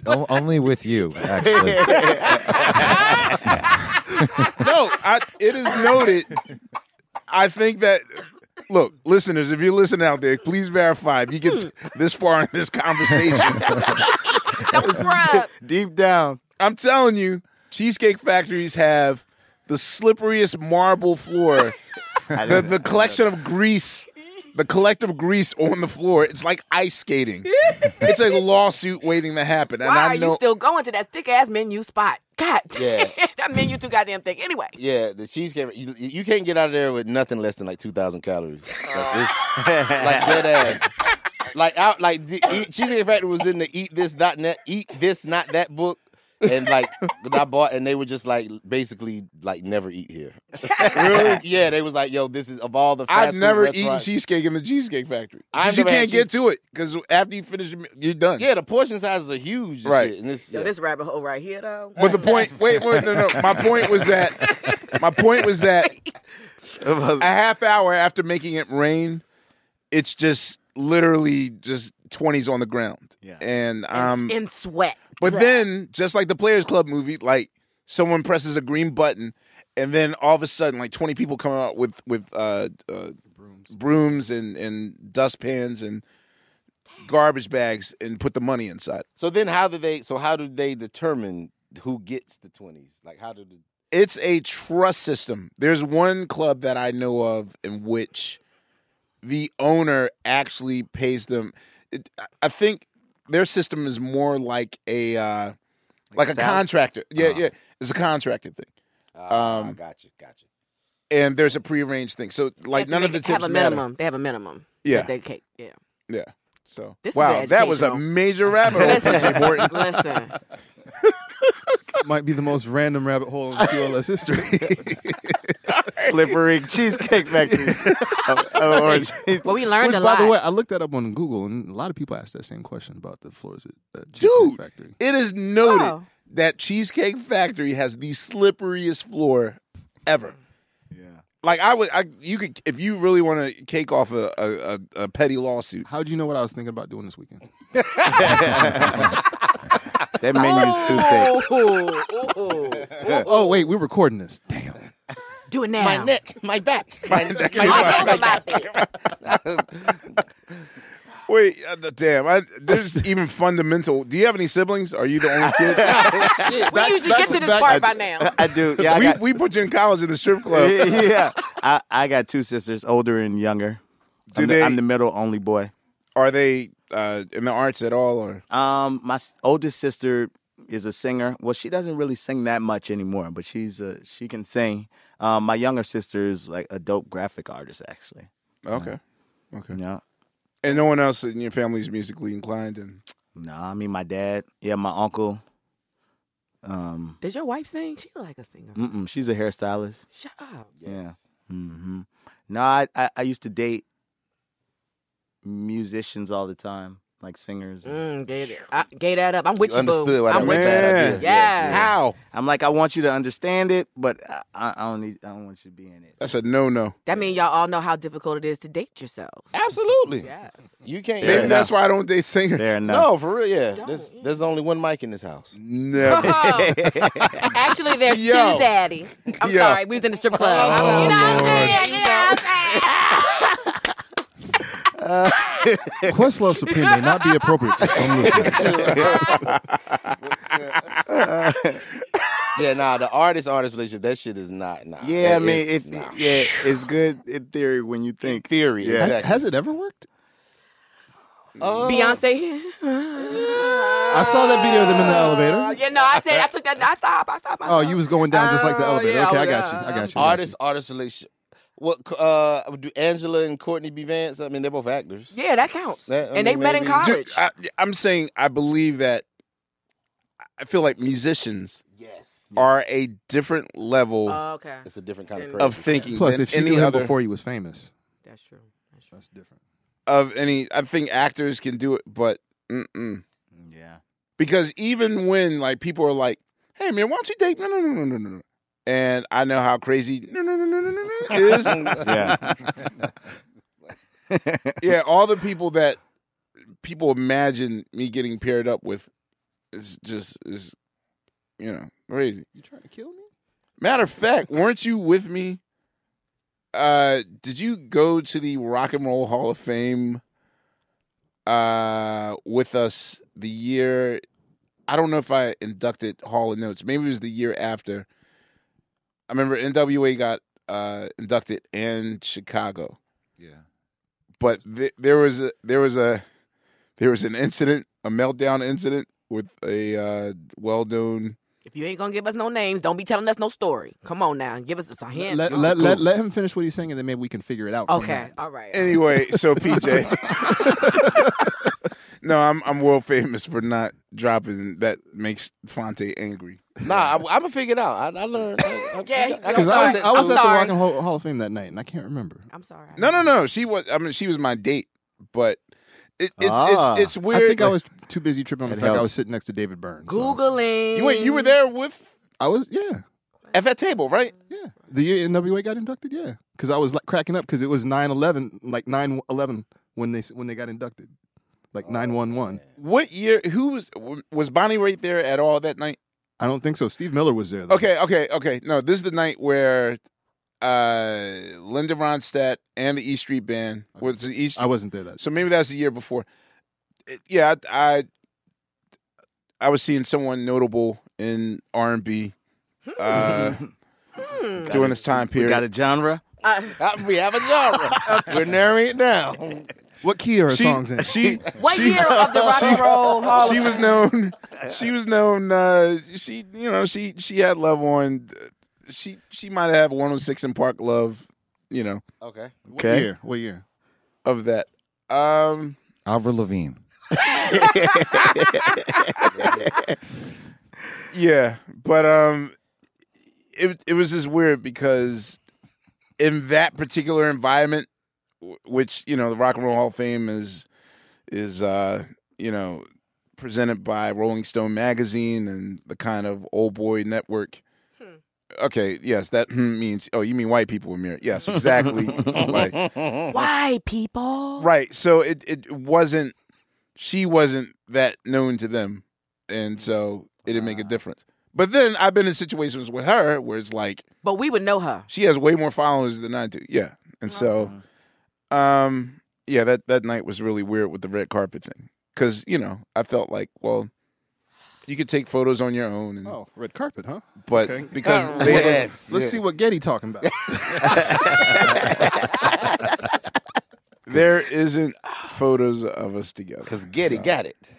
Speaker 6: O- only with you, actually.
Speaker 1: No, I, it is noted. I think that. Look, listeners, if you're listening out there, please verify if you get
Speaker 7: Hmm.
Speaker 1: this far in this conversation.
Speaker 7: Don't scrub.
Speaker 3: Deep down,
Speaker 1: I'm telling you, cheesecake factories have the slipperiest marble floor. the the collection of grease, the collective grease on the floor. It's like ice skating. it's a lawsuit waiting to happen. And
Speaker 7: Why
Speaker 1: I
Speaker 7: are
Speaker 1: know
Speaker 7: you still going to that thick ass menu spot? God damn.
Speaker 2: Yeah.
Speaker 7: that menu too goddamn thick. Anyway.
Speaker 2: yeah, the cheesecake. You, you can't get out of there with nothing less than like two thousand calories. Like, this, like dead ass. Like out. Like the, eat, cheesecake factory was in the eat this dot net, eat this not that book. And like that I bought, and they were just like basically like never eat here. really? Yeah, they was like, yo, this is of all the. Fast
Speaker 1: I've
Speaker 2: food
Speaker 1: never eaten
Speaker 2: restaurants-
Speaker 1: cheesecake in the cheesecake factory. 'Cause
Speaker 2: I've
Speaker 1: you
Speaker 2: never had
Speaker 1: can't get to it because after you finish, your meal, you're done.
Speaker 2: Yeah, the portion sizes are huge, and
Speaker 1: Right.
Speaker 2: Shit, and this,
Speaker 7: Yo,
Speaker 2: yeah.
Speaker 7: this rabbit hole right here though.
Speaker 1: But the point, wait, wait, no, no. My point was that, my point was that a half hour after making it rain, it's just literally just twenties on the ground.
Speaker 3: Yeah.
Speaker 1: And um
Speaker 7: in sweat.
Speaker 1: but
Speaker 7: Bruh.
Speaker 1: then just like the Players Club movie, like someone presses a green button and then all of a sudden like twenty people come out with with uh, uh brooms. and and dustpans and garbage bags and put the money inside.
Speaker 2: So then, how do they? So how do they determine who gets the twenties? Like how do the
Speaker 1: it's a trust system. There's one club that I know of in which the owner actually pays them. It, I- I think their system is more like a uh, like, a
Speaker 3: salary?
Speaker 1: contractor. Yeah,
Speaker 7: Uh-huh.
Speaker 1: yeah, it's a contractor thing,
Speaker 2: Ah,
Speaker 1: Um,
Speaker 2: gotcha, gotcha.
Speaker 1: and there's a prearranged thing. So
Speaker 7: They
Speaker 1: like
Speaker 7: have to
Speaker 1: none of the
Speaker 7: make- have
Speaker 1: tips
Speaker 7: a
Speaker 1: matter.
Speaker 7: minimum. They have a minimum.
Speaker 1: Yeah.
Speaker 7: That they cake. Yeah.
Speaker 1: Yeah. So
Speaker 7: This is
Speaker 1: wow, that was a
Speaker 7: educational.
Speaker 1: major rabbit hole. for Jay Morton.
Speaker 7: Listen, listen.
Speaker 4: Might be the most random rabbit hole in QLS history.
Speaker 3: slippery cheesecake factory. oh, oh, or cheese-
Speaker 7: Well, we learned
Speaker 4: Which,
Speaker 7: a lot.
Speaker 4: By the way, I looked that up on Google, and a lot of people asked that same question about the floors at uh, Cheesecake
Speaker 1: Dude,
Speaker 4: Factory.
Speaker 1: it is noted
Speaker 7: Oh.
Speaker 1: that Cheesecake Factory has the slipperiest floor ever.
Speaker 3: yeah.
Speaker 1: Like I would, I you could if you really want to cake off a, a, a, a petty lawsuit.
Speaker 4: How do you know what I was thinking about doing this weekend?
Speaker 3: That menu's too
Speaker 1: Oh.
Speaker 3: thick.
Speaker 7: Ooh, ooh, ooh.
Speaker 4: Oh wait, we're recording this. Damn.
Speaker 7: Do it now.
Speaker 2: My neck, my back, my neck, my
Speaker 7: I
Speaker 2: back.
Speaker 7: thought about that.
Speaker 1: Wait, uh, the- damn! I, this is even fundamental. Do you have any siblings? Are you the only kid?
Speaker 7: We usually get to this part by now.
Speaker 3: I do. Yeah, I
Speaker 1: we,
Speaker 3: got,
Speaker 1: we put you in college in the strip club.
Speaker 3: yeah. I, I got two sisters, older and younger.
Speaker 1: Do
Speaker 3: I'm,
Speaker 1: they-
Speaker 3: the, I'm the middle only boy.
Speaker 1: Are they uh, in the arts at all, or
Speaker 3: um, my s- oldest sister is a singer. Well, she doesn't really sing that much anymore, but she's uh, she can sing. Um, my younger sister is like a dope graphic artist, actually.
Speaker 1: Okay.
Speaker 3: okay, yeah.
Speaker 1: And no one else in your family's musically inclined, and
Speaker 3: No, I mean my dad. Yeah, my uncle. Um,
Speaker 7: Did your wife sing? She like a singer.
Speaker 3: mm-mm, she's a hairstylist.
Speaker 7: Shut up.
Speaker 3: Yeah. Mm-hmm. No, I, I I used to date musicians all the time, like singers.
Speaker 7: Mm, gay, that- I, gay that up. I'm with you, boo.
Speaker 3: understood what I
Speaker 7: I'm
Speaker 3: meant
Speaker 7: with
Speaker 3: by that idea.
Speaker 7: you. Yeah.
Speaker 1: How?
Speaker 3: I'm like, I want you to understand it, but I, I I don't need. I don't want you to be in it.
Speaker 1: that's a no no.
Speaker 7: That means y'all all know how difficult it is to date yourselves.
Speaker 2: Absolutely.
Speaker 7: Yes.
Speaker 2: You can't.
Speaker 1: Maybe that's why I don't date singers.
Speaker 3: Fair enough.
Speaker 2: No, for real. Yeah. There's there's only one mic in this house.
Speaker 1: Never.
Speaker 7: Actually, there's
Speaker 2: Yo.
Speaker 7: two daddy. I'm
Speaker 2: Yo.
Speaker 7: sorry. We was in the strip club.
Speaker 2: Oh,
Speaker 7: you know what I'm
Speaker 2: Lord.
Speaker 7: saying? You know what
Speaker 1: Uh.
Speaker 6: Questlove Supreme may not be appropriate for some
Speaker 2: listeners.
Speaker 1: Uh.
Speaker 2: yeah, nah. The artist artist relationship. That shit is not. Nah.
Speaker 3: Yeah, I
Speaker 2: That
Speaker 3: mean,
Speaker 2: is-
Speaker 3: if
Speaker 2: nah.
Speaker 3: yeah, it's good in theory when you think
Speaker 2: theory.
Speaker 3: Yeah.
Speaker 6: Has, has it ever worked?
Speaker 7: Beyonce here.
Speaker 4: Oh.
Speaker 6: I saw that video of them in the elevator.
Speaker 7: yeah, no, I said I took that. I stopped. Oh, I stopped.
Speaker 6: Oh, you was going down just like the
Speaker 7: Oh,
Speaker 6: elevator.
Speaker 7: yeah,
Speaker 6: okay, I
Speaker 7: well,
Speaker 6: got you. I got you. I got you.
Speaker 2: artist artist relationship. What uh do Angela and Courtney B Vance? I mean, they're both actors.
Speaker 7: Yeah, that counts.
Speaker 2: That- I
Speaker 7: and they
Speaker 2: mean,
Speaker 7: met in
Speaker 2: maybe-
Speaker 7: college.
Speaker 1: I, I'm saying I believe that. I feel like musicians
Speaker 2: Yes.
Speaker 1: are a different level
Speaker 7: Oh, okay,
Speaker 2: It's a different kind of
Speaker 7: Then-
Speaker 2: crazy.
Speaker 1: of thinking.
Speaker 6: Plus,
Speaker 1: than
Speaker 6: if she
Speaker 1: any
Speaker 6: knew him
Speaker 1: other,
Speaker 6: before he was famous,
Speaker 7: that's true. That's true.
Speaker 6: that's different.
Speaker 1: of any, I think actors can do it, but mm-mm.
Speaker 3: Yeah.
Speaker 1: because even when like people are like, "Hey man, why don't you date?" No, no, no, no, no, no, no. And I know how crazy no, no, no, no, no, no, no is.
Speaker 3: Yeah.
Speaker 1: yeah, all the people that people imagine me getting paired up with is just is you know crazy.
Speaker 6: You trying to kill me?
Speaker 1: Matter of fact, weren't you with me? Uh, did you go to the Rock and Roll Hall of Fame uh, with us the year? I don't know if I inducted Hall of Notes. Maybe it was the year after. I remember NWA got uh, inducted in Chicago
Speaker 6: Yeah.
Speaker 1: but th- there was a there was a there was an incident, a meltdown incident with a uh, well-known.
Speaker 7: If you ain't gonna give us no names, don't be telling us no story. Come on now, give us a hint.
Speaker 6: Let, let, let, let him finish what he's saying, and then maybe we can figure it out. from
Speaker 7: okay, all right.
Speaker 1: Anyway, so PJ. no, I'm I'm world famous for not dropping. That makes Fonte angry.
Speaker 2: Nah, I, I'm gonna figure it out. I, I learned. I, I,
Speaker 7: Yeah,
Speaker 2: I,
Speaker 7: I'm
Speaker 6: that. Because I was,
Speaker 7: sorry.
Speaker 6: I was
Speaker 7: I'm
Speaker 6: at the
Speaker 7: sorry.
Speaker 6: Rock and Hall, Hall of Fame that night, and I can't remember.
Speaker 7: I'm sorry.
Speaker 1: No, no, no. She was. I mean, she was my date, but it, it's
Speaker 6: Ah.
Speaker 1: it's it's weird.
Speaker 6: I think I was too busy tripping on the
Speaker 3: It
Speaker 6: fact I
Speaker 3: helps.
Speaker 6: was sitting next to David Byrne. so-
Speaker 7: Googling.
Speaker 1: You wait. You were there with
Speaker 6: I was, yeah,
Speaker 1: at that table, right?
Speaker 6: yeah. The year NWA got inducted, yeah. Because I was like cracking up because it was 9 11, like 9 11 when they, when they got inducted,
Speaker 2: Oh,
Speaker 6: like 9 1 1.
Speaker 1: What year? Who was was Bonnie right there at all that night?
Speaker 6: I don't think so. Steve Miller was there, though.
Speaker 1: Okay, okay, okay. No, this is the night where uh Linda Ronstadt and the E Street Band was the East.
Speaker 6: I wasn't there that
Speaker 1: So maybe that's the year before. It- yeah, I, I I was seeing someone notable in R and B uh, during this time
Speaker 3: We
Speaker 1: period.
Speaker 3: got a genre.
Speaker 7: Uh,
Speaker 2: I, Hmm. Uh, we have a genre. We're narrowing it down.
Speaker 6: What key are her
Speaker 1: she,
Speaker 6: songs in?
Speaker 1: she
Speaker 7: What
Speaker 1: she,
Speaker 7: year of the Rock and Roll Hall?
Speaker 1: she
Speaker 7: of
Speaker 1: was
Speaker 7: Fame?
Speaker 1: known she was known uh she you know she she had love on she she might have 106 in park love you know
Speaker 2: Okay.
Speaker 6: What
Speaker 3: Okay.
Speaker 6: year? What year?
Speaker 1: of that um
Speaker 13: Avril Lavigne.
Speaker 1: yeah but um it it was just weird because in that particular environment w- which you know the rock and roll hall of fame is is uh you know presented by rolling stone magazine and the kind of old boy network okay yes that hmm means oh you mean white people were mirror yes exactly like
Speaker 7: Why people?
Speaker 1: Right. So it, it wasn't she wasn't that known to them. And so it didn't make
Speaker 7: Ah.
Speaker 1: a difference. But then I've been in situations with her where it's like
Speaker 7: But we would know her.
Speaker 1: she has way more followers than I do. Yeah. And so um yeah, that that night was really weird with the red carpet thing cuz you know, I felt like, well, you could take photos on your own and
Speaker 6: Oh, red carpet, huh?
Speaker 1: but
Speaker 6: okay.
Speaker 1: because they
Speaker 2: Yes.
Speaker 6: Let's see what Getty talking about.
Speaker 1: there isn't photos of us together.
Speaker 2: Because Getty got it.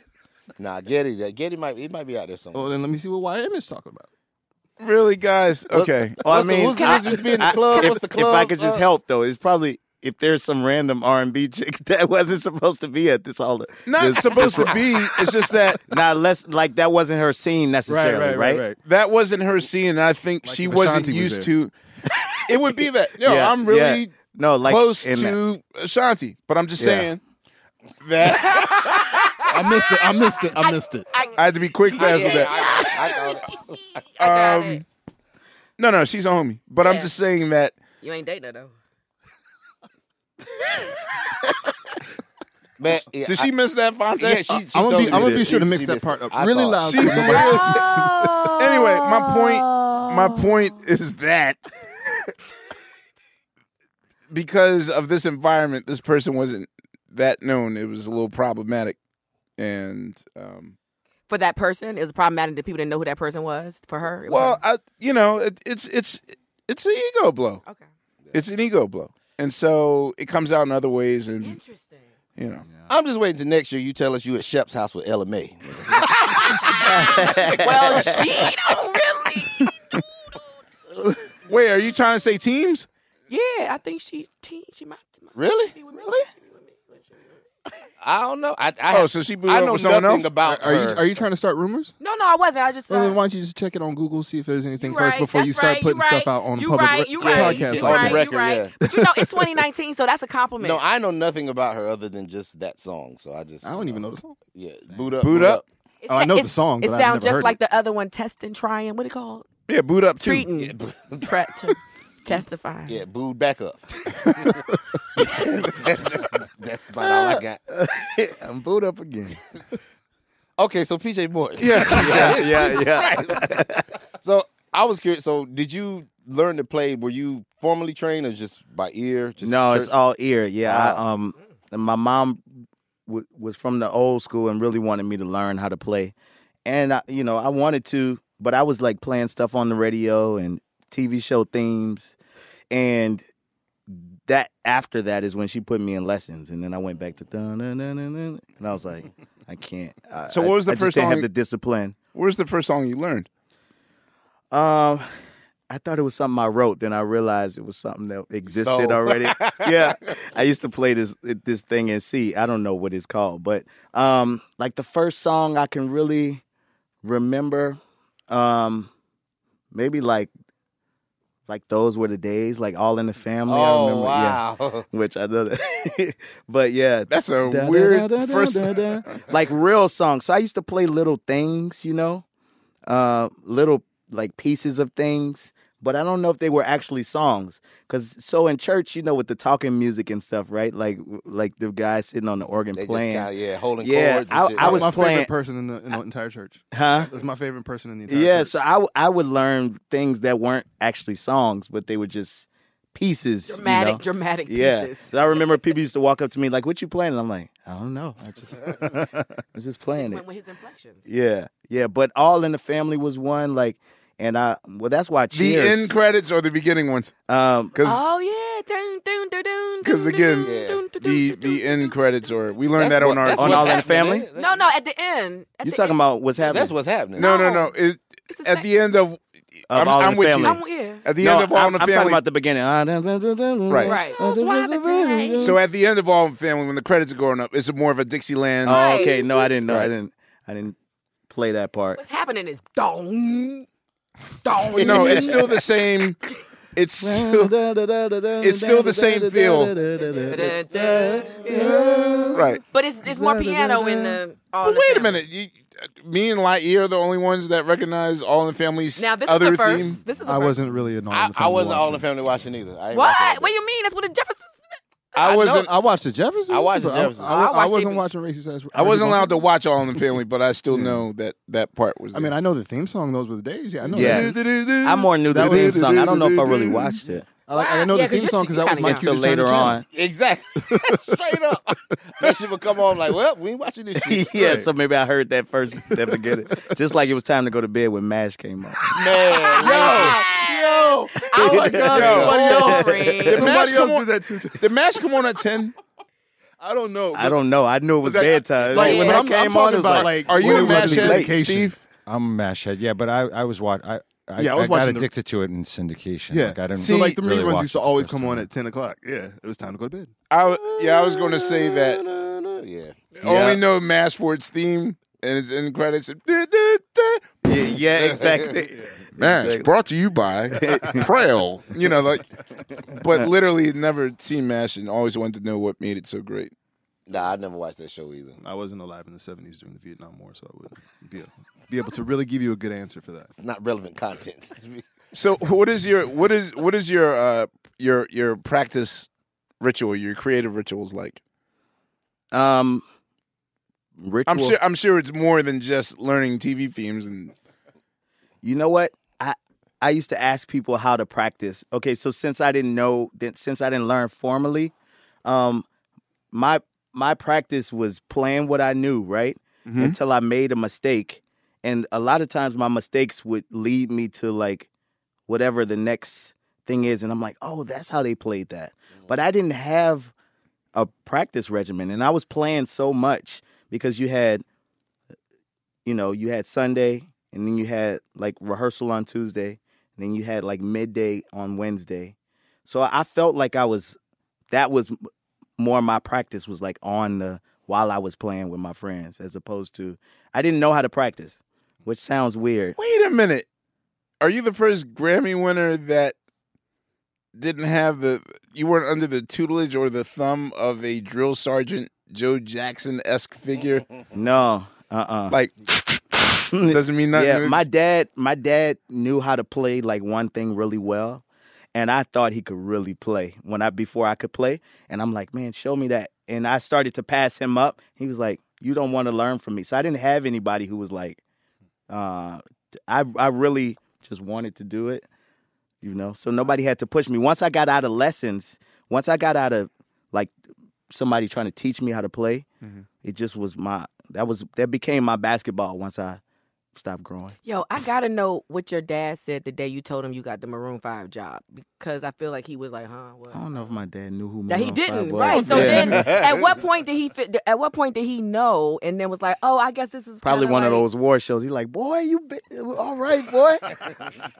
Speaker 2: Nah, Getty, that- Getty might he might be out there somewhere.
Speaker 4: Well, then let me see what YM is talking about.
Speaker 1: Really, guys? Okay.
Speaker 3: Well, I
Speaker 2: What's the-
Speaker 3: mean,
Speaker 2: who's the-
Speaker 3: I-
Speaker 2: who's just being in the
Speaker 3: I-
Speaker 2: club?
Speaker 3: If,
Speaker 2: What's the
Speaker 3: if I
Speaker 2: club?
Speaker 3: could just
Speaker 2: Uh,
Speaker 3: help though, it's probably if there's some random R and B chick that wasn't supposed to be at this all. the-
Speaker 1: Not
Speaker 3: this-
Speaker 1: supposed
Speaker 3: this-
Speaker 1: to be. It's just that
Speaker 3: Now, less like that wasn't her scene necessarily, right?
Speaker 1: That wasn't her scene, and I think she
Speaker 3: if
Speaker 1: wasn't
Speaker 3: Ashanti was
Speaker 1: used
Speaker 3: there.
Speaker 1: to. It would be that yo,
Speaker 3: Yeah,
Speaker 1: I'm really
Speaker 3: yeah. No, like,
Speaker 1: close
Speaker 3: in
Speaker 1: to Ashanti, but I'm just
Speaker 3: Yeah.
Speaker 1: saying that
Speaker 4: I missed it. I missed it. I missed it.
Speaker 1: I, had to be quick fast with that. um, no, no, she's a homie, but I'm
Speaker 7: Yeah.
Speaker 1: just saying that
Speaker 7: You ain't dating her though.
Speaker 2: Man, yeah,
Speaker 1: Did
Speaker 2: I-
Speaker 1: she miss that Fonte?
Speaker 2: Yeah, she- she
Speaker 4: I'm gonna
Speaker 2: told
Speaker 4: be.
Speaker 2: me
Speaker 4: I'm gonna be
Speaker 2: that.
Speaker 4: sure to
Speaker 2: She-
Speaker 4: mix
Speaker 2: she
Speaker 4: that
Speaker 2: missed
Speaker 4: part
Speaker 2: it.
Speaker 4: up
Speaker 2: I
Speaker 4: really
Speaker 2: saw it.
Speaker 4: loud.
Speaker 1: She
Speaker 4: so nobody else misses it.
Speaker 1: anyway, my point my point is that because of this environment, this person wasn't that known. It was a little problematic. And um
Speaker 7: For that person, it was problematic that people didn't know who that person was. For her, It was
Speaker 1: well,
Speaker 7: her.
Speaker 1: I you know, it, it's it's it's an ego blow.
Speaker 7: Okay.
Speaker 1: It's an ego blow. And so it comes out in other ways and interesting. You know.
Speaker 2: I'm just waiting till next year you tell us you at Shep's house with LMA.
Speaker 7: well, she don't really.
Speaker 1: Wait, are you trying to say teams?
Speaker 7: Yeah, I think she. She, she might.
Speaker 2: Really?
Speaker 7: Really?
Speaker 2: I don't know. I, I
Speaker 1: Oh,
Speaker 2: have-
Speaker 1: so she blew
Speaker 2: I
Speaker 1: up
Speaker 2: know
Speaker 1: with someone
Speaker 2: nothing
Speaker 1: else?
Speaker 2: about
Speaker 4: Are you
Speaker 2: her.
Speaker 4: Are you trying to start rumors?
Speaker 7: No, no, I wasn't. I just.
Speaker 4: Well, then
Speaker 7: Uh,
Speaker 4: why don't you just check it on Google, see if there's anything
Speaker 7: you
Speaker 4: first
Speaker 7: right,
Speaker 4: before you
Speaker 7: that's
Speaker 4: start
Speaker 7: right,
Speaker 4: putting
Speaker 7: you
Speaker 4: stuff
Speaker 7: right,
Speaker 4: out on a
Speaker 7: you
Speaker 4: public
Speaker 7: right,
Speaker 4: re-
Speaker 7: you right,
Speaker 4: podcast
Speaker 7: you
Speaker 4: like
Speaker 7: right,
Speaker 4: that.
Speaker 2: record,
Speaker 7: you right.
Speaker 2: yeah.
Speaker 7: But you know, it's 2019, so that's a compliment.
Speaker 2: no, I know nothing about her other than just that song. So I just uh,
Speaker 4: I don't even know the song.
Speaker 2: Yeah, boot up,
Speaker 1: Boot
Speaker 2: boot
Speaker 1: Up?
Speaker 2: up.
Speaker 7: It
Speaker 4: Oh, I
Speaker 7: sa-
Speaker 4: know the
Speaker 7: it's-
Speaker 4: song,
Speaker 7: It
Speaker 4: but I've
Speaker 7: sounds
Speaker 4: never
Speaker 7: just
Speaker 4: heard
Speaker 7: like the other one, testing, trying. What it called?
Speaker 1: Yeah, boot up too.
Speaker 7: Treating, tre- t- testifying.
Speaker 2: Yeah, booed back up. That's about all I got.
Speaker 1: I'm booed up again.
Speaker 2: Okay, so PJ Morton.
Speaker 3: yeah, yeah, yeah.
Speaker 2: So I was curious. So did you learn to play? Were you formally trained or just by ear? Just
Speaker 3: no, it's
Speaker 2: church?
Speaker 3: all ear. Yeah, I, um, my mom w- was from the old school and really wanted me to learn how to play, and I, you know, I wanted to, but I was like playing stuff on the radio and TV show themes, and that after that is when she put me in lessons, and then I went back to dun, dun, dun, dun, dun, and I was like, I can't. I,
Speaker 1: So what was the
Speaker 3: I, I
Speaker 1: first
Speaker 3: just didn't
Speaker 1: song-
Speaker 3: have the discipline.
Speaker 1: Where's the first song you learned? Uh,
Speaker 3: Um, I thought it was something I wrote. Then I realized it was something that existed
Speaker 2: Sold.
Speaker 3: already. yeah, I used to play this this thing in C. I don't know what it's called, but um, like the first song I can really remember, um, maybe like like those were the days, like All in the Family. I
Speaker 2: Oh
Speaker 3: remember,
Speaker 2: wow!
Speaker 3: yeah, which I did. but yeah,
Speaker 1: That's a
Speaker 3: Da, da,
Speaker 1: weird
Speaker 3: da, da,
Speaker 1: first
Speaker 3: da, da. like real songs. So I used to play little things, you know, uh, little like pieces of things, but I don't know if they were actually songs. Cause so in church, you know, with the talking music and stuff, right? Like like the guy sitting on the organ
Speaker 2: They
Speaker 3: playing.
Speaker 2: just kind of yeah holding
Speaker 3: Yeah,
Speaker 2: chords. And
Speaker 3: I-
Speaker 2: shit.
Speaker 3: I was
Speaker 4: my
Speaker 3: playing-
Speaker 4: favorite person in the, in the entire church.
Speaker 3: Huh?
Speaker 4: That's my favorite person in the entire
Speaker 3: Yeah,
Speaker 4: church.
Speaker 3: so I, w- I would learn things that weren't actually songs, but they were just pieces. you
Speaker 7: Dramatic,
Speaker 3: know?
Speaker 7: dramatic
Speaker 3: Yeah.
Speaker 7: pieces.
Speaker 3: So I remember people used to walk up to me like, "What you playing?" And I'm like, "I don't know. I just, I was just playing it."
Speaker 7: Went with his inflections.
Speaker 3: Yeah, yeah. But all in the family was one like, and I well that's why
Speaker 1: The
Speaker 3: Cheers.
Speaker 1: end credits or the beginning ones?
Speaker 3: um,
Speaker 7: Oh yeah, dun, dun, dun, dun,
Speaker 1: Because
Speaker 7: dun, dun,
Speaker 1: again,
Speaker 7: dun, dun,
Speaker 1: the
Speaker 7: dun, dun,
Speaker 1: the
Speaker 7: dun.
Speaker 1: end credits or we learned
Speaker 2: That's
Speaker 1: that on
Speaker 2: what-
Speaker 1: our
Speaker 2: that's
Speaker 3: on
Speaker 2: what's
Speaker 3: All in the
Speaker 2: happening.
Speaker 3: Family.
Speaker 7: no, no, at the end. At
Speaker 3: You
Speaker 7: the
Speaker 3: talking
Speaker 7: end.
Speaker 3: about what's happening?
Speaker 2: That's what's happening.
Speaker 1: No, no, no. It,
Speaker 7: It's the
Speaker 1: at
Speaker 7: same-
Speaker 1: the end of, I'm,
Speaker 3: All in
Speaker 1: I'm
Speaker 3: the
Speaker 1: with
Speaker 3: Family.
Speaker 1: you.
Speaker 7: I'm, yeah.
Speaker 1: At the
Speaker 3: no,
Speaker 1: end of All in
Speaker 3: I'm,
Speaker 1: the
Speaker 3: I'm
Speaker 1: Family.
Speaker 3: talking about the beginning. Ah,
Speaker 1: Right.
Speaker 3: Right.
Speaker 7: Right. Those were the days.
Speaker 1: so at the end of All in the Family, when the credits are going up, it's more of a Dixieland.
Speaker 3: Oh, okay. No, I didn't know.
Speaker 1: Right.
Speaker 3: I didn't. I didn't play that part.
Speaker 7: What's happening is dong, dong.
Speaker 1: you know, it's still the same. It's still
Speaker 3: It's
Speaker 1: still the same feel. right.
Speaker 7: But it's it's more piano in the. All
Speaker 1: But
Speaker 7: in the
Speaker 1: wait a
Speaker 7: family.
Speaker 1: minute. You, me and Lightyear are the only ones that recognize All in the Family's
Speaker 7: Now this
Speaker 1: other
Speaker 7: is a first.
Speaker 1: theme.
Speaker 7: This is a
Speaker 4: I
Speaker 7: first.
Speaker 4: wasn't really an all
Speaker 2: I,
Speaker 4: in the
Speaker 2: I
Speaker 4: family
Speaker 2: wasn't all in
Speaker 4: watcher.
Speaker 2: the family watching either. I didn't watch all
Speaker 7: What?
Speaker 2: that.
Speaker 7: What do you mean? That's what the Jeffersons.
Speaker 1: I
Speaker 4: I,
Speaker 1: wasn't. I,
Speaker 4: I watched the Jeffersons.
Speaker 2: I watched the
Speaker 4: but
Speaker 2: Jeffersons.
Speaker 4: I, I,
Speaker 7: I watched
Speaker 4: wasn't
Speaker 7: TV.
Speaker 4: watching racist ass.
Speaker 1: wasn't allowed to watch All in the Family, but I still know that that part was.
Speaker 4: I mean, I know the theme song. Those were the days. Yeah, I know.
Speaker 3: Yeah.
Speaker 4: that.
Speaker 3: I more knew the
Speaker 4: That
Speaker 3: theme
Speaker 4: was-
Speaker 3: song. I don't know if I really watched it
Speaker 4: I, like, I know
Speaker 7: Yeah,
Speaker 4: the
Speaker 7: 'cause
Speaker 4: theme
Speaker 7: you're-
Speaker 4: song because
Speaker 7: you're
Speaker 4: that was my
Speaker 7: kinda
Speaker 4: cue
Speaker 3: until
Speaker 4: to turn
Speaker 3: later
Speaker 4: the channel.
Speaker 3: on.
Speaker 2: Exactly. Straight up. That shit would come on like, well, we ain't watching this shit.
Speaker 3: yeah, so maybe I heard that first that beginning, just like it was time to go to bed when Mash came on.
Speaker 2: Man, yo. Yo.
Speaker 7: Oh my
Speaker 1: God,
Speaker 7: Glory.
Speaker 1: Somebody
Speaker 4: Somebody
Speaker 1: else
Speaker 4: else
Speaker 1: come
Speaker 4: did that too.
Speaker 1: Did Mash come on at ten?
Speaker 4: I don't know.
Speaker 3: I don't know. I knew it was bedtime. Like when
Speaker 4: but
Speaker 3: I
Speaker 4: I'm- I'm
Speaker 3: came on,
Speaker 4: talking
Speaker 3: it was
Speaker 4: about, like,
Speaker 3: like,
Speaker 4: Are you
Speaker 3: it
Speaker 4: a
Speaker 3: was
Speaker 4: match head,
Speaker 3: late.
Speaker 4: Steve?
Speaker 11: I'm a mash head. Yeah, but I, I was watching. I, I,
Speaker 4: Yeah, I
Speaker 11: I,
Speaker 4: was watching
Speaker 11: got
Speaker 4: the-
Speaker 11: addicted to it in syndication.
Speaker 4: Yeah,
Speaker 11: like, I didn't.
Speaker 4: so like the
Speaker 11: really
Speaker 4: reruns
Speaker 11: watch
Speaker 4: used to
Speaker 11: it.
Speaker 4: always come on at ten o'clock. Yeah, it was time to go to bed.
Speaker 10: I w- yeah, I was going to say that.
Speaker 2: Yeah.
Speaker 10: Only know Mass for its theme and its end credits. Yeah,
Speaker 3: yeah, exactly.
Speaker 10: Mass
Speaker 3: Exactly.
Speaker 10: brought to you by Prel. You know, like, but literally never seen Mash and always wanted to know what made it so great.
Speaker 2: Nah, I never watched that show either.
Speaker 4: I wasn't alive in the seventies during the Vietnam War, so I wouldn't be able, be able to really give you a good answer for that.
Speaker 2: It's not relevant content.
Speaker 10: So, what is your what is what is your uh your your practice ritual, your creative rituals like?
Speaker 3: Um,
Speaker 10: I'm
Speaker 3: ritual.
Speaker 10: sure I'm sure it's more than just learning TV themes and
Speaker 3: You know what? I I used to ask people how to practice. Okay, so since I didn't know, then- since I didn't learn formally, um, my my practice was playing what I knew, right?
Speaker 10: Mm-hmm.
Speaker 14: Mhm.
Speaker 3: Until I made a mistake, and a lot of times my mistakes would lead me to like whatever the next thing is, and I'm like, oh, that's how they played that.
Speaker 10: Mm-hmm.
Speaker 3: But I didn't have a practice regimen, and I was playing so much because you had you know, you had Sunday and then you had like rehearsal on Tuesday, and then you had like midday on Wednesday. So I felt like I was that was m- more my practice was like on the while I was playing with my friends as opposed to I didn't know how to practice, which sounds weird.
Speaker 10: Wait a minute. Are you the first Grammy winner that didn't have the you weren't under the tutelage or the thumb of a drill sergeant Joe Jackson esque figure?
Speaker 3: No. Uh-uh.
Speaker 10: Like doesn't mean nothing.
Speaker 3: Yeah, my dad, my dad knew how to play like one thing really well, and I thought he could really play when I before I could play, and I'm like, man, show me that. And I started to pass him up. He was like, you don't want to learn from me, so I didn't have anybody who was like, uh, I I really just wanted to do it, you know. So nobody had to push me. Once I got out of lessons, once I got out of like somebody trying to teach me how to play, it just was my that was that became my basketball once I stopped growing.
Speaker 7: Yo, I gotta know what your dad said the day you told him you got the Maroon Five job because I feel like he was like, huh? What?
Speaker 3: I don't know if my dad knew who
Speaker 7: That he
Speaker 3: Maroon five
Speaker 7: didn't,
Speaker 3: was.
Speaker 7: right? So then, at what point did he? Fit, at what point did he know? And then was like, "Oh, I guess this is
Speaker 3: probably
Speaker 7: kinda
Speaker 3: one of
Speaker 7: like-
Speaker 3: those war shows. He like, boy, you be- all right, boy?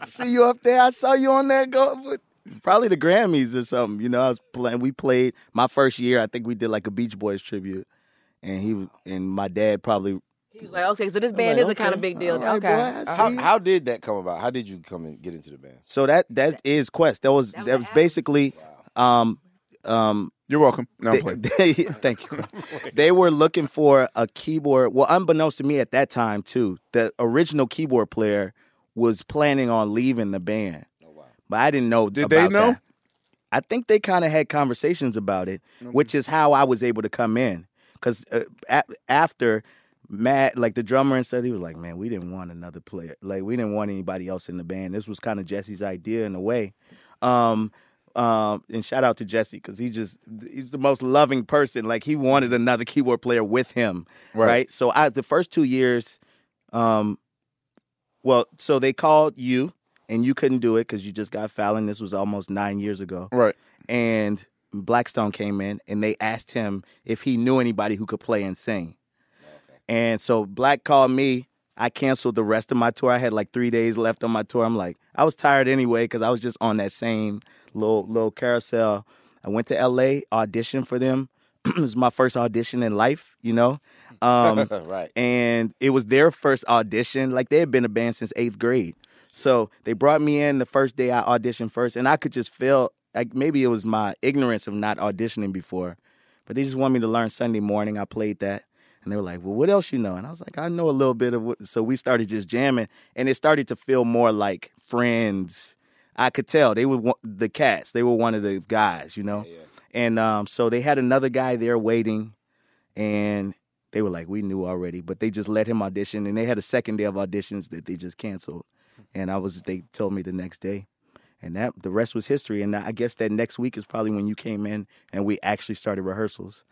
Speaker 3: See you up there. I saw you on that go. but Probably the Grammys or something. You know, I was playing. We played my first year. I think we did like a Beach Boys tribute, and he was- and my dad probably
Speaker 7: He was like, "Okay, so this band is a kind of big deal."
Speaker 3: All right,
Speaker 7: okay, Uh-huh.
Speaker 3: boy,
Speaker 7: all
Speaker 3: I see
Speaker 7: right.
Speaker 3: you.
Speaker 2: How did that come about? How did you come and get into the band?
Speaker 3: So that that is Quest. That was that was, basically um um
Speaker 10: You're welcome. No, I'm
Speaker 3: they- they- thank you. Quest. they were looking for a keyboard. Well, unbeknownst to me at that time too, the original keyboard player was planning on leaving the band. But I didn't know. Did
Speaker 10: they know?
Speaker 3: I think they kind of had conversations about it, which is how I was able to come in. Because uh, a- after Matt, like the drummer and stuff, he was like, "Man, we didn't want another player. Like we didn't want anybody else in the band. This was kind of Jesse's idea in a way." Um, um, and shout out to Jesse because he just he's the most loving person. Like he wanted another keyboard player with him,
Speaker 14: Right.
Speaker 3: right? So I the first two years, um, well, so they called you and you couldn't do it because you just got Fallon. This was almost nine years ago.
Speaker 10: Right.
Speaker 3: And Blackstone came in and they asked him if he knew anybody who could play and sing. And so Black called me. I canceled the rest of my tour. I had like three days left on my tour. I'm like, I was tired anyway because I was just on that same little little carousel. I went to LA, auditioned for them. it was my first audition in life, you know. Um,
Speaker 2: Right.
Speaker 3: And it was their first audition. Like they had been a band since eighth grade. So they brought me in the first day I auditioned first, and I could just feel like maybe it was my ignorance of not auditioning before, but they just wanted me to learn Sunday morning. I played that, and they were like, "Well, what else you know?" And I was like, "I know a little bit of." What... So we started just jamming, and it started to feel more like friends. I could tell they were one- the cats. They were one of the guys, you know. And um, so they had another guy there waiting, and they were like, "We knew already," but they just let him audition, and they had a second day of auditions that they just canceled. And I was, they told me the next day, and that the rest was history. And I guess that next week is probably when you came in and we actually started rehearsals.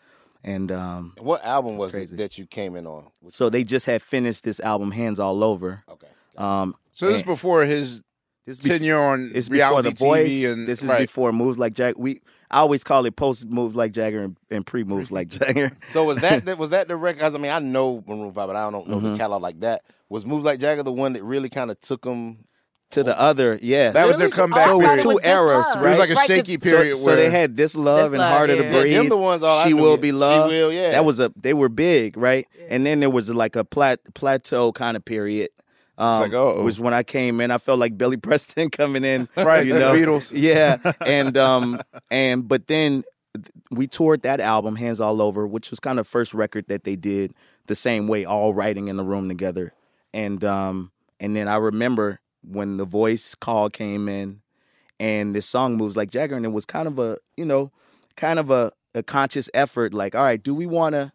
Speaker 3: And um,
Speaker 2: What album
Speaker 3: That's
Speaker 2: was
Speaker 3: crazy.
Speaker 2: it that you came in on?
Speaker 3: so they just had finished this album, Hands All Over. Okay. Um,
Speaker 10: So this is
Speaker 3: and-
Speaker 10: before his
Speaker 3: This is
Speaker 1: tenure on
Speaker 3: it's before
Speaker 1: reality
Speaker 3: the voice.
Speaker 1: TV and
Speaker 3: this is
Speaker 1: right.
Speaker 3: before moves like Jagger. We I always call it post moves like Jagger and, and pre moves like Jagger.
Speaker 2: So was that that- was that the record? 'cause I mean, I know Maroon Five, but I don't know
Speaker 3: Mhm.
Speaker 2: the catalog like that. Was Moves Like Jagger the one that really kind of took them
Speaker 3: to the other? Yes,
Speaker 2: That was their comeback
Speaker 3: So it
Speaker 2: period.
Speaker 3: was
Speaker 2: It
Speaker 3: two
Speaker 2: was This
Speaker 3: eras,
Speaker 2: Love.
Speaker 3: right?
Speaker 2: It was like a Right, 'cause- shaky period
Speaker 3: So, so they
Speaker 2: where-
Speaker 3: had this love
Speaker 2: This
Speaker 3: and
Speaker 2: Love,
Speaker 3: harder
Speaker 2: yeah.
Speaker 3: to
Speaker 2: Yeah, them
Speaker 3: breathe.
Speaker 2: the ones all I
Speaker 3: she
Speaker 2: knew,
Speaker 3: will
Speaker 2: yeah.
Speaker 3: be
Speaker 2: She
Speaker 3: loved.
Speaker 2: Will, yeah.
Speaker 3: That was a they were big, right? And then there was like a plat, plateau kind of period. Um,
Speaker 1: like, uh-oh.
Speaker 3: was when I came in, I felt like Billy Preston coming in,
Speaker 1: Right,
Speaker 3: You
Speaker 1: the
Speaker 3: know?
Speaker 1: Beatles.
Speaker 3: yeah. And um, and but then we toured that album, Hands All Over, which was kind of first record that they did the same way, all writing in the room together. And um, and then I remember when the voice call came in, and this song moves like Jagger, and it was kind of a you know, kind of a, a conscious effort, like, all right, do we want to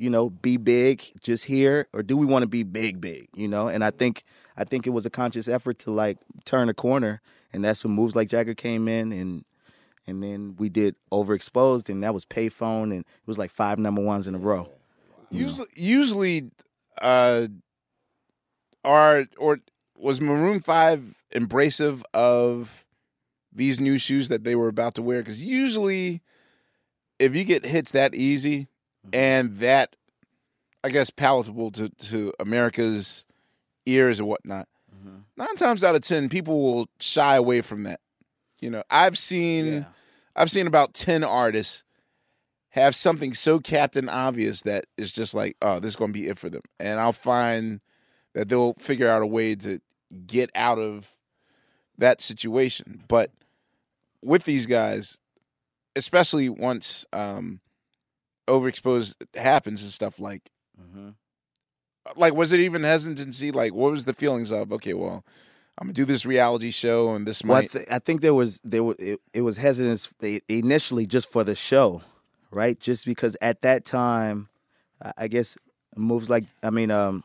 Speaker 3: you know, be big just here, or do we want to be big, big? You know, and I think I think it was a conscious effort to like turn a corner, and that's when moves like Jagger came in, and and then we did overexposed, and that was payphone, and it was like five number ones in a row.
Speaker 1: Usually, usually, uh, are or was Maroon Five embracive of these new shoes that they were about to wear? Because usually, if you get hits that easy and that, I guess, palatable to to America's ears and whatnot, nine times out of ten, people will shy away from that. You know, I've seen, I've seen about ten artists have something so captain obvious that it's just like, oh, this is going to be it for them. And I'll find that they'll figure out a way to get out of that situation. But with these guys, especially once um, overexposed happens and stuff like, like was it even hesitancy? Like, what was the feelings of? Okay, well, I'm gonna do this reality show and this
Speaker 3: Well, I,
Speaker 1: might.
Speaker 3: th- I think there was there was it, it was hesitance i- initially just for the show, right? Just because at that time, I- I guess moves like I mean, um,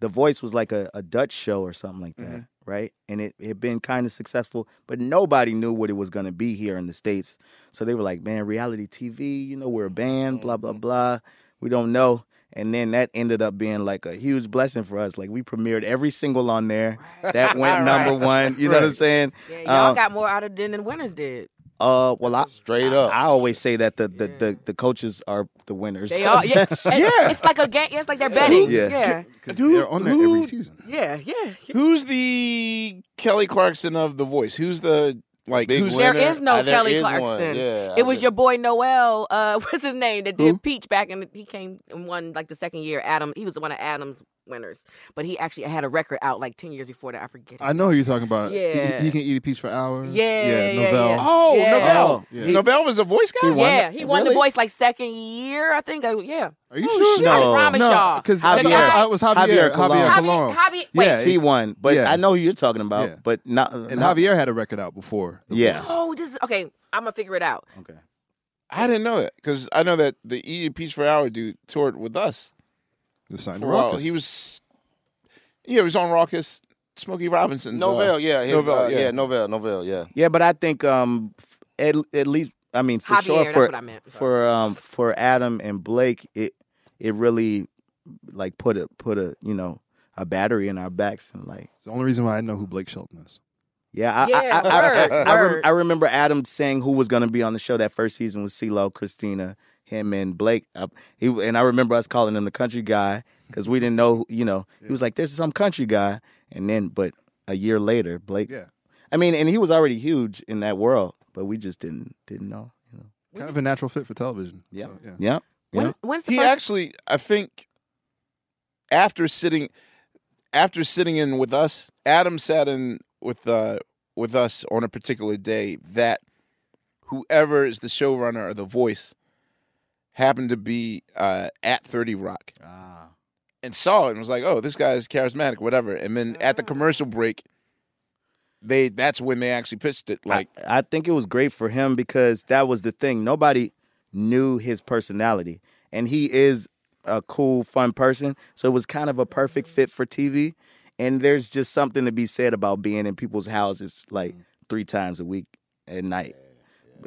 Speaker 3: the Voice was like a, a Dutch show or something like that,
Speaker 1: Mhm.
Speaker 7: Mm-hmm.
Speaker 3: right? And it it had been kind of successful, but nobody knew what it was going to be here in the states. So they were like, "Man, reality TV, you know, we're a band, blah
Speaker 7: Mm-hmm.
Speaker 3: blah blah. We don't know." And then that ended up being like a huge blessing for us. Like we premiered every single on there that went number
Speaker 7: Right.
Speaker 3: one. You know what I'm
Speaker 7: Right.
Speaker 3: saying?
Speaker 7: Yeah, y'all
Speaker 3: Um,
Speaker 7: got more out of it than Winners did.
Speaker 3: uh, well, I, straight up. I, always say that the the, the the coaches are the winners.
Speaker 7: They all, yeah,
Speaker 3: Yeah.
Speaker 7: It's like a game. It's like they're betting.
Speaker 3: Yeah.
Speaker 7: Yeah,
Speaker 1: they're on that every
Speaker 4: season.
Speaker 7: yeah, yeah.
Speaker 1: Who's the Kelly Clarkson of The Voice? Who's the like? who's Uh,
Speaker 7: there is no Kelly Clarkson. it was your boy Noel. Uh, what's his name that did
Speaker 1: Who?
Speaker 7: Peach back and he came and won like the second year. Adam, he was one of Adam's winners, but he actually had a record out like ten years before that. I forget.
Speaker 4: I know who you're talking about. He-
Speaker 7: Yeah.
Speaker 4: He, can eat a peach for hours.
Speaker 7: Yeah, yeah, yeah.
Speaker 4: Novell.
Speaker 7: Oh, Yeah. Novell.
Speaker 4: Yeah.
Speaker 7: He- Novell
Speaker 1: was a voice
Speaker 4: guy? He won
Speaker 7: yeah,
Speaker 4: it?
Speaker 7: he won the
Speaker 4: Really?
Speaker 7: voice like second year, I think. Uh, yeah.
Speaker 4: Are you
Speaker 7: Oh,
Speaker 4: sure?
Speaker 7: shit, I promise y'all.
Speaker 4: Because
Speaker 7: The guy-
Speaker 4: I was Javier. Javier,
Speaker 3: Javier
Speaker 4: Colon.
Speaker 7: Javi-
Speaker 3: wait.
Speaker 4: Yeah,
Speaker 3: he won, but I know who you're talking about.
Speaker 4: Yeah.
Speaker 3: But not
Speaker 4: And
Speaker 3: not-
Speaker 4: Javier had a record out before.
Speaker 3: Yeah,
Speaker 7: Oh, this is okay. I'm gonna figure it out.
Speaker 3: Okay.
Speaker 1: I didn't know that because I know that the E Eat a Piece per Hour dude toured with us
Speaker 4: signed
Speaker 1: for
Speaker 4: to
Speaker 1: a while.
Speaker 4: Ruckus.
Speaker 1: He was, yeah, he was on Raucus. Smokey Robinson.
Speaker 2: Novell? Yeah, his, uh, yeah. Novell, Novell, yeah.
Speaker 3: yeah. But I think um f- at at least I mean for
Speaker 2: Javier,
Speaker 3: sure
Speaker 2: that's
Speaker 3: for
Speaker 2: what I meant.
Speaker 3: for um for Adam and Blake it it really like put a put a you know a battery in our backs and like
Speaker 4: It's the only reason why I know who Blake Shelton is.
Speaker 3: Yeah, I,
Speaker 4: Yeah,
Speaker 3: I, I,
Speaker 4: word,
Speaker 3: I, I, I,
Speaker 4: word.
Speaker 3: rem- I remember Adam saying who was going to be on the show that first season was CeeLo, Christina, him, and Blake. I, he, and I remember us calling him the country guy because we didn't know, you know, he was like, there's some country guy. And then, but a year later, Blake.
Speaker 4: Yeah.
Speaker 3: I mean, and he was already huge in that world, but we just didn't didn't know.
Speaker 4: Kind of a natural fit for television. Yeah. yeah.
Speaker 3: Yep. yep.
Speaker 7: when's
Speaker 1: the he actually? I think after sitting after sitting in with us, Adam sat in with uh with us on a particular day that whoever is the showrunner or the voice happened to be uh, at Thirty Rock. Ah. And saw it and was like, "Oh, this guy is charismatic, whatever." And then at the commercial break, they—that's when they actually pitched it. Like,
Speaker 3: I, I think it was great for him because that was the thing. Nobody knew his personality, and he is a cool, fun person. So it was kind of a perfect fit for TV. And there's just something to be said about being in people's houses like three times a week at night.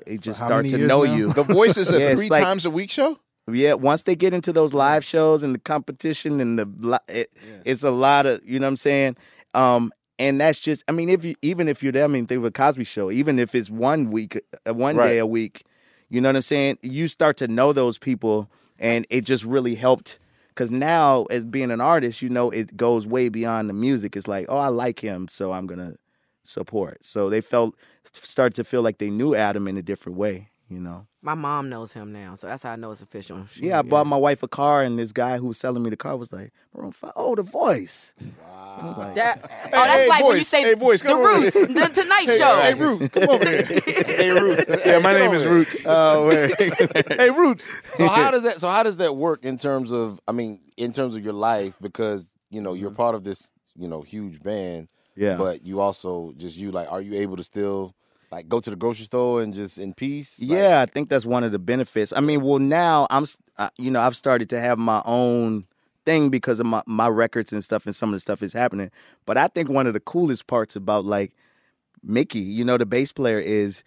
Speaker 3: It just
Speaker 1: how
Speaker 3: start
Speaker 1: many
Speaker 3: to
Speaker 1: years
Speaker 3: know
Speaker 1: now?
Speaker 3: you.
Speaker 1: The Voice is a
Speaker 3: it's
Speaker 1: three times a week show.
Speaker 3: Yeah, once they get into those live shows and the competition and the li- it, it's a lot of you know what I'm saying. Um, and that's just. I mean, if you even if you're there, I mean, think of a Cosby Show. Even if it's one week, uh, one
Speaker 2: Right.
Speaker 3: day a week, you know what I'm saying. You start to know those people, and it just really helped. Cause now, as being an artist, you know it goes way beyond the music. It's like, oh, I like him, so I'm gonna support. So they felt start to feel like they knew Adam in a different way. You know.
Speaker 7: My mom knows him now, so that's how I know it's official. She-
Speaker 3: Oh, Yeah, I bought my wife a car, and this guy who was selling me the car was like, Maroon 5, oh, the voice. Wow.
Speaker 7: That- oh, that's
Speaker 3: hey,
Speaker 7: like when you
Speaker 3: voice.
Speaker 7: say
Speaker 3: Hey, voice,
Speaker 7: the
Speaker 3: come over
Speaker 7: Roots,
Speaker 3: here.
Speaker 7: the Tonight
Speaker 3: Hey,
Speaker 7: Show.
Speaker 3: hey, Roots, come over here.
Speaker 2: hey Roots.
Speaker 3: Yeah, my name is Roots.
Speaker 10: Uh,
Speaker 2: Oh, hey
Speaker 3: Roots.
Speaker 2: So how does that? So how does that work in terms of? I mean, in terms of your life, because you know you're part of this, you know, huge band.
Speaker 3: Mm-hmm. Yeah.
Speaker 2: But you also just you like, are you able to still like go to the grocery store and just in peace?
Speaker 3: yeah, I think that's one of the benefits. I mean, well, now I'm, s- uh, you know, I've started to have my own thing because of my, my records and stuff, and some of the stuff is happening. But I think one of the coolest parts about like Mickey, you know, the bass player is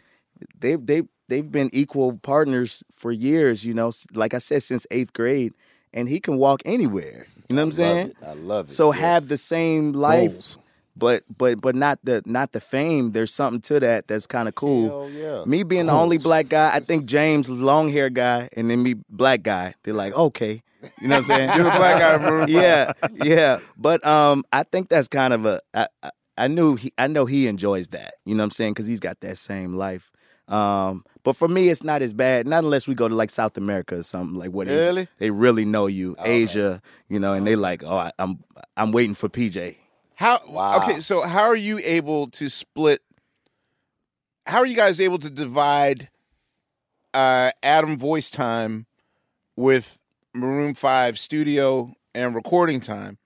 Speaker 3: they they they've been equal partners for years. You know, s- like I said, since eighth grade, and he can walk anywhere. You know what I'm saying?
Speaker 2: I love it.
Speaker 3: So have the same life,
Speaker 2: Goals.
Speaker 3: but but but not the not the fame. There's something to that that's kind of cool.
Speaker 2: Hell yeah.
Speaker 3: Me being the only
Speaker 2: Goals.
Speaker 3: black guy, I think James long hair guy, and then me black guy. They're like, okay, you know what I'm saying?
Speaker 10: You're the black guy, bro.
Speaker 3: yeah, yeah. But um, I think that's kind of a. I, I, I knew he. I know he enjoys that. You know what I'm saying? Because he's got that same life. Um, but for me, it's not as bad. Not unless we go to like South America or something like what.
Speaker 2: Really?
Speaker 3: They, really know you,
Speaker 10: Oh,
Speaker 3: Asia. You know, and they like, oh, I, I'm I'm waiting for PJ.
Speaker 10: How okay, so how are you able to split how are you guys able to divide uh Adam voice time with Maroon 5 studio and recording time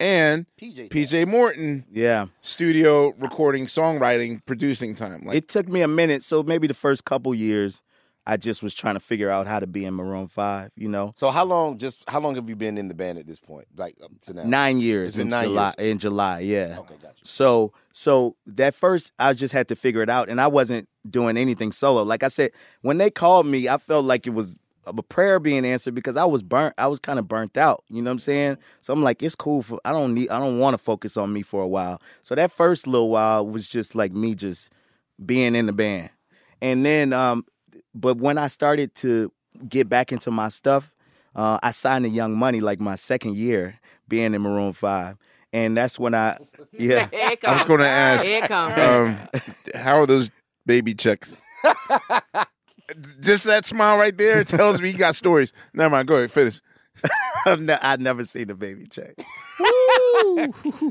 Speaker 10: and PJ, Morton
Speaker 3: Yeah.
Speaker 10: studio recording songwriting producing time like
Speaker 3: it took me a minute. So maybe the first couple years, I just was trying to figure out how to be in Maroon Five. You know,
Speaker 2: So how long? Just how long have you been in the band at this point? Like up to now?
Speaker 3: nine years
Speaker 2: It's been
Speaker 3: in
Speaker 2: nine
Speaker 3: July. eh,
Speaker 2: years.
Speaker 3: In July, yeah.
Speaker 2: Okay, gotcha.
Speaker 3: So so that first, I just had to figure it out, and I wasn't doing anything solo. Like I said, when they called me, I felt like it was a prayer being answered because I was burnt. I was kind of burnt out. You know what I'm saying? So I'm like, it's cool. For I don't need. I don't want to focus on me for a while. So that first little while was just like me just being in the band. And then, um, but when I started to get back into my stuff, uh, I signed to Young Money like my second year being in Maroon Five, and that's when I, yeah,
Speaker 7: Here it
Speaker 10: I was going to ask
Speaker 7: Here it comes.
Speaker 10: um how are those baby checks Just that smile right there tells me you got stories. Never mind, go ahead, finish.
Speaker 3: I've, ne- I've never seen a baby check.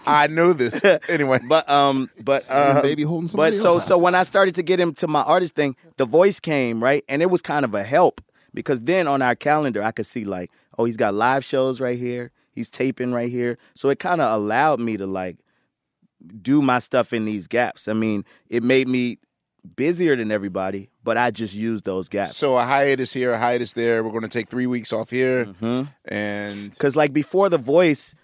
Speaker 10: I know this anyway.
Speaker 3: But um, but
Speaker 10: Same
Speaker 3: uh,
Speaker 10: baby holding
Speaker 3: But
Speaker 10: somebody
Speaker 3: so
Speaker 10: else
Speaker 3: so when I started to get into my artist thing, the voice came right, and it was kind of a help because then on our calendar I could see like, oh, he's got live shows right here, he's taping right here, so it kind of allowed me to like do my stuff in these gaps. I mean, it made me busier than everybody, but I just used those gaps.
Speaker 10: So a hiatus here, a hiatus there. We're going to take three weeks off here, and
Speaker 3: Because Mm-hmm. like before the voice,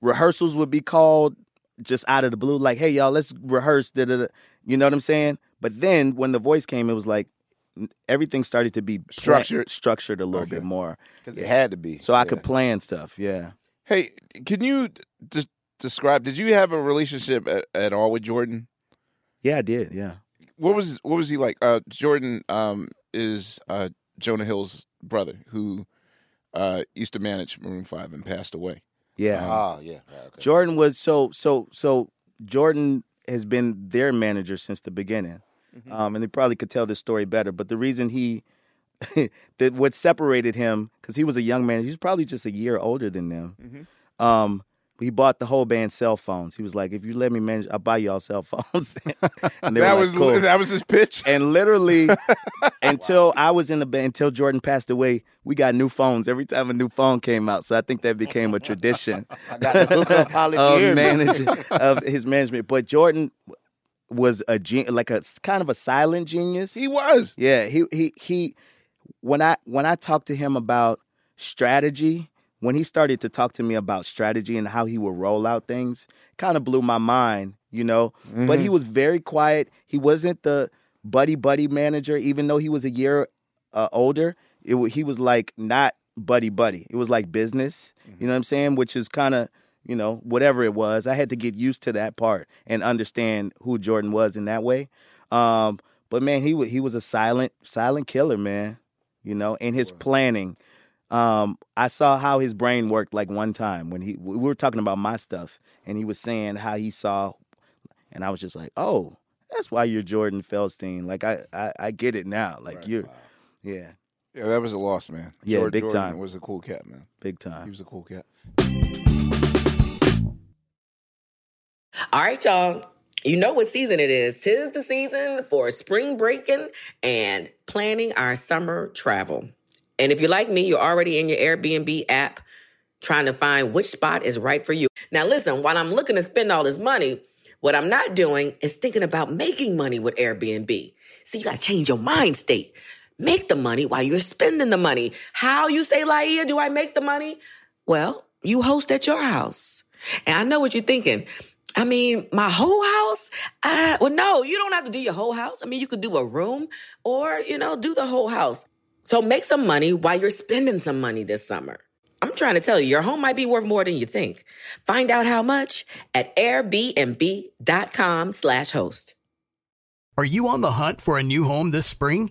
Speaker 3: rehearsals would be called just out of the blue, like, hey y'all, let's rehearse. Da, da, da. You know what I'm saying? But then when the voice came, it was like n- everything started to be pla-
Speaker 10: Structured.
Speaker 3: structured a little bit more
Speaker 2: 'Cause it had to be.
Speaker 3: So I could plan stuff. Yeah.
Speaker 10: hey, can you just describe? Did you have a relationship at, at all with Jordan?
Speaker 3: Yeah, I did. Yeah.
Speaker 10: What was what was he like? Uh, Jordan um, is uh, Jonah Hill's brother who uh, used to manage Maroon Five and passed away. Um,
Speaker 3: Yeah.
Speaker 2: Ah, yeah.
Speaker 3: Jordan was so so so Jordan has been their manager since the beginning.
Speaker 2: Mm-hmm.
Speaker 3: Um, and they probably could tell this story better, but the reason he that what separated him cuz he was a young man, he was probably just a year older than them. Um, he bought the whole band cell phones. He was like, "If you let me manage, I'll buy y'all cell phones." and they
Speaker 10: That
Speaker 3: were
Speaker 10: was-
Speaker 3: like, "Cool."
Speaker 10: that was his pitch.
Speaker 3: And literally, until I was in the band, until Jordan passed away, we got new phones every time a new phone came out. So I think that became a tradition
Speaker 2: I got the hookup Holly
Speaker 3: of
Speaker 2: Pierce.
Speaker 3: managing of his management. But Jordan was a gen- like a s- kind of a silent genius. He
Speaker 10: was.
Speaker 3: Yeah, he he he when I when I talked to him about strategy, when he started to talk to me about strategy and how he would roll out things, kind of blew my mind, you know. But he
Speaker 10: Mhm.
Speaker 3: was very quiet. He wasn't the buddy buddy manager, even though he was a year uh, older. It, wa- he was like not buddy buddy. It was like business, you know what I'm saying? Which is kind of you know, whatever it was. I had to get used to that part and understand who Jordan was in that way. Um, but man, he wa- he was a silent silent killer, man. You know, in his planning. Um, I saw how his brain worked like one time when he we were talking about my stuff and he was saying how he saw and I was just like, "Oh, that's why you're Jordan Feldstein." Like I I, I get it now. Like you're yeah.
Speaker 1: Yeah, that was a loss, man.
Speaker 3: Yeah,
Speaker 1: George
Speaker 3: big
Speaker 1: Jordan
Speaker 3: time.
Speaker 1: was a cool cat, man.
Speaker 3: Big time.
Speaker 1: He was a cool cat.
Speaker 7: All right, y'all. You know what season it is. Tis the season for spring breaking and planning our summer travel. And if you're like me, you're already in your Airbnb app trying to find which spot is right for you. Now, listen, while I'm looking to spend all this money, what I'm not doing is thinking about making money with Airbnb. See, you got to change your mind state. Make the money while you're spending the money. How you say, Laia, do I make the money? Well, you host at your house. And I know what you're thinking. I mean, my whole house? Uh, well, no, you don't have to do your whole house. I mean, you could do a room or, you know, do the whole house. So make some money while you're spending some money this summer. I'm trying to tell you, your home might be worth more than you think. Find out how much at airbnb.com slash host.
Speaker 15: Are you on the hunt for a new home this spring,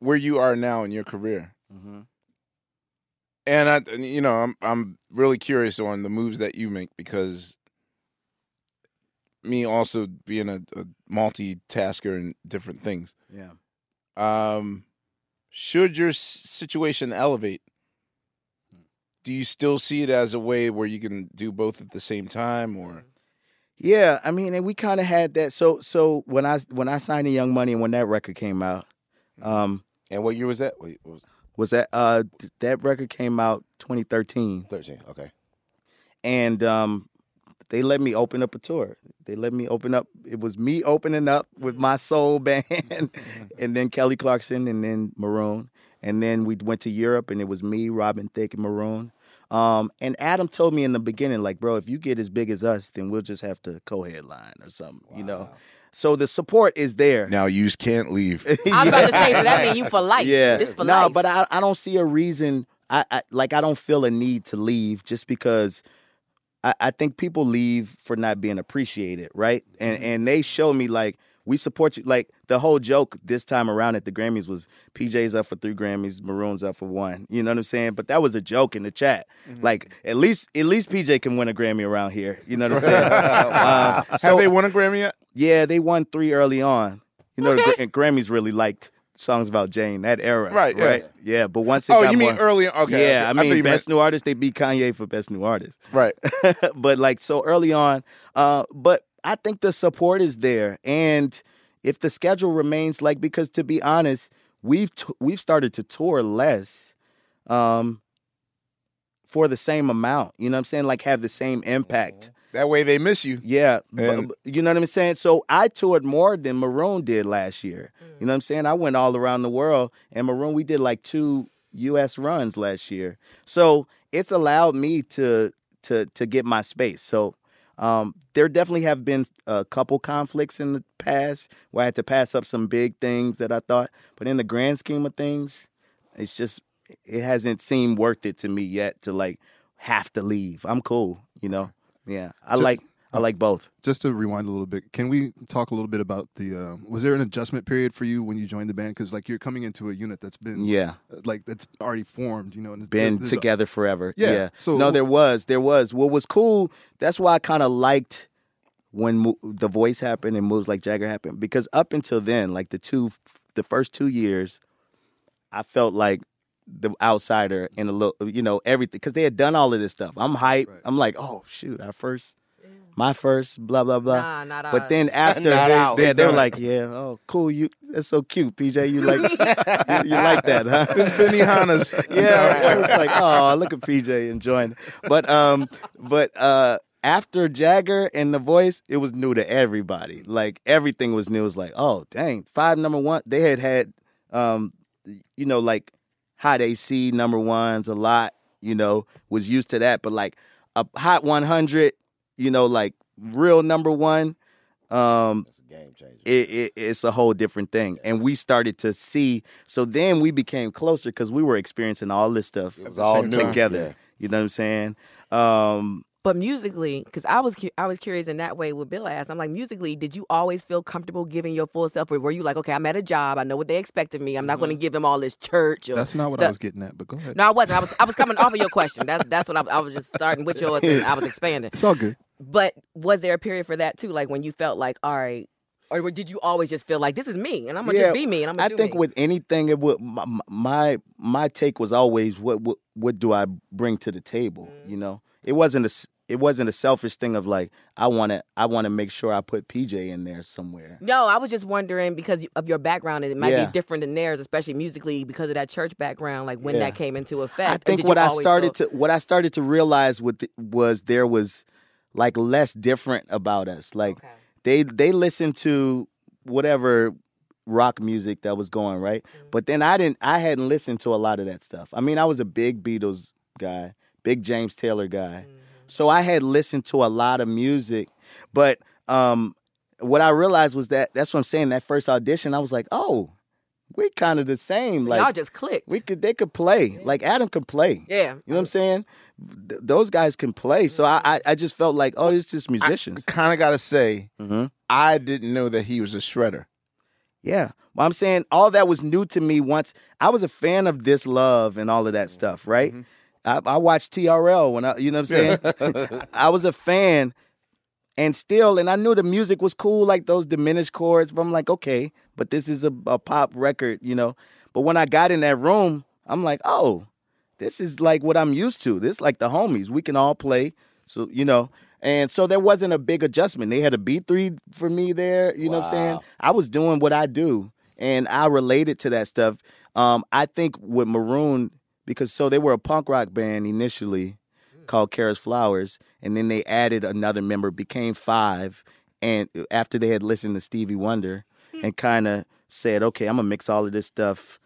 Speaker 1: where you are now in your career, and I, and, you know, I'm I'm really curious on the moves that you make because me also being a, a multitasker and different things.
Speaker 3: Yeah.
Speaker 1: Um, should your s- situation elevate? Hmm. Do you still see it as a way where you can do both at the same time, or
Speaker 3: Yeah, I mean, and we kind of had that. So, so when I when I signed to Young Money and when that record came out, um,
Speaker 1: Mm-hmm. and what year was that? Wait, what was,
Speaker 3: was that uh th- that record came out 2013.
Speaker 1: 13, okay.
Speaker 3: And um, they let me open up a tour. They let me open up. It was me opening up with my soul band, Mm-hmm. and then Kelly Clarkson, and then Maroon, and then we went to Europe, and it was me, Robin Thicke, and Maroon. Um, and Adam told me in the beginning, like, bro, if you get as big as us, then we'll just have to co-headline or something, you know. So the support is there.
Speaker 1: Now you can't leave.
Speaker 16: I was about to say, so that mean you for life.
Speaker 3: Yeah.
Speaker 16: This for
Speaker 3: no,
Speaker 16: life.
Speaker 3: but I, I don't see a reason. I, I like I don't feel a need to leave just because I, I think people leave for not being appreciated, right? And and they show me like we support you. Like the whole joke this time around at the Grammys was PJ's up for three Grammys, Maroon's up for one. You know what I'm saying? But that was a joke in the chat. Like at least at least PJ can win a Grammy around here. You know what I'm saying? Uh,
Speaker 1: Wow. Have they won a Grammy yet?
Speaker 3: Yeah, they won three early on. You know, the Gra- and Grammys really liked songs about Jane that era.
Speaker 1: Right, yeah.
Speaker 3: right, yeah. But once it
Speaker 1: Oh,
Speaker 3: got
Speaker 1: you mean
Speaker 3: more-
Speaker 1: early- okay,
Speaker 3: yeah.
Speaker 1: okay. I
Speaker 3: I
Speaker 1: thought
Speaker 3: mean,
Speaker 1: you meant-
Speaker 3: best new artist. They beat Kanye for best new artist,
Speaker 1: right?
Speaker 3: but like so early on. Uh, but I think the support is there, and if the schedule remains like, because to be honest, we've t- we've started to tour less. Um, for the same amount, you know what I'm saying? Like have the same impact.
Speaker 1: Mm-hmm. That way they miss you.
Speaker 3: Yeah. bu-
Speaker 1: And-
Speaker 3: bu- you know what I'm saying? So I toured more than Maroon did last year.
Speaker 1: Mm.
Speaker 3: You know what I'm saying? I went all around the world and Maroon, we did like two US runs last year. So it's allowed me to to to get my space. So um, there definitely have been a couple conflicts in the past where I had to pass up some big things that I thought, but in the grand scheme of things, it's just it hasn't seemed worth it to me yet to like have to leave. I'm cool, you know. Yeah, I
Speaker 4: Just-
Speaker 3: like I like both.
Speaker 4: oh. Just to rewind a little bit, can we talk a little bit about the? Um, was there an adjustment period for you when you joined the band? Because like you're coming into a unit that's been uh,
Speaker 3: Yeah.
Speaker 4: like that's already formed, you know, and it's
Speaker 3: been
Speaker 4: there's- there's a-
Speaker 3: together forever.
Speaker 4: Yeah,
Speaker 3: Yeah.
Speaker 4: so-
Speaker 3: no, there was, there was. What was cool? That's why I kind of liked when Mo- the voice happened and moves like Jagger happened because up until then, like the two, the first two years, I felt like the outsider and a little, you know, everything because they had done all of this stuff. I'm hype. I'm like, oh shoot, our first, my first, blah blah blah.
Speaker 7: Nah, not
Speaker 3: but
Speaker 7: ours.
Speaker 3: then after they,
Speaker 7: Not ours.
Speaker 3: they, they were
Speaker 7: Done.
Speaker 3: like, yeah, oh cool, you that's so cute, PJ. You like, you, you like that, huh?
Speaker 10: This Benihana's.
Speaker 3: yeah, I was like, oh, look at PJ enjoying. it." But um, but uh, after Jagger and The Voice, it was new to everybody. Like everything was new. It was like, oh dang, five number one. They had had um, you know, like hot AC number ones a lot. You know, was used to that, but like a hot one hundred. You know, like real number one. Um, it, it, it's a whole different thing. And we started to see. So then we became closer because we were experiencing all this stuff
Speaker 2: was all new.
Speaker 3: together.
Speaker 2: Yeah.
Speaker 3: You know what I'm saying? Um,
Speaker 7: But musically, because I was cu- I was curious in that way what Bill asked. I'm like, musically, did you always feel comfortable giving your full self? Or were you like, okay, I'm at a job, I know what they expect of me, I'm not going to give them all this church? Or
Speaker 4: Mm-hmm. That's not what I
Speaker 7: stuff.
Speaker 4: was getting at, but go ahead.
Speaker 7: No, I wasn't. I was I was coming off of your question. That's that's what I, I was just starting with yours. And I was expanding.
Speaker 4: It's all good.
Speaker 7: But was there a period for that too? Like when you felt like, all right, or did you always just feel like this is me and I'm gonna
Speaker 3: Yeah,
Speaker 7: just be me and I'm gonna
Speaker 3: I
Speaker 7: do
Speaker 3: think
Speaker 7: me?
Speaker 3: with anything, it would my, my my take was always what, what what do I bring to the table?
Speaker 7: Mm-hmm.
Speaker 3: You know, it wasn't a s- it wasn't a selfish thing of like I want to I want to make sure I put PJ in there somewhere.
Speaker 7: No, I was just wondering because of your background, and it might
Speaker 3: Yeah.
Speaker 7: be different than theirs, especially musically because of that church background. Like when
Speaker 3: Yeah.
Speaker 7: that came into effect.
Speaker 3: I think what I started to what I started to realize with the- was there was like less different about us. Like they they listened to whatever rock music that was going right,
Speaker 7: Mm-hmm.
Speaker 3: but then I didn't. I hadn't listened to a lot of that stuff. I mean, I was a big Beatles guy, big James Taylor guy,
Speaker 7: Mm-hmm.
Speaker 3: so I had listened to a lot of music, but um, what I realized was that that's what I'm saying. That first audition, I was like, oh. We're kind of the same. like
Speaker 7: y'all just clicked.
Speaker 3: We could, they could play. Like Adam could play.
Speaker 7: Yeah.
Speaker 3: You know what I'm saying? Th- those guys can play. So I, I, I just felt like, oh, it's just musicians. Mm-hmm.
Speaker 10: kind of got to say, I didn't know that he was a shredder.
Speaker 3: yeah. Well, I'm saying all that was new to me once I was a fan of this love and all of that stuff, right? I, I watched TRL when I, you know what I'm saying?
Speaker 10: Mm-hmm. Yeah.
Speaker 3: I was a fan and still, and I knew the music was cool, like those diminished chords, but I'm like, okay, but this is a, a pop record, you know? But when I got in that room, I'm like, oh, this is like what I'm used to. This like the homies. We can all play. So, you know, and so there wasn't a big adjustment. They had a B3 for me there. You know what I'm saying?
Speaker 2: Wow.
Speaker 3: I was doing what I do and I related to that stuff. Um, I think with Maroon, because so they were a punk rock band initially
Speaker 7: Mm.
Speaker 3: called Kara's Flowers, and then they added another member, became five, and uh, after they had listened to Stevie Wonder
Speaker 7: Hmm.
Speaker 3: and kind of said, "Okay, I'm gonna mix all of this stuff,"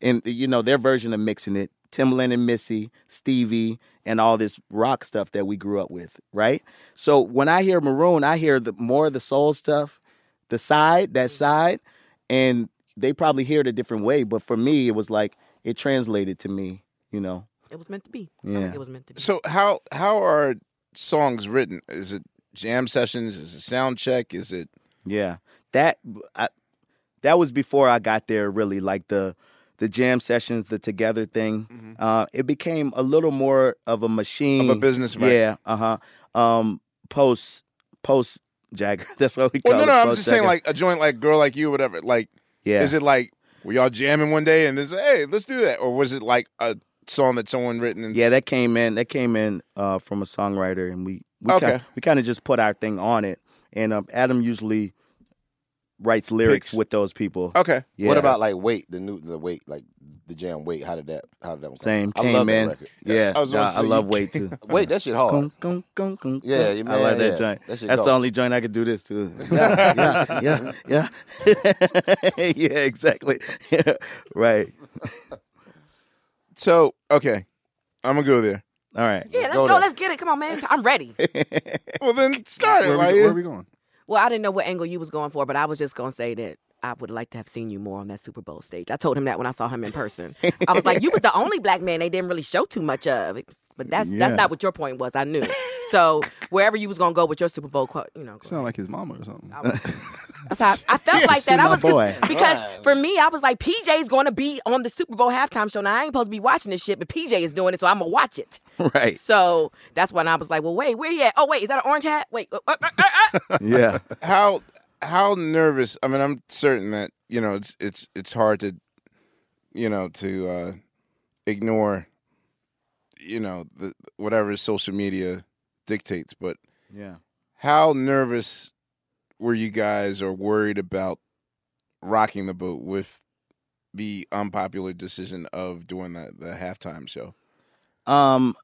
Speaker 3: and uh, you know their version of mixing it, Timbaland and Missy, Stevie, and all this rock stuff that we grew up with, right? So when I hear Maroon, I hear the more of the soul stuff, the side,
Speaker 7: Mm.
Speaker 3: that side, and they probably hear it a different way, but for me, it was like it translated to me, you know.
Speaker 7: It was meant to be.
Speaker 3: Yeah.
Speaker 7: It was meant to be.
Speaker 10: So how how are songs written? Is it jam sessions? Is it sound check? Is it
Speaker 3: Yeah, that I, that was before I got there. Really, like the the jam sessions, the together thing. Uh, it became a little more of a machine
Speaker 10: Mm-hmm. Of a business, right.
Speaker 3: Yeah, uh huh. Um, post post Jagger. That's what we call.
Speaker 10: Well, no,
Speaker 3: it,
Speaker 10: no. I'm
Speaker 3: post
Speaker 10: just saying,
Speaker 3: Jagger.
Speaker 10: like a joint, like girl, like you, whatever. Like,
Speaker 3: Yeah.
Speaker 10: is it like were y'all jamming one day and then say, hey, let's do that, or was it like a song that someone written? And
Speaker 3: yeah, that came in. That came in uh, from a songwriter, and we we
Speaker 10: Okay.
Speaker 3: kind, we kind of just put our thing on it. And um, Adam usually writes lyrics with those people. Yeah.
Speaker 2: What about like wait the new the wait like the jam wait how did that how did that one come?
Speaker 3: Same,
Speaker 2: I
Speaker 3: came
Speaker 2: love
Speaker 3: in.
Speaker 2: That record.
Speaker 3: Yeah,
Speaker 2: gonna
Speaker 3: nah, I
Speaker 2: say,
Speaker 3: love
Speaker 2: you
Speaker 3: Wait,
Speaker 2: can't-
Speaker 3: too.
Speaker 2: wait that shit hard.
Speaker 3: Gung, gung, gung, gung,
Speaker 2: Yeah,
Speaker 3: gung.
Speaker 2: you
Speaker 3: I
Speaker 2: man,
Speaker 3: like that
Speaker 2: yeah.
Speaker 3: joint.
Speaker 2: That shit
Speaker 3: That's
Speaker 2: go.
Speaker 3: the only joint I could do this to. Yeah, yeah, yeah, yeah. yeah exactly. Yeah, right.
Speaker 10: So okay, I'm gonna go there.
Speaker 3: All right.
Speaker 7: Yeah, let's go. Let's get it. Come on, man. It's- I'm ready.
Speaker 10: well, then start
Speaker 7: it, Where we- like- where we
Speaker 10: going?
Speaker 7: Well, I didn't know what angle you was going for, but I was just gonna say that I would like to have seen you more on that Super Bowl stage. I told him that when I saw him in person. I was like, you was the only black man they didn't really show too much of. But that's
Speaker 3: Yeah.
Speaker 7: that's not what your point was. I knew. So wherever you was gonna go with your Super Bowl, quote, you know,
Speaker 4: Sound like his mama or something.
Speaker 7: that's how I, I felt
Speaker 4: Yeah,
Speaker 7: like
Speaker 4: see
Speaker 7: that. I
Speaker 4: my
Speaker 7: was
Speaker 4: boy.
Speaker 7: because for me, I was like, PJ's gonna be on the Super Bowl halftime show. Now I ain't supposed to be watching this shit, but PJ is doing it, so I'm gonna watch it.
Speaker 3: Right.
Speaker 7: So that's when I was like, well, wait, where he at? Oh, wait, is that an orange hat? Wait, uh, uh, uh, uh, uh.
Speaker 3: yeah.
Speaker 10: How how nervous? I mean, I'm certain that you know it's it's it's hard to you know to uh, ignore you know the whatever social media dictates. But
Speaker 11: Yeah.
Speaker 10: how nervous were you guys or worried about rocking the boat with the unpopular decision of doing the, the halftime show?
Speaker 3: Um,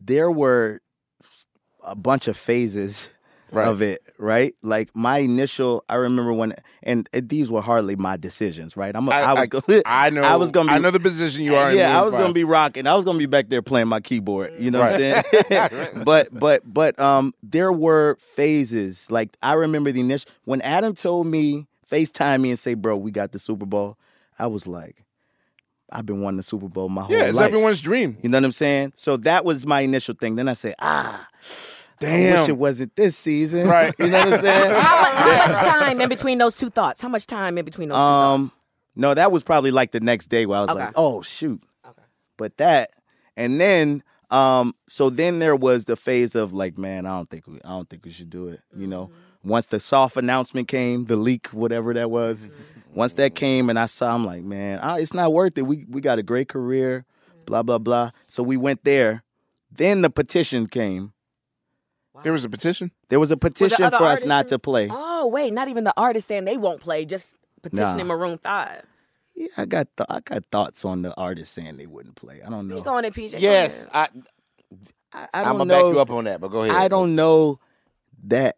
Speaker 3: there were a bunch of phases of it, right? Like my initial, I remember when, and it- these were hardly my decisions, right? I'm, a, I,
Speaker 10: I-
Speaker 3: was
Speaker 10: I-
Speaker 3: gonna,
Speaker 10: I know-
Speaker 3: I was gonna, be, Eh,
Speaker 10: I know the position you are in
Speaker 3: Yeah, I
Speaker 10: Maroon
Speaker 3: was gonna
Speaker 10: five.
Speaker 3: be rocking. I was gonna be back there playing my keyboard. You know what I'm saying? but, but, but, um, there were phases. Like I remember the initial when Adam told me, Facetime me and say, "Bro, we got the Super Bowl." I was like. I've been wanting the Super Bowl my whole
Speaker 10: Yeah,
Speaker 3: life.
Speaker 10: it's everyone's dream.
Speaker 3: You know what I'm saying? So that was my initial thing. Then I said, ah, damn, I
Speaker 10: Damn.
Speaker 3: wish it wasn't this season.
Speaker 10: Right.
Speaker 3: You know what I'm saying?
Speaker 7: how, how much time in between those two thoughts? How much time in between those? two
Speaker 3: um, no, that was probably like the next day where I was
Speaker 7: Okay.
Speaker 3: like, oh shoot. But that, and then, um, so then there was the phase of like, man, I don't think we, I don't think we should do it. You know,
Speaker 7: Mm-hmm.
Speaker 3: once the soft announcement came, the leak, whatever that was,
Speaker 7: Mm-hmm.
Speaker 3: once that came, and I saw, I'm like, man, ah, it's not worth it. We we got a great career,
Speaker 7: Mm-hmm.
Speaker 3: blah blah blah. So we went there. Then the petition came.
Speaker 10: There was a petition.
Speaker 3: There was a
Speaker 7: Were the
Speaker 3: petition
Speaker 7: other
Speaker 3: for us
Speaker 7: artists
Speaker 3: not
Speaker 7: in-
Speaker 3: to play.
Speaker 7: Oh wait, not even the artist saying they won't play, just petitioning
Speaker 3: Nah.
Speaker 7: Maroon Five.
Speaker 3: Yeah, I got th- I got thoughts on the artist saying they wouldn't play. I don't know.
Speaker 7: Speak on it, PJ.
Speaker 2: Yes,
Speaker 7: I,
Speaker 3: I,
Speaker 2: I'm gonna back you up on that, but go ahead.
Speaker 3: I don't know that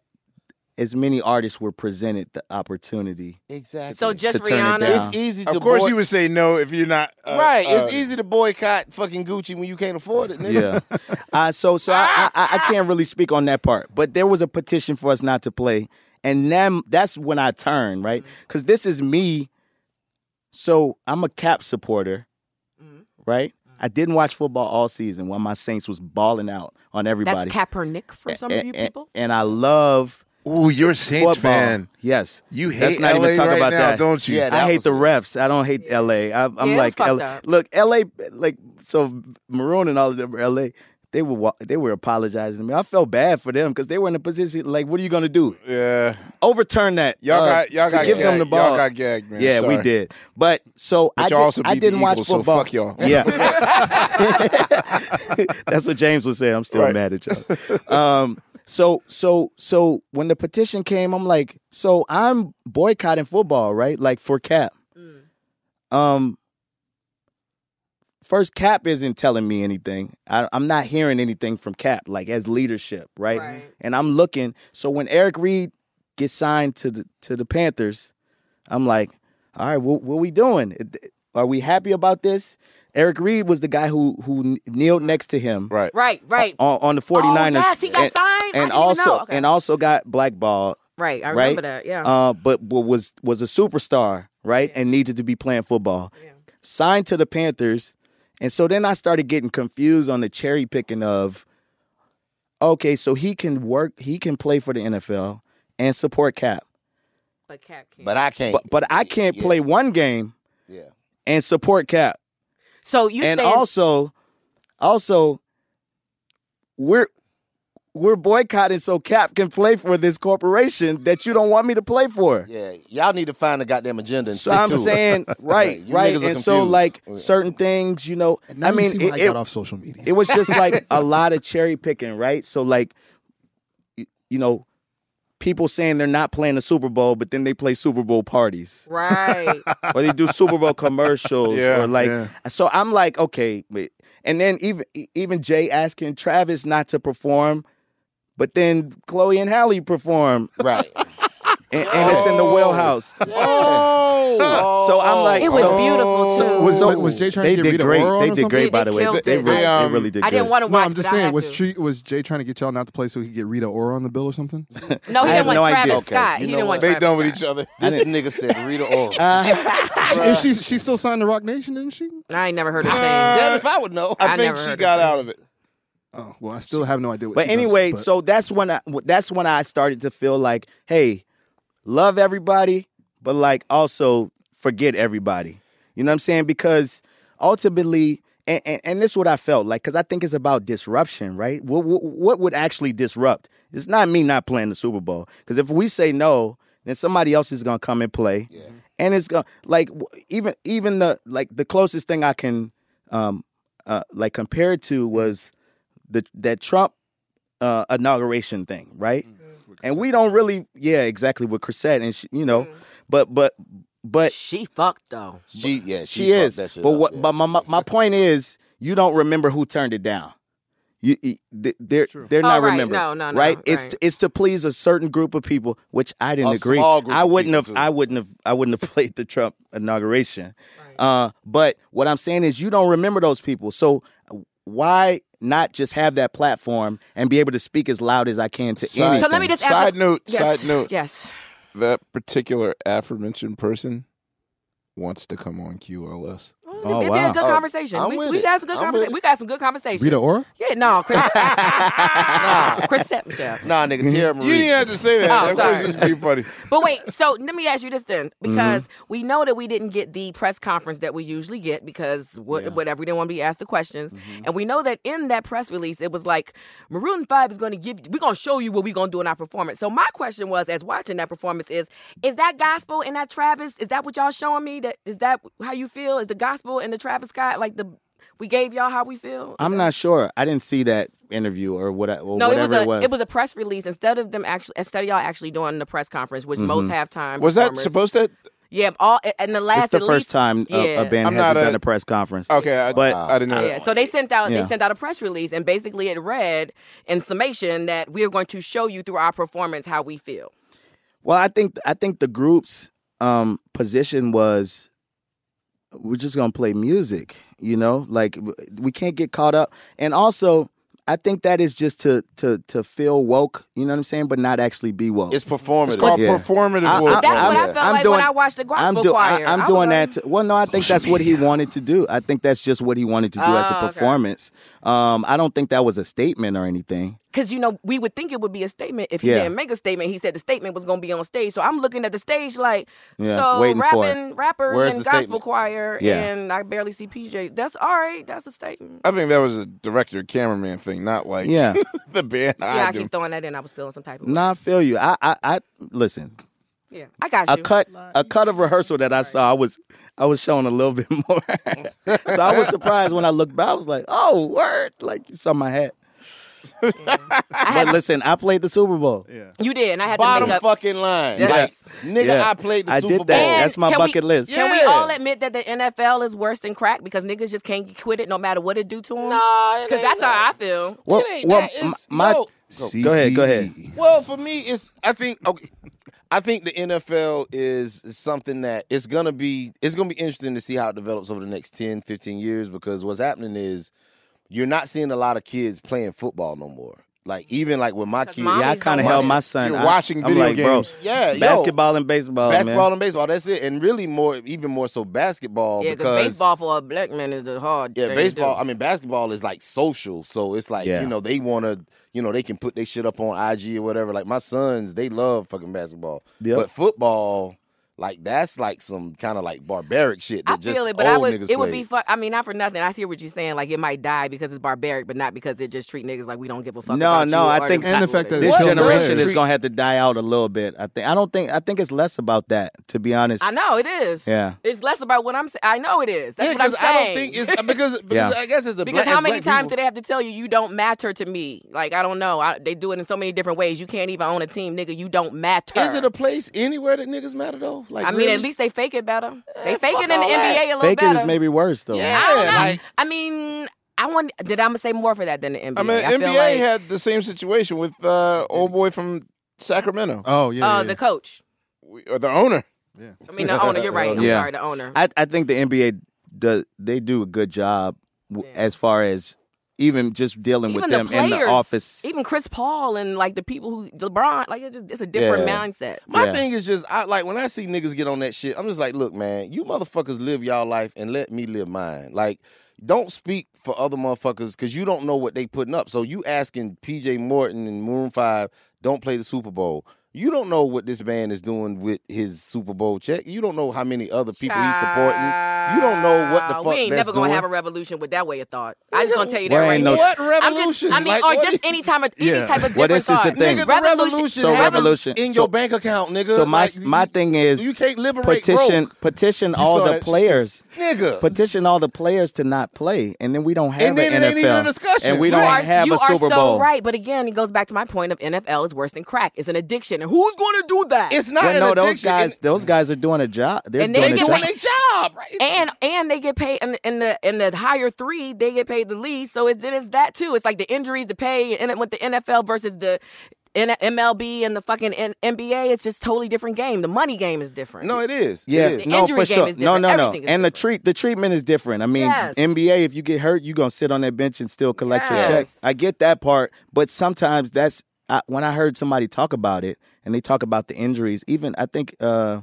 Speaker 3: as many artists were presented the opportunity.
Speaker 2: Exactly.
Speaker 3: So just To turn it Rihanna? down.
Speaker 2: It's easy to.
Speaker 10: Of course,
Speaker 2: boy-
Speaker 10: you would say no if you're not uh,
Speaker 2: right.
Speaker 10: uh,
Speaker 2: it's easy to boycott fucking Gucci when you can't afford it. Nigga.
Speaker 3: Yeah. uh, so so I, I I can't really speak on that part, but there was a petition for us not to play, and then that's when I turned right because this is me. So I'm a Cap supporter, right? I didn't watch football all season while my Saints was balling out on everybody.
Speaker 7: That's Kaepernick for some of
Speaker 3: and,
Speaker 7: you
Speaker 3: and-
Speaker 7: people.
Speaker 3: and I love.
Speaker 10: Ooh, you're a Saints
Speaker 3: football.
Speaker 10: fan.
Speaker 3: Yes,
Speaker 10: You
Speaker 3: Let's
Speaker 10: hate
Speaker 3: not even
Speaker 10: LA
Speaker 3: talk
Speaker 10: right
Speaker 3: about
Speaker 10: now,
Speaker 3: that,
Speaker 10: don't you? Yeah, that
Speaker 3: I hate
Speaker 10: was-
Speaker 3: the refs. I don't hate LA. I, I'm
Speaker 10: Yeah, it was
Speaker 3: like,
Speaker 10: fucked
Speaker 3: LA.
Speaker 10: up.
Speaker 3: look, LA, like so Maroon and all of them, were LA. They were wa- they were apologizing to me. I felt bad for them because they were in a position like, what are you gonna do?
Speaker 10: Yeah,
Speaker 3: overturn that.
Speaker 10: Y'all
Speaker 3: Uh,
Speaker 10: got y'all got
Speaker 3: give
Speaker 10: gagged.
Speaker 3: them the ball.
Speaker 10: Y'all got gagged, man.
Speaker 3: Yeah, we
Speaker 10: Sorry.
Speaker 3: did. But so
Speaker 10: But
Speaker 3: I,
Speaker 10: y'all
Speaker 3: did,
Speaker 10: also
Speaker 3: I
Speaker 10: beat the
Speaker 3: didn't watch
Speaker 10: Eagles, so
Speaker 3: football.
Speaker 10: fuck y'all.
Speaker 3: Yeah, that's what James would say. I'm still
Speaker 10: Right.
Speaker 3: mad at y'all. Um, so so so when the petition came, I'm like, so I'm boycotting football, right? Like for Cap. Um, first cap isn't telling me anything I, i'm not hearing anything from cap like as leadership right? and i'm looking so when eric reed gets signed to the to the panthers i'm like all right what, what we doing It- are we happy about this eric reed was the guy who who kneeled next to him right
Speaker 7: Right, right. Oh,
Speaker 3: on, on the 49ers
Speaker 7: yes, he got signed?
Speaker 3: and,
Speaker 7: I didn't
Speaker 3: and
Speaker 7: even
Speaker 3: also
Speaker 7: know. Okay.
Speaker 3: and also got blackballed
Speaker 7: Right, I
Speaker 3: right?
Speaker 7: remember that. Yeah.
Speaker 3: Uh, but, but was was a superstar, right? And needed to be playing football. Signed to the Panthers, and so then I started getting confused on the cherry picking of, okay, so he can work, he can play for the NFL and support Cap,
Speaker 7: but Cap can't.
Speaker 2: But I can't.
Speaker 3: but, but I can't play one game,
Speaker 2: Yeah.
Speaker 3: and support Cap.
Speaker 7: So you
Speaker 3: and
Speaker 7: saying-
Speaker 3: also, also, we're we're boycotting so Cap can play for this corporation that you don't want me to play for.
Speaker 2: Yeah, y'all need to find a goddamn agenda. And
Speaker 3: So
Speaker 2: stick
Speaker 3: I'm
Speaker 2: to it.
Speaker 3: saying, right,
Speaker 2: you
Speaker 3: right,
Speaker 2: niggas
Speaker 3: and
Speaker 2: are
Speaker 3: so
Speaker 2: confused.
Speaker 3: like certain things, you know,
Speaker 6: now
Speaker 3: I
Speaker 6: you
Speaker 3: mean,
Speaker 6: see why
Speaker 3: it,
Speaker 6: I
Speaker 3: it-
Speaker 6: got off social media.
Speaker 3: It was just like a lot of cherry picking, right? So like, you, you know, people saying they're not playing the Super Bowl, but then they play Super Bowl parties,
Speaker 7: right.
Speaker 3: or they do Super Bowl commercials,
Speaker 11: Yeah,
Speaker 3: or like,
Speaker 11: yeah.
Speaker 3: so I'm like, okay, wait. and then even e, even Jay asking Travis not to perform, but then Chloe and Halle perform,
Speaker 2: right.
Speaker 3: And, and it's in the
Speaker 11: Oh.
Speaker 3: wellhouse.
Speaker 2: Oh,
Speaker 3: So I'm like,
Speaker 7: It was
Speaker 3: so-
Speaker 7: beautiful,
Speaker 3: so-
Speaker 7: too.
Speaker 6: Was-
Speaker 3: so
Speaker 6: was Jay trying
Speaker 3: they
Speaker 6: to get
Speaker 3: did
Speaker 6: rid of
Speaker 3: great.
Speaker 6: Oron
Speaker 3: They
Speaker 6: or
Speaker 3: did great,
Speaker 6: something?
Speaker 3: by the way. They,
Speaker 7: They
Speaker 3: really, they
Speaker 2: um,
Speaker 3: really did.
Speaker 7: I didn't
Speaker 3: good.
Speaker 7: wanna
Speaker 6: um, No,
Speaker 7: watch,
Speaker 6: I'm just
Speaker 7: but I
Speaker 6: saying,
Speaker 7: had
Speaker 6: was
Speaker 7: to.
Speaker 6: Tree, was Jay trying to get y'all not to play so he could get Rita Ora on the bill or something?
Speaker 7: No, he
Speaker 6: I
Speaker 7: didn't
Speaker 6: have
Speaker 7: want
Speaker 6: no idea.
Speaker 7: Travis
Speaker 6: Okay.
Speaker 7: Scott.
Speaker 6: You
Speaker 7: he
Speaker 6: know
Speaker 7: done
Speaker 6: what?
Speaker 7: want
Speaker 6: They
Speaker 7: Travis
Speaker 6: done
Speaker 2: with each other.
Speaker 6: I
Speaker 2: This
Speaker 6: didn't-
Speaker 2: nigga said Rita
Speaker 10: Oh,
Speaker 2: Ora.
Speaker 7: Uh,
Speaker 6: She- is she she still signed to Rock Nation, didn't she?
Speaker 7: Oh, I ain't never heard her
Speaker 2: Damn, if I would know,
Speaker 10: I, think she got out of it.
Speaker 4: Oh well, I still have no idea what.
Speaker 3: But
Speaker 4: she does,
Speaker 3: anyway,
Speaker 4: but-
Speaker 3: so that's when I w- that's when I started to feel like, hey, love everybody, but like also forget everybody. You know what I'm saying? Because ultimately, and and, and this is what I felt like, because I think it's about disruption, right? What, what what would actually disrupt? It's not me not playing the Super Bowl, because if we say no, then somebody else is gonna come and play, and it's gonna like w- even even the like the closest thing I can um uh like compare it to was the that Trump uh, inauguration thing, right? And we don't really, yeah, exactly with Chrisette, and she, you know, but but but
Speaker 7: she fucked though.
Speaker 3: She
Speaker 2: yeah,
Speaker 3: she,
Speaker 2: she fucked
Speaker 3: is.
Speaker 2: that shit
Speaker 3: but
Speaker 2: up,
Speaker 3: what? But my, my my point is, you don't remember who turned it down. You, you- th- they're they're
Speaker 7: Oh,
Speaker 3: not
Speaker 7: right.
Speaker 3: remembering,
Speaker 7: No, no, no,
Speaker 3: right? It's
Speaker 7: right.
Speaker 3: it's to please a certain group of people, which I didn't
Speaker 7: A
Speaker 3: agree.
Speaker 7: small group
Speaker 3: I
Speaker 7: of
Speaker 3: wouldn't have,
Speaker 7: people,
Speaker 3: I wouldn't have, I wouldn't have played the Trump inauguration. Uh, but what I'm saying is, you don't remember those people, so why not just have that platform and be able to speak as loud as I can to
Speaker 10: Side-
Speaker 3: anything?
Speaker 7: So let me just ask
Speaker 10: side
Speaker 7: this-
Speaker 10: note.
Speaker 7: yes,
Speaker 10: Side note.
Speaker 7: Yes.
Speaker 10: That particular aforementioned person wants to come on QLS.
Speaker 3: Oh,
Speaker 7: It'd be
Speaker 1: Oh,
Speaker 7: a
Speaker 10: Oh,
Speaker 7: good conversation.
Speaker 10: I'm
Speaker 7: we,
Speaker 10: with
Speaker 7: we
Speaker 10: it.
Speaker 7: should have some good
Speaker 10: I'm with
Speaker 7: conversation.
Speaker 10: it.
Speaker 7: We got some good conversations.
Speaker 10: Rita Ora?
Speaker 7: Yeah, no, Chris. nah, Chris Michelle.
Speaker 2: Nah, nigga,
Speaker 3: Mm-hmm.
Speaker 2: Tierra Marie.
Speaker 10: You didn't have to say that.
Speaker 7: Oh,
Speaker 10: that
Speaker 7: sorry.
Speaker 10: was just pretty funny.
Speaker 7: But wait, so let me ask you this then,
Speaker 3: Mm-hmm.
Speaker 7: because we know that we didn't get the press conference that we usually get because what, whatever we didn't want to be asked the questions,
Speaker 3: Mm-hmm.
Speaker 7: and we know that in that press release it was like Maroon Five is going to give we're going to show you what we're going to do in our performance. So my question was, as watching that performance, is is that gospel and that Travis? Is that what y'all showing me? That is that how you feel? Is the gospel and the Travis Scott like the we gave y'all how we feel?
Speaker 3: I'm not sure. I didn't see that interview or what or
Speaker 7: No, it was
Speaker 3: whatever
Speaker 7: a
Speaker 3: it was.
Speaker 7: a press release instead of them actually instead of y'all actually doing the press conference, which most
Speaker 3: Mhm.
Speaker 7: halftime
Speaker 3: Was that
Speaker 7: performers-
Speaker 10: supposed to?
Speaker 7: Yeah, all and the last
Speaker 3: it's the
Speaker 7: at
Speaker 3: first
Speaker 7: least-
Speaker 3: time a-
Speaker 7: yeah.
Speaker 3: a, band
Speaker 10: I'm
Speaker 3: hasn't
Speaker 10: not a-
Speaker 3: done a press conference.
Speaker 10: Okay, I,
Speaker 3: But-
Speaker 10: I didn't know.
Speaker 7: Yeah, so they sent out
Speaker 3: Yeah.
Speaker 7: they sent out a press release and basically it read in summation that we are going to show you through our performance how we feel.
Speaker 3: Well, I think I think the group's um, position was we're just gonna play music. You know, like w- we can't get caught up. And also, I think that is just to to to feel woke. You know what I'm saying? But not actually be woke.
Speaker 2: It's performative.
Speaker 10: It's called performative woke. That's what I felt
Speaker 7: like when I watched the gospel
Speaker 3: I'm do-
Speaker 7: choir.
Speaker 3: I, am
Speaker 7: I was
Speaker 3: doing
Speaker 7: like-
Speaker 3: that. To, well, no, I think that's what he wanted to do. I think that's just what he wanted to do as a
Speaker 7: Ah, okay.
Speaker 3: performance. Um, I don't think that was a statement or anything.
Speaker 7: Because you know we would think it would be a statement if he
Speaker 3: Yeah.
Speaker 7: didn't make a statement. He said the statement was going to be on stage, so I'm looking at the stage like
Speaker 3: Yeah,
Speaker 7: so
Speaker 3: waiting for it.
Speaker 7: rapping rappers
Speaker 10: Where's
Speaker 7: and
Speaker 10: the
Speaker 7: gospel
Speaker 10: statement?
Speaker 7: choir,
Speaker 10: Yeah.
Speaker 7: and I barely see PJ. That's all right. That's a statement.
Speaker 10: I think that was a director cameraman thing, not like
Speaker 3: Yeah.
Speaker 10: the band.
Speaker 7: yeah, I
Speaker 10: I
Speaker 7: keep throwing that in. I was feeling some type of
Speaker 3: Nah, I feel you. I, I, I listen.
Speaker 7: yeah. I got you.
Speaker 3: a cut a cut of rehearsal that I saw. I was I was showing a little bit more, so I was surprised when I looked back. I was like, "Oh, word!" Like you saw my hat.
Speaker 7: Mm-hmm.
Speaker 3: but listen, I played the Super Bowl. Yeah,
Speaker 7: You did, and I had
Speaker 2: Bottom
Speaker 7: to make up.
Speaker 2: fucking line. Like, nigga, I played the
Speaker 3: I
Speaker 2: Super
Speaker 3: did that.
Speaker 2: Bowl.
Speaker 3: That's my
Speaker 7: Can we-
Speaker 3: bucket list.
Speaker 7: Can we all admit that the NFL is worse than crack because niggas just can't quit it no matter what it do to them? Nah, because that's how I feel.
Speaker 3: Well, well, my,
Speaker 2: no.
Speaker 3: go, go ahead, go ahead.
Speaker 2: Well, for me, it's I think okay, I think the NFL is something that it's gonna be it's gonna be interesting to see how it develops over the next 10, 15 years because what's happening is you're not seeing a lot of kids playing football no more. Like even like with my kids,
Speaker 3: Yeah, I kind of held my son.
Speaker 2: You're
Speaker 3: I-
Speaker 2: watching
Speaker 3: I'm
Speaker 2: video
Speaker 3: like,
Speaker 2: games.
Speaker 3: Bro,
Speaker 2: yeah, yo,
Speaker 3: basketball and baseball.
Speaker 2: basketball
Speaker 3: man.
Speaker 2: and baseball. That's it, and really more, even more so basketball
Speaker 7: Yeah, because
Speaker 2: because
Speaker 7: baseball for a black man is the hard.
Speaker 2: yeah,
Speaker 7: thing to do.
Speaker 2: baseball. I mean, basketball is like social, so it's like
Speaker 3: Yeah.
Speaker 2: you know they want to, you know, they can put their shit up on IG or whatever. Like my sons, they love fucking basketball,
Speaker 3: Yep.
Speaker 2: but football, like that's like some kind of like barbaric shit. That
Speaker 7: I feel
Speaker 2: just
Speaker 7: it, but
Speaker 2: old
Speaker 7: I would.
Speaker 2: niggas
Speaker 7: It would be
Speaker 2: played.
Speaker 7: fun. I mean, not for nothing. I see what you're saying. Like it might die because it's barbaric, but not because it just treat niggas like we don't give a fuck.
Speaker 3: No,
Speaker 7: about
Speaker 3: no,
Speaker 7: you
Speaker 3: I
Speaker 7: or
Speaker 3: think
Speaker 7: the-
Speaker 3: I- this
Speaker 7: What?
Speaker 3: generation
Speaker 7: does
Speaker 3: is gonna have to die out a little bit. I think I don't think I think it's less about that. To be honest,
Speaker 7: I know it is.
Speaker 3: Yeah.
Speaker 7: it's less about what I'm saying. I know it is. That's
Speaker 2: Yeah,
Speaker 7: what I'm
Speaker 2: 'cause I don't
Speaker 7: saying.
Speaker 2: think it's- because-
Speaker 3: because Yeah. I
Speaker 2: guess it's a
Speaker 7: because
Speaker 2: black-
Speaker 7: how
Speaker 2: as
Speaker 7: many
Speaker 2: black
Speaker 7: times
Speaker 2: people-
Speaker 7: do they have to tell you you don't matter to me? Like I don't know. I, they do it in so many different ways. You can't even own a team, nigga. You don't matter.
Speaker 2: Is it a place anywhere that niggas matter though? Like
Speaker 7: I mean,
Speaker 2: really? Eh,
Speaker 7: at least they fake it better. They fake it in the
Speaker 2: all
Speaker 7: NBA
Speaker 2: that.
Speaker 7: a little
Speaker 3: fake
Speaker 7: better.
Speaker 3: it is maybe worse though.
Speaker 7: I don't know. I mean, I want. Did I'm gonna say more for that than the NBA?
Speaker 10: I mean,
Speaker 7: feel
Speaker 10: NBA
Speaker 7: like-
Speaker 10: had the same situation with uh, old boy from Sacramento.
Speaker 3: Oh
Speaker 7: uh, the coach.
Speaker 10: or the owner.
Speaker 7: I mean, the owner. You're right. I'm sorry, the owner.
Speaker 3: I, I think the NBA does they do a good job w- as far as even just dealing with
Speaker 7: Even
Speaker 3: them
Speaker 7: the players,
Speaker 3: in the office.
Speaker 7: even Chris Paul and like the people who LeBron, like it's just it's a different
Speaker 2: Yeah.
Speaker 7: mindset.
Speaker 2: My thing is just I like when I see niggas get on that shit, I'm just like, look, man, you motherfuckers live y'all life and let me live mine. Like, don't speak for other motherfuckers because you don't know what they putting up. So you asking PJ Morton and Moon Five don't play the Super Bowl. You don't know what this man is doing with his Super Bowl check. You don't know how many other people he's supporting. You don't know what
Speaker 7: Uh,
Speaker 2: the fuck
Speaker 7: we ain't
Speaker 2: that's
Speaker 7: never gonna
Speaker 2: doing.
Speaker 7: have a revolution with that way of thought. I just gonna tell you that
Speaker 2: Well,
Speaker 7: right
Speaker 2: ain't no-
Speaker 7: now.
Speaker 2: What
Speaker 7: I'm just-
Speaker 2: revolution?
Speaker 7: I mean,
Speaker 2: Like,
Speaker 7: or
Speaker 2: what
Speaker 7: just
Speaker 2: do
Speaker 7: any time of any type of different
Speaker 3: Well, this is the
Speaker 7: thought.
Speaker 3: thing.
Speaker 2: Nigga, the revolution
Speaker 3: so
Speaker 2: happens
Speaker 3: revolution
Speaker 2: in
Speaker 3: so-
Speaker 2: your bank account, nigga.
Speaker 3: So my
Speaker 2: Like,
Speaker 3: my thing is
Speaker 2: you can't liberate
Speaker 3: petition
Speaker 2: broke.
Speaker 3: petition
Speaker 2: You
Speaker 3: all
Speaker 2: saw
Speaker 3: the
Speaker 2: that shit.
Speaker 3: players,
Speaker 2: Nigga.
Speaker 3: Petition all the players to not play, and then we don't have
Speaker 2: And then
Speaker 3: an
Speaker 2: it ain't
Speaker 3: NFL,
Speaker 2: even a discussion.
Speaker 3: and we
Speaker 2: You
Speaker 3: don't
Speaker 2: are-
Speaker 3: have
Speaker 7: you
Speaker 3: a Super
Speaker 7: are so
Speaker 3: Bowl.
Speaker 7: right, but again, it goes back to my point of NFL is worse than crack. It's an addiction, and who's gonna do that?
Speaker 2: It's not
Speaker 3: Well, no, those guys, those guys are doing a job. They're
Speaker 7: and
Speaker 3: doing
Speaker 7: they
Speaker 3: a
Speaker 7: get
Speaker 3: job.
Speaker 7: paid
Speaker 2: job, right?
Speaker 7: And and they get paid in, in the in the higher three, they get paid the least. So it's it is that too. It's like the injuries, the pay, and it- with the NFL versus the N- MLB and the fucking N- NBA. It's just totally different game. The money game is different.
Speaker 2: No, it is.
Speaker 3: Yeah,
Speaker 7: The
Speaker 3: no,
Speaker 7: injury
Speaker 3: for
Speaker 7: game
Speaker 3: sure.
Speaker 7: is
Speaker 3: no,
Speaker 7: different.
Speaker 3: no, no.
Speaker 7: Everything is
Speaker 3: And the treat the treatment is different. I mean,
Speaker 7: Yes.
Speaker 3: NBA, if you get hurt, you gonna sit on that bench and still collect
Speaker 7: Yes.
Speaker 3: your check. I get that part, but sometimes that's I, when I heard somebody talk about it, and they talk about the injuries. Even I think uh,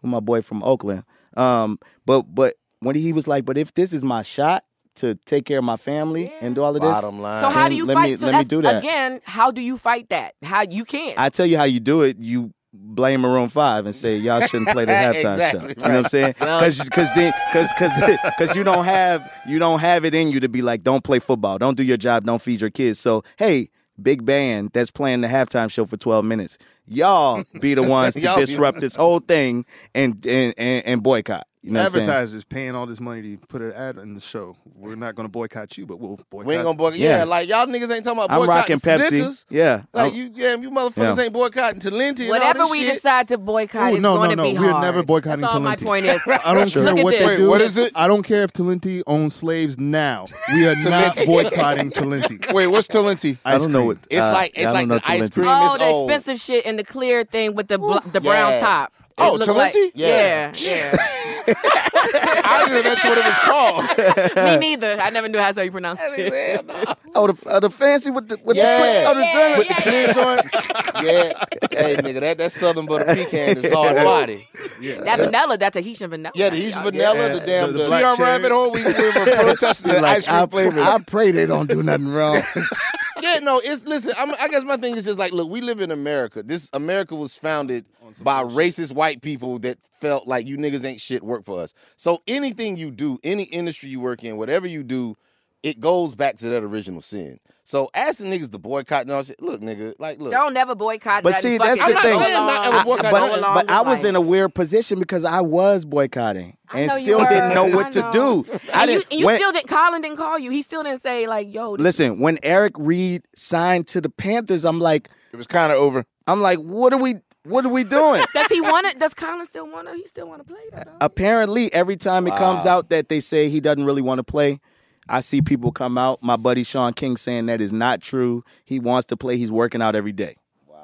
Speaker 3: who my boy from Oakland. Um, but but when he was like, but if this is my shot to take care of my family and do all of this,
Speaker 2: Bottom line.
Speaker 7: So how
Speaker 3: then
Speaker 7: do you
Speaker 3: let
Speaker 7: fight?
Speaker 3: Me,
Speaker 7: so
Speaker 3: let me
Speaker 7: that's-
Speaker 3: do that
Speaker 7: again. How do you fight that? How you can't.
Speaker 3: I tell you how you do it. You blame Maroon Five and say y'all shouldn't play the halftime show.
Speaker 7: Exactly
Speaker 3: You know what I'm
Speaker 7: right.
Speaker 3: saying?
Speaker 7: Well-
Speaker 3: Because because because because you don't have you don't have it in you to be like, don't play football, don't do your job, don't feed your kids. So hey, big band that's playing the halftime show for 12 minutes, y'all be the ones to
Speaker 4: Y'all be-
Speaker 3: disrupt this whole thing and and and, and boycott. You know what I'm saying?
Speaker 4: Advertisers paying all this money to put an ad in the show. We're not going to boycott you, but we'll boycott.
Speaker 2: We ain't gonna boycott. Yeah. like y'all niggas ain't talking about
Speaker 3: I'm
Speaker 2: boycotting
Speaker 3: rocking Pepsi.
Speaker 2: Snickers.
Speaker 3: Yeah.
Speaker 2: like
Speaker 3: I'm-
Speaker 2: you, yeah, you motherfuckers
Speaker 3: Yeah.
Speaker 2: ain't boycotting Talenti.
Speaker 7: Whatever
Speaker 2: and all this
Speaker 7: we
Speaker 2: shit.
Speaker 7: decide to boycott
Speaker 2: Ooh,
Speaker 7: is
Speaker 2: no,
Speaker 7: going
Speaker 2: no,
Speaker 7: to be
Speaker 2: no,
Speaker 7: hard.
Speaker 2: we're never boycotting
Speaker 7: That's all my
Speaker 2: Talenti.
Speaker 7: point is.
Speaker 4: I don't
Speaker 7: Look
Speaker 4: care
Speaker 7: at
Speaker 4: what
Speaker 7: this.
Speaker 4: they do. I don't care if Talenti owns slaves now. We are not
Speaker 7: Talenti.
Speaker 4: boycotting Talenti.
Speaker 10: Wait, what's Talenti?
Speaker 3: I don't know what- It's uh, like- it's I don't like know the ice Talenti. cream
Speaker 7: oh,
Speaker 3: is
Speaker 7: the
Speaker 3: old.
Speaker 7: expensive shit and the clear thing with the bl- the brown
Speaker 3: yeah.
Speaker 7: top. It
Speaker 10: Oh,
Speaker 7: look like-
Speaker 10: Talenti?
Speaker 7: yeah,
Speaker 10: Yeah.
Speaker 7: yeah.
Speaker 10: I didn't know that's what it was called.
Speaker 7: Me neither. I never knew how you pronounce it.
Speaker 3: Oh, the, oh, the fancy with the with
Speaker 2: Yeah.
Speaker 3: the oh, the
Speaker 7: Yeah,
Speaker 3: with
Speaker 7: yeah,
Speaker 3: the
Speaker 7: yeah.
Speaker 3: clear joint.
Speaker 2: yeah, hey nigga, that that southern butter pecan is hard body.
Speaker 7: That vanilla, that Tahitian vanilla.
Speaker 2: Yeah, the he's vanilla, the damn.
Speaker 10: the-
Speaker 2: The,
Speaker 10: the
Speaker 2: see
Speaker 10: black
Speaker 2: our
Speaker 10: cherry.
Speaker 2: rabbit hole. We, we were protesting the ice cream flavor.
Speaker 3: pray they don't do nothing wrong.
Speaker 2: yeah, no, it's listen. I'm, I guess my thing is just like, look, we live in America. This America was founded by racist white people that felt like you niggas ain't shit work for us. So anything you do, any industry you work in, whatever you do, it goes back to that original sin. So asking niggas to boycott and all shit. Look, nigga, like, look,
Speaker 7: Don't never boycott.
Speaker 3: But
Speaker 7: nothing.
Speaker 3: see,
Speaker 7: Fuck
Speaker 3: that's
Speaker 7: it.
Speaker 3: the thing.
Speaker 7: Go along.
Speaker 3: I- but
Speaker 7: Go along
Speaker 3: but
Speaker 7: with
Speaker 3: I was
Speaker 7: life.
Speaker 3: in a weird position because I was boycotting and
Speaker 7: know you
Speaker 3: still
Speaker 7: were.
Speaker 3: didn't know
Speaker 7: I
Speaker 3: what to
Speaker 7: know.
Speaker 3: do. I
Speaker 7: and you,
Speaker 3: didn't.
Speaker 7: and you
Speaker 3: when-
Speaker 7: still didn't. Colin didn't call you. He still didn't say like, "Yo, this-
Speaker 3: listen, when Eric Reed signed to the Panthers, I'm like, it was kind of over. I'm like, what are we? What are we doing?
Speaker 7: does he want it? Does Colin still want to? He still want to play that?
Speaker 3: Apparently, every time it comes
Speaker 7: Wow.
Speaker 3: out that they say he doesn't really want to play, I see people come out. My buddy Sean King saying that is not true. He wants to play. He's working out every day.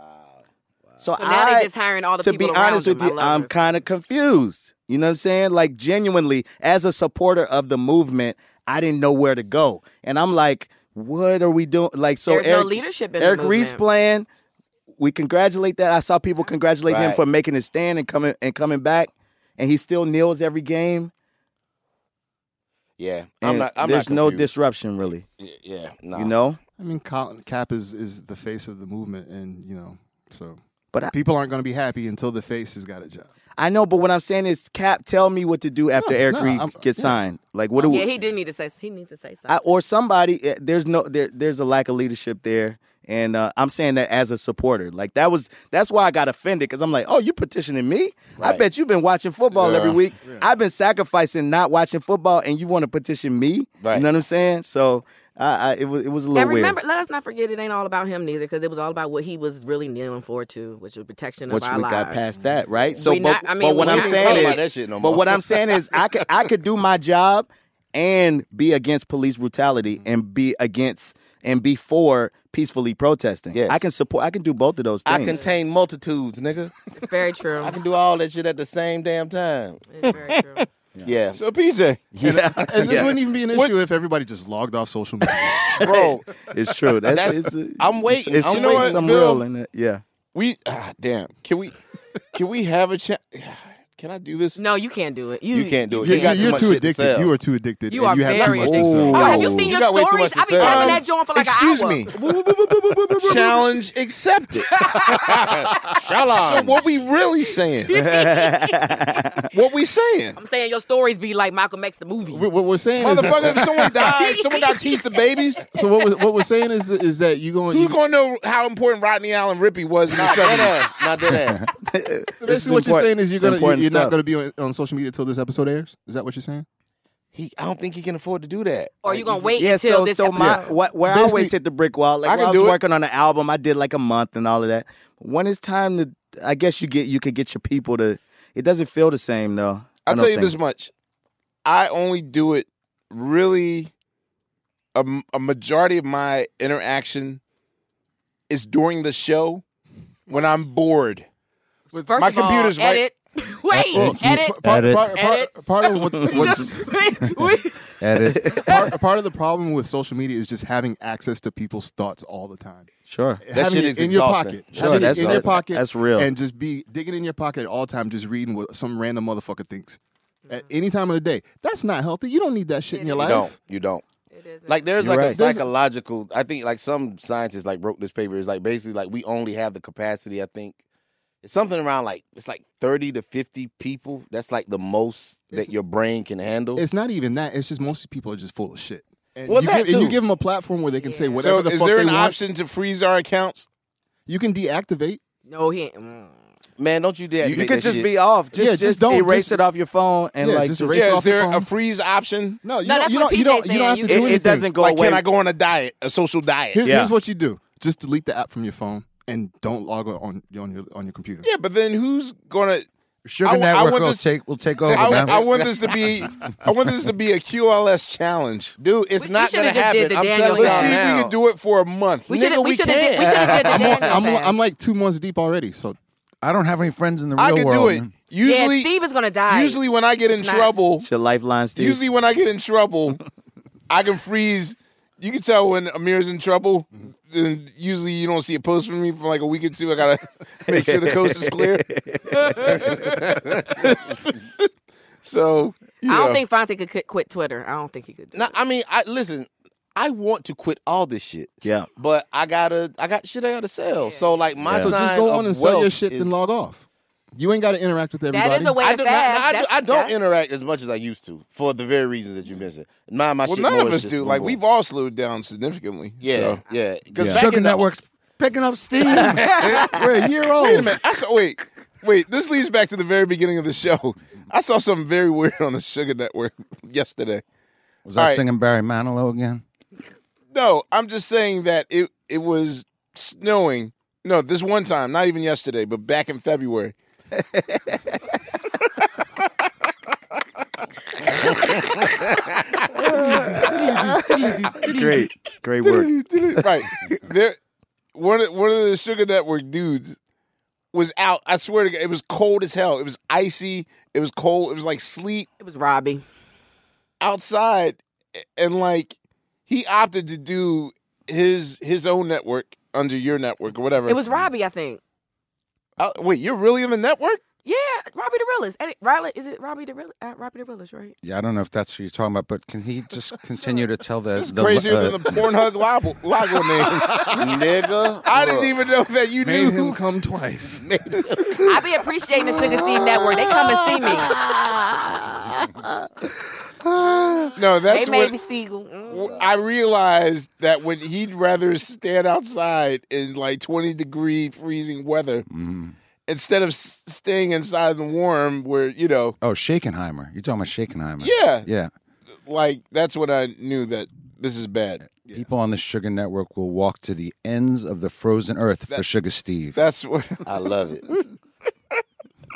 Speaker 3: Wow. So,
Speaker 7: So now
Speaker 3: I-
Speaker 7: they just hiring all the
Speaker 3: to
Speaker 7: people
Speaker 3: be
Speaker 7: around
Speaker 3: honest
Speaker 7: him.
Speaker 3: with
Speaker 7: I
Speaker 3: you,
Speaker 7: love
Speaker 3: I'm
Speaker 7: this.
Speaker 3: kind of confused. You know what I'm saying? Like genuinely, as a supporter of the movement, I didn't know where to go, and I'm like, what are we doing? Like, so
Speaker 7: There's no
Speaker 3: Eric,
Speaker 7: leadership in the
Speaker 3: Eric Reese
Speaker 7: movement.
Speaker 3: playing. We congratulate that. I saw people congratulate him
Speaker 2: Right.
Speaker 3: for making his stand and coming and coming back, and he still kneels every game.
Speaker 2: yeah, I'm
Speaker 3: and
Speaker 2: not. I'm
Speaker 3: there's
Speaker 2: not
Speaker 3: no
Speaker 2: confused.
Speaker 3: disruption really.
Speaker 2: Yeah, yeah, nah.
Speaker 3: You know,
Speaker 4: I mean, Colin Cap is is the face of the movement, and you know, so
Speaker 3: But I-
Speaker 4: people aren't going to be happy until the face has got a job.
Speaker 3: I know, but what I'm saying is, Cap, tell me what to do after
Speaker 4: No,
Speaker 3: Eric
Speaker 4: no,
Speaker 3: Reed
Speaker 4: I'm-
Speaker 3: gets
Speaker 4: yeah.
Speaker 3: signed. Like, what do we?
Speaker 7: yeah, he did need to say. He needs to say something.
Speaker 3: I, or somebody. eh, There's no. There, there's a lack of leadership there, and uh, I'm saying that as a supporter. Like that was. That's why I got offended because I'm like, oh, you petitioning me? I bet you've been watching football every
Speaker 2: Yeah.
Speaker 3: week. I've been sacrificing not watching football, and you want to petition me? You know what I'm saying? So I, I it was it was a little
Speaker 7: and remember,
Speaker 3: weird.
Speaker 7: let us not forget it ain't all about him neither, because it was all about what he was really kneeling for too, which was protection
Speaker 3: Which
Speaker 7: of our
Speaker 3: we
Speaker 7: lives.
Speaker 3: got past that, right? So,
Speaker 7: We
Speaker 3: but,
Speaker 7: not- I mean,
Speaker 3: but what
Speaker 7: we
Speaker 3: I'm
Speaker 7: not-
Speaker 3: saying
Speaker 7: Talking
Speaker 3: is,
Speaker 7: about that shit no
Speaker 3: but
Speaker 7: more.
Speaker 3: what I'm saying is, I could I could do my job and be against police brutality
Speaker 7: Mm-hmm.
Speaker 3: and be against and be for peacefully protesting.
Speaker 2: Yes.
Speaker 3: I can support. I can do both of those
Speaker 2: I
Speaker 3: things.
Speaker 2: contain multitudes, nigga.
Speaker 7: Very true.
Speaker 2: I can do all that shit at the same damn time.
Speaker 7: It's very true.
Speaker 2: Yeah.
Speaker 1: So PJ.
Speaker 4: And,
Speaker 2: Yeah.
Speaker 4: and this
Speaker 2: Yeah.
Speaker 4: wouldn't even be an issue if everybody just logged off social media.
Speaker 2: bro.
Speaker 3: It's true. That's,
Speaker 2: That's-
Speaker 3: it's a-
Speaker 2: I'm waiting.
Speaker 3: It's, it's
Speaker 2: You know what,
Speaker 3: some
Speaker 2: Bill?
Speaker 3: real in it. Yeah.
Speaker 2: We ah, damn. Can we? Can we have a chat? Can I do this?
Speaker 7: No, you can't do it. You,
Speaker 2: You can't do it.
Speaker 4: You,
Speaker 2: You got too
Speaker 4: are
Speaker 2: much
Speaker 4: too
Speaker 2: shit to
Speaker 4: addicted.
Speaker 2: sell.
Speaker 4: You are too addicted.
Speaker 7: You
Speaker 4: and
Speaker 7: are
Speaker 4: you have
Speaker 7: very
Speaker 4: too much
Speaker 7: addicted.
Speaker 4: To sell.
Speaker 7: Oh, have you seen
Speaker 2: You
Speaker 7: your
Speaker 2: got way too
Speaker 7: stories?
Speaker 2: much to
Speaker 7: I be
Speaker 2: sell.
Speaker 7: having
Speaker 2: Um,
Speaker 7: that joint for like
Speaker 1: excuse
Speaker 7: an hour.
Speaker 1: me.
Speaker 2: Challenge accepted. so what we really saying? what we saying?
Speaker 7: I'm saying your stories be like Malcolm X the movie.
Speaker 4: What we're saying is
Speaker 2: Motherfucker, if someone dies, someone got to teach the babies.
Speaker 4: So what we're, what we're saying is is that you going
Speaker 2: Who's gonna know how important Rodney Allen Rippy was in the
Speaker 1: Not
Speaker 2: seventies?
Speaker 1: dead ass.
Speaker 2: Not dead ass.
Speaker 4: So
Speaker 3: This is
Speaker 4: basically, what you're
Speaker 3: important-
Speaker 4: saying is you're
Speaker 3: it's
Speaker 4: gonna you're,
Speaker 3: important
Speaker 4: you're not
Speaker 3: stuff.
Speaker 4: gonna be on, on social media till this episode airs. Is that what you're saying?
Speaker 2: He, I don't think he can afford to do that.
Speaker 7: Or you gonna wait
Speaker 3: Yeah,
Speaker 7: until
Speaker 3: so
Speaker 7: this
Speaker 3: so my
Speaker 7: episode-
Speaker 3: what, where I always
Speaker 2: Basically-
Speaker 3: hit the brick wall. Like
Speaker 2: I
Speaker 3: I,
Speaker 2: can
Speaker 3: I was
Speaker 2: do it.
Speaker 3: working on an album, I did like a month and all of that. When it's time to, I guess you get you could get your people to. It doesn't feel the same though. I
Speaker 1: I'll
Speaker 3: don't
Speaker 1: tell you
Speaker 3: think.
Speaker 1: this much. I only do it really a, m- a majority of my interaction is during the show when I'm bored.
Speaker 7: First
Speaker 1: my
Speaker 7: of all,
Speaker 1: computer's right-
Speaker 7: edit. Wait, edit.
Speaker 4: Part,
Speaker 6: Edit.
Speaker 4: Part, part,
Speaker 7: Edit.
Speaker 4: part of what, what's
Speaker 6: Edit.
Speaker 4: part, part of the problem with social media is just having access to people's thoughts all the time.
Speaker 3: Sure.
Speaker 4: Having
Speaker 1: shit
Speaker 4: it
Speaker 1: is
Speaker 4: in your
Speaker 1: exhausting.
Speaker 4: pocket.
Speaker 3: Sure,
Speaker 4: Having it
Speaker 3: that's
Speaker 4: in your
Speaker 3: exhausting.
Speaker 4: pocket.
Speaker 3: That's real.
Speaker 4: And just be digging in your pocket at all time, just reading what some random motherfucker thinks at any time of the day. That's not healthy. You don't need that shit in your
Speaker 2: You
Speaker 4: life.
Speaker 2: don't. You don't. Like there's
Speaker 3: You're
Speaker 2: like
Speaker 3: right.
Speaker 2: a
Speaker 3: There's-
Speaker 2: psychological. I think like some scientists like wrote this paper. It's like basically like we only have the capacity. I think it's something around like it's like thirty to fifty people. That's like the most that your brain can handle.
Speaker 4: It's not even that. It's just most people are just full of shit. And,
Speaker 2: Well,
Speaker 4: you,
Speaker 2: that
Speaker 4: give, and you
Speaker 2: too.
Speaker 4: give them a platform where they can say whatever
Speaker 1: So
Speaker 4: the
Speaker 1: is
Speaker 4: fuck
Speaker 1: there
Speaker 4: they
Speaker 1: an
Speaker 4: want.
Speaker 1: option to freeze our accounts?
Speaker 4: You can deactivate.
Speaker 7: No, he ain't. mm.
Speaker 2: Man, don't you dare.
Speaker 3: You,
Speaker 2: admit
Speaker 3: could
Speaker 2: that
Speaker 3: just
Speaker 2: shit.
Speaker 3: be off. Just
Speaker 4: Yeah, just
Speaker 3: just,
Speaker 4: don't-
Speaker 3: erase
Speaker 4: just-
Speaker 3: it off your phone and
Speaker 4: Yeah,
Speaker 3: like
Speaker 4: just
Speaker 3: just-
Speaker 4: erase-
Speaker 1: Yeah,
Speaker 4: off
Speaker 1: is
Speaker 4: the
Speaker 1: there a
Speaker 4: phone?
Speaker 1: freeze option?
Speaker 4: No, you
Speaker 7: No,
Speaker 4: don't.
Speaker 7: that's
Speaker 4: You
Speaker 7: what
Speaker 4: don't. You don't,
Speaker 7: PJ
Speaker 4: you don't have
Speaker 7: saying.
Speaker 4: to do
Speaker 3: It- it
Speaker 4: anything.
Speaker 3: doesn't go
Speaker 1: like,
Speaker 3: away.
Speaker 1: can I go on a diet, a social diet?
Speaker 4: Here-
Speaker 3: Yeah.
Speaker 4: Here's what you do: just delete the app from your phone and don't log on on your on your computer.
Speaker 1: Yeah, but then who's gonna?
Speaker 6: Sugar
Speaker 1: I w- I
Speaker 6: Network
Speaker 1: want
Speaker 6: will
Speaker 1: this-
Speaker 6: take will take over.
Speaker 1: I,
Speaker 6: man.
Speaker 1: I want this to be. I want this to be a QLS challenge.
Speaker 2: Dude, it's
Speaker 7: We- we
Speaker 2: not
Speaker 7: shoulda
Speaker 2: gonna
Speaker 7: just did
Speaker 2: happen.
Speaker 7: the
Speaker 2: I'm
Speaker 7: Daniel
Speaker 2: telling
Speaker 1: Let's
Speaker 2: y'all
Speaker 1: see if we
Speaker 2: now.
Speaker 1: can do it for a month.
Speaker 7: We should
Speaker 2: Nigga,
Speaker 7: have. We
Speaker 2: we
Speaker 7: should have. Did, we
Speaker 2: can.
Speaker 7: should have did the
Speaker 4: I'm, on,
Speaker 7: Daniel
Speaker 4: I'm, on-
Speaker 7: fast.
Speaker 4: I'm like two months deep already. So
Speaker 6: I don't have any friends in the real
Speaker 1: I could
Speaker 6: world.
Speaker 1: do it.
Speaker 6: man.
Speaker 1: Usually,
Speaker 7: yeah, Steve is gonna die.
Speaker 1: usually when I get in
Speaker 7: It's not-
Speaker 1: trouble,
Speaker 3: It's your lifeline, Steve.
Speaker 1: usually when I get in trouble, I can freeze. You can tell when Amir's in trouble. Then usually you don't see a post from me for like a week or two. I gotta make sure the coast is clear. so you
Speaker 7: I don't
Speaker 1: know.
Speaker 7: think Fonte could quit- quit Twitter. I don't think he could. do
Speaker 2: No, I mean, I listen. I want to quit all this shit.
Speaker 3: Yeah.
Speaker 2: But I gotta, I got shit I gotta sell. So like my
Speaker 4: so just
Speaker 2: sign
Speaker 4: go
Speaker 2: of
Speaker 4: on and sell your
Speaker 2: wealth
Speaker 4: shit,
Speaker 2: is,
Speaker 4: then log off. You ain't got to interact with everybody.
Speaker 7: That is a way
Speaker 2: I,
Speaker 7: to
Speaker 2: do,
Speaker 7: fast.
Speaker 2: not, I, do,
Speaker 7: That's-
Speaker 2: I don't
Speaker 7: that's-
Speaker 2: interact as much as I used to for the very reasons that you mentioned. My my
Speaker 1: Well,
Speaker 2: shit.
Speaker 1: none
Speaker 2: more
Speaker 1: of
Speaker 2: is
Speaker 1: us
Speaker 2: just
Speaker 1: do.
Speaker 2: no
Speaker 1: Like
Speaker 2: more.
Speaker 1: we've all slowed down significantly.
Speaker 2: Yeah,
Speaker 1: So.
Speaker 2: yeah. Because
Speaker 6: Yeah.
Speaker 2: back
Speaker 6: Sugar
Speaker 2: in the,
Speaker 6: Network's picking up steam. We're a year old.
Speaker 1: Wait a minute. I saw, wait, wait. This leads back to the very beginning of the show. I saw something very weird on the Sugar Network yesterday.
Speaker 6: Was I
Speaker 1: All right.
Speaker 6: singing Barry Manilow again?
Speaker 1: No, I'm just saying that it it was snowing. No, this one time, not even yesterday, but back in February.
Speaker 3: great, great work.
Speaker 1: right there, one of, one of the Sugar Network dudes was out. I swear to God, it was cold as hell. It was icy. It was cold. It was like sleet
Speaker 7: It was Robbie.
Speaker 1: outside, and like he opted to do his his own network under your network or whatever.
Speaker 7: It was Robbie, I think.
Speaker 1: Uh, wait, you're really in the network?
Speaker 7: Yeah, Robbie the Realist. Edit, Riley, is it Robbie the Realist? Uh, Robbie the Realist, right?
Speaker 6: Yeah, I don't know if that's who you're talking about, but can he just continue to tell the,
Speaker 1: That's
Speaker 6: the
Speaker 1: crazier
Speaker 6: uh,
Speaker 1: than the Pornhub logo, logo name.
Speaker 2: nigga,
Speaker 1: I didn't even know that you
Speaker 4: Made
Speaker 1: knew.
Speaker 4: him come twice.
Speaker 7: I be appreciating the Sugar Steve Network. They come and see me.
Speaker 1: No, that's
Speaker 7: they made
Speaker 1: what
Speaker 7: me Siegel. Mm.
Speaker 1: w- I realized that when he'd rather stand outside in like 20 degree freezing weather
Speaker 6: Mm-hmm.
Speaker 1: instead of s- staying inside the warm where, you know,
Speaker 6: Oh, Shakenheimer. You're talking about Shakenheimer.
Speaker 1: Yeah.
Speaker 6: Yeah.
Speaker 1: like that's when I knew that this is bad.
Speaker 6: People on the Sugar Network will walk to the ends of the frozen earth for Sugar Steve.
Speaker 1: That's what.
Speaker 2: I love it.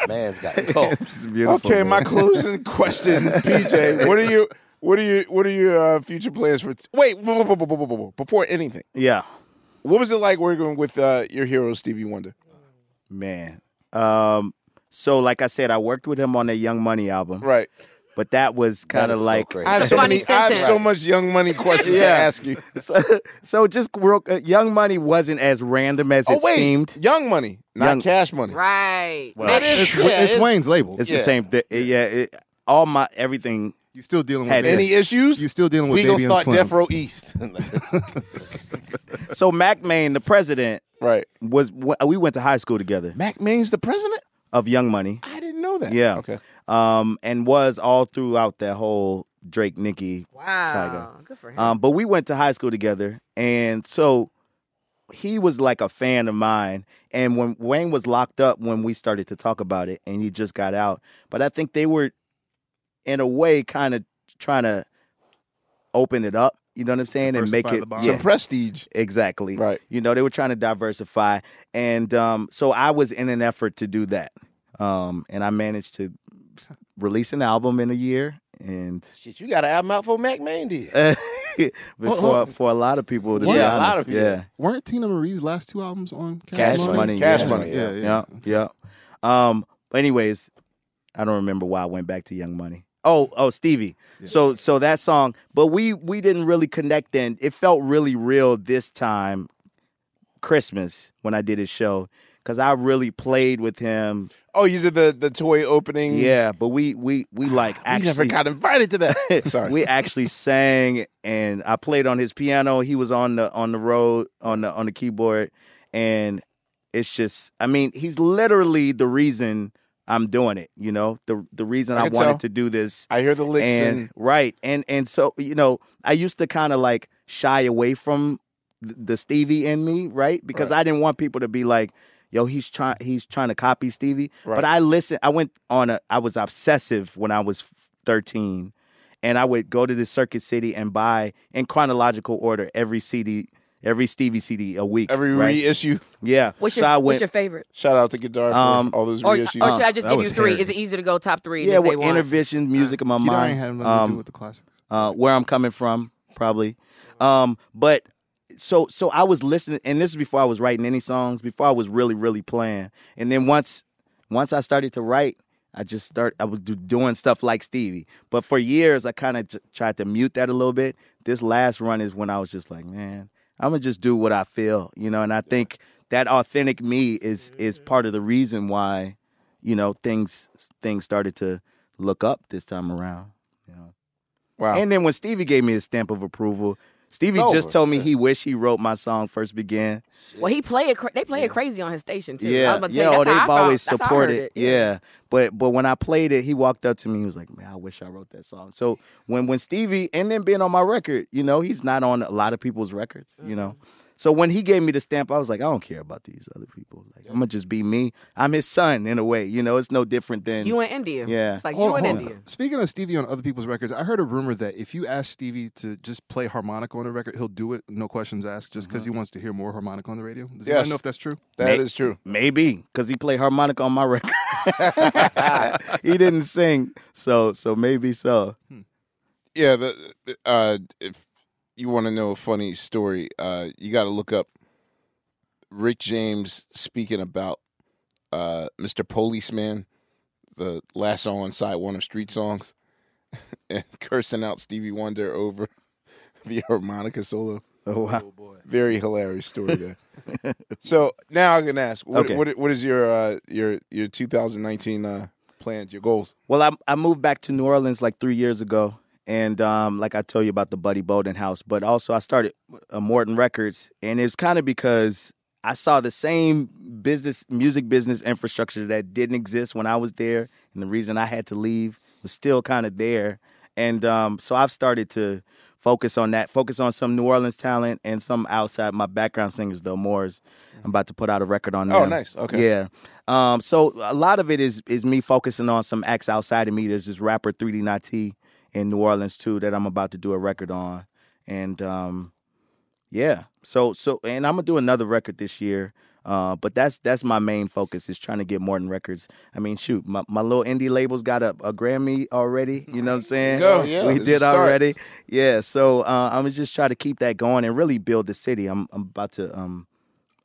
Speaker 2: Man's got cults.
Speaker 3: It's Oh. beautiful.
Speaker 1: Okay,
Speaker 3: man.
Speaker 1: my closing question, PJ. What are you? What are you? What are your uh, future plans for? T- Wait, whoa, whoa, whoa, whoa, whoa, whoa, before anything,
Speaker 3: yeah.
Speaker 1: what was it like working with uh, your hero Stevie Wonder?
Speaker 3: Man. Um, so like I said, I worked with him on the Young Money album.
Speaker 1: Right.
Speaker 3: But that was kind
Speaker 10: That
Speaker 3: of
Speaker 10: is so
Speaker 3: like
Speaker 10: crazy. I have so Funny many- I have sentence. so much Young Money questions to ask
Speaker 3: you. So, so just real- uh, Young Money wasn't as random as
Speaker 10: Oh,
Speaker 3: it
Speaker 10: wait.
Speaker 3: seemed.
Speaker 10: Young Money, not Cash Money.
Speaker 7: Mm. Right.
Speaker 3: Well,
Speaker 10: It's- yeah, it's it's- Wayne's label.
Speaker 3: It's
Speaker 10: yeah.
Speaker 3: the same. Th- yeah, it, all my everything.
Speaker 6: You still dealing
Speaker 10: with Baby. Any
Speaker 6: issues? You still dealing with
Speaker 3: Legal
Speaker 6: Baby and
Speaker 3: Thought
Speaker 6: Slim.
Speaker 3: Death Row East. so Mac Main, the president,
Speaker 10: right,
Speaker 3: was we went to high school together.
Speaker 10: Mac Main's the president.
Speaker 3: of Young Money.
Speaker 10: I didn't know that.
Speaker 3: Yeah.
Speaker 10: Okay.
Speaker 3: Um, and was all throughout that whole Drake Nicki
Speaker 7: Wow.
Speaker 3: Tiger.
Speaker 7: Good for him.
Speaker 3: Um, but we went to high school together, and so he was like a fan of mine. And when Wayne was locked up, when we started to talk about it, and he just got out, but I think they were, in a way, kind of trying to open it up. You know what I'm saying, and make
Speaker 10: Diversify
Speaker 3: it
Speaker 10: the bond. Some prestige.
Speaker 3: Exactly. Right. You know, they were trying to diversify, and um, so I was in an effort to do that, um, and I managed to s- release an album in a year, and
Speaker 2: Shit, you got an album out for Mac Main did.
Speaker 4: Eh,
Speaker 3: but for,
Speaker 6: hold-
Speaker 3: for a lot of people, to be
Speaker 6: Yeah, a
Speaker 3: honest,
Speaker 6: lot of people.
Speaker 3: yeah,
Speaker 6: Weren't Tina Marie's last two albums on Cash,
Speaker 3: cash money,
Speaker 6: Cash
Speaker 3: yeah.
Speaker 6: Money, yeah, yeah.
Speaker 3: yeah, yeah. Um, anyways, I don't remember why I went back to Young Money. Oh, oh, Stevie. So, so that song, but we we didn't really connect then. It felt really real this time, Christmas when I did his show, because I really played with him.
Speaker 10: Oh, you did the the toy opening.
Speaker 3: Yeah, but we we we like
Speaker 10: We
Speaker 3: actually
Speaker 10: never got invited to that. Sorry.
Speaker 3: we actually sang and I played on his piano. He was on the on the road on the on the keyboard, and it's just I mean he's literally the reason I'm doing it. You know the the reason
Speaker 10: I
Speaker 3: I,
Speaker 10: can
Speaker 3: wanted
Speaker 10: tell.
Speaker 3: to do this.
Speaker 10: I hear the licks
Speaker 3: and,
Speaker 10: and-
Speaker 3: right and and so you know I used to kind of like shy away from th- the Stevie in me, right? Because I didn't want people to be like. Yo, he's trying. He's trying to copy Stevie, but I listened. I went on a. I was obsessive when I was thirteen, and I would go to the Circuit City and buy in chronological order every CD, every Stevie CD a week,
Speaker 10: Every
Speaker 3: right?
Speaker 10: reissue.
Speaker 3: Yeah.
Speaker 7: What's
Speaker 3: so
Speaker 7: your
Speaker 3: I
Speaker 7: What's
Speaker 3: went,
Speaker 7: your favorite?
Speaker 10: Shout out to Guitar for
Speaker 3: Um,
Speaker 10: all those
Speaker 7: Or, or
Speaker 10: reissues.
Speaker 7: should I just give
Speaker 3: That
Speaker 7: you
Speaker 3: was
Speaker 7: three?
Speaker 3: hairy.
Speaker 7: Is it easier to go top three?
Speaker 3: yeah,
Speaker 7: than say
Speaker 3: well,
Speaker 7: one?
Speaker 3: intervention, music of my
Speaker 7: Keep
Speaker 3: mind,
Speaker 7: Iron had nothing to do
Speaker 3: with the classics. Uh, where I'm coming from, probably. Um, but so so I was listening, and this is before I was writing any songs, before I was really really playing. And then once once I started to write, I just start I was do, doing stuff like Stevie. But for years, I kind of j- tried to mute that a little bit. This last run is when I was just like, man, I'm gonna just do what I feel, you know. And I think that authentic me is is
Speaker 7: Mm-hmm.
Speaker 3: part of the reason why you know things things started to look up this time around you know
Speaker 10: wow
Speaker 3: and then when stevie gave me his stamp of approval stevie
Speaker 7: It's
Speaker 3: just
Speaker 7: over.
Speaker 3: told me he wished he wrote my song first began
Speaker 7: Well, he play it. Cra- they play it crazy on his station too. I
Speaker 3: yeah
Speaker 7: was about to
Speaker 3: yeah
Speaker 7: say,
Speaker 3: oh,
Speaker 7: that's
Speaker 3: they've
Speaker 7: how I found-
Speaker 3: always
Speaker 7: that's how I heard
Speaker 3: supported
Speaker 7: it.
Speaker 3: yeah. but but when i played it he walked up to me he was like man i wish i wrote that song so when when stevie and then being on my record you know he's not on a lot of people's records you know
Speaker 7: Mm-hmm.
Speaker 3: so when he gave me the stamp i was like i don't care about these other people like i'm gonna just be me i'm his son in a way you know it's no different than
Speaker 7: You in India.
Speaker 3: yeah
Speaker 7: It's like
Speaker 6: Hold
Speaker 7: you
Speaker 6: on,
Speaker 7: in
Speaker 6: hold on.
Speaker 7: India.
Speaker 6: Speaking of Stevie on other people's records, I heard a rumor that if you ask Stevie to just play harmonica on a record, he'll do it, no questions asked, just because he wants to hear more harmonica on the radio. Does anyone
Speaker 3: Mm-hmm. Yes.
Speaker 6: know if that's true?
Speaker 3: That is Maybe because he played harmonica on my record. he didn't sing, so so maybe so.
Speaker 10: Hmm. Yeah, the, the- uh, if you want to know a funny story, uh, you got to look up Rick James speaking about uh, Mr. Policeman, the last song on side one of Street Songs, and cursing out Stevie Wonder over the harmonica solo.
Speaker 3: Oh, wow. Oh,
Speaker 10: boy. Very hilarious story there. so now I'm gonna ask, what,
Speaker 3: Okay.
Speaker 10: what, what is your uh, your your 2019 uh, plans, your goals?
Speaker 3: Well, I I moved back to New Orleans like three years ago, and um, like I told you about the Buddy Bowden house, but also I started uh, Morton Records, and it's kind of because I saw the same business, music business infrastructure that didn't exist when I was there, and the reason I had to leave was still kind of there, and um, so I've started to focus on that, focus on some New Orleans talent and some outside my background singers though. Moore's, I'm about to put out a record on.
Speaker 10: Mm-hmm. Oh,
Speaker 3: them.
Speaker 10: nice. Okay.
Speaker 3: Yeah. Um, so a lot of it is is me focusing on some acts outside of me. There's this rapper 3D Nati in New Orleans too that I'm about to do a record on, and um, yeah. So so and I'm gonna do another record this year. Uh, but that's that's my main focus is trying to get Morton Records. I mean, shoot, my, my little indie label's got a, a Grammy already. You know what I'm saying?
Speaker 10: Go, Oh, yeah,
Speaker 3: we
Speaker 10: it's a
Speaker 3: did
Speaker 10: start.
Speaker 3: already. Yeah. So uh, I'm just trying to keep that going and really build the city. I'm I'm about to um,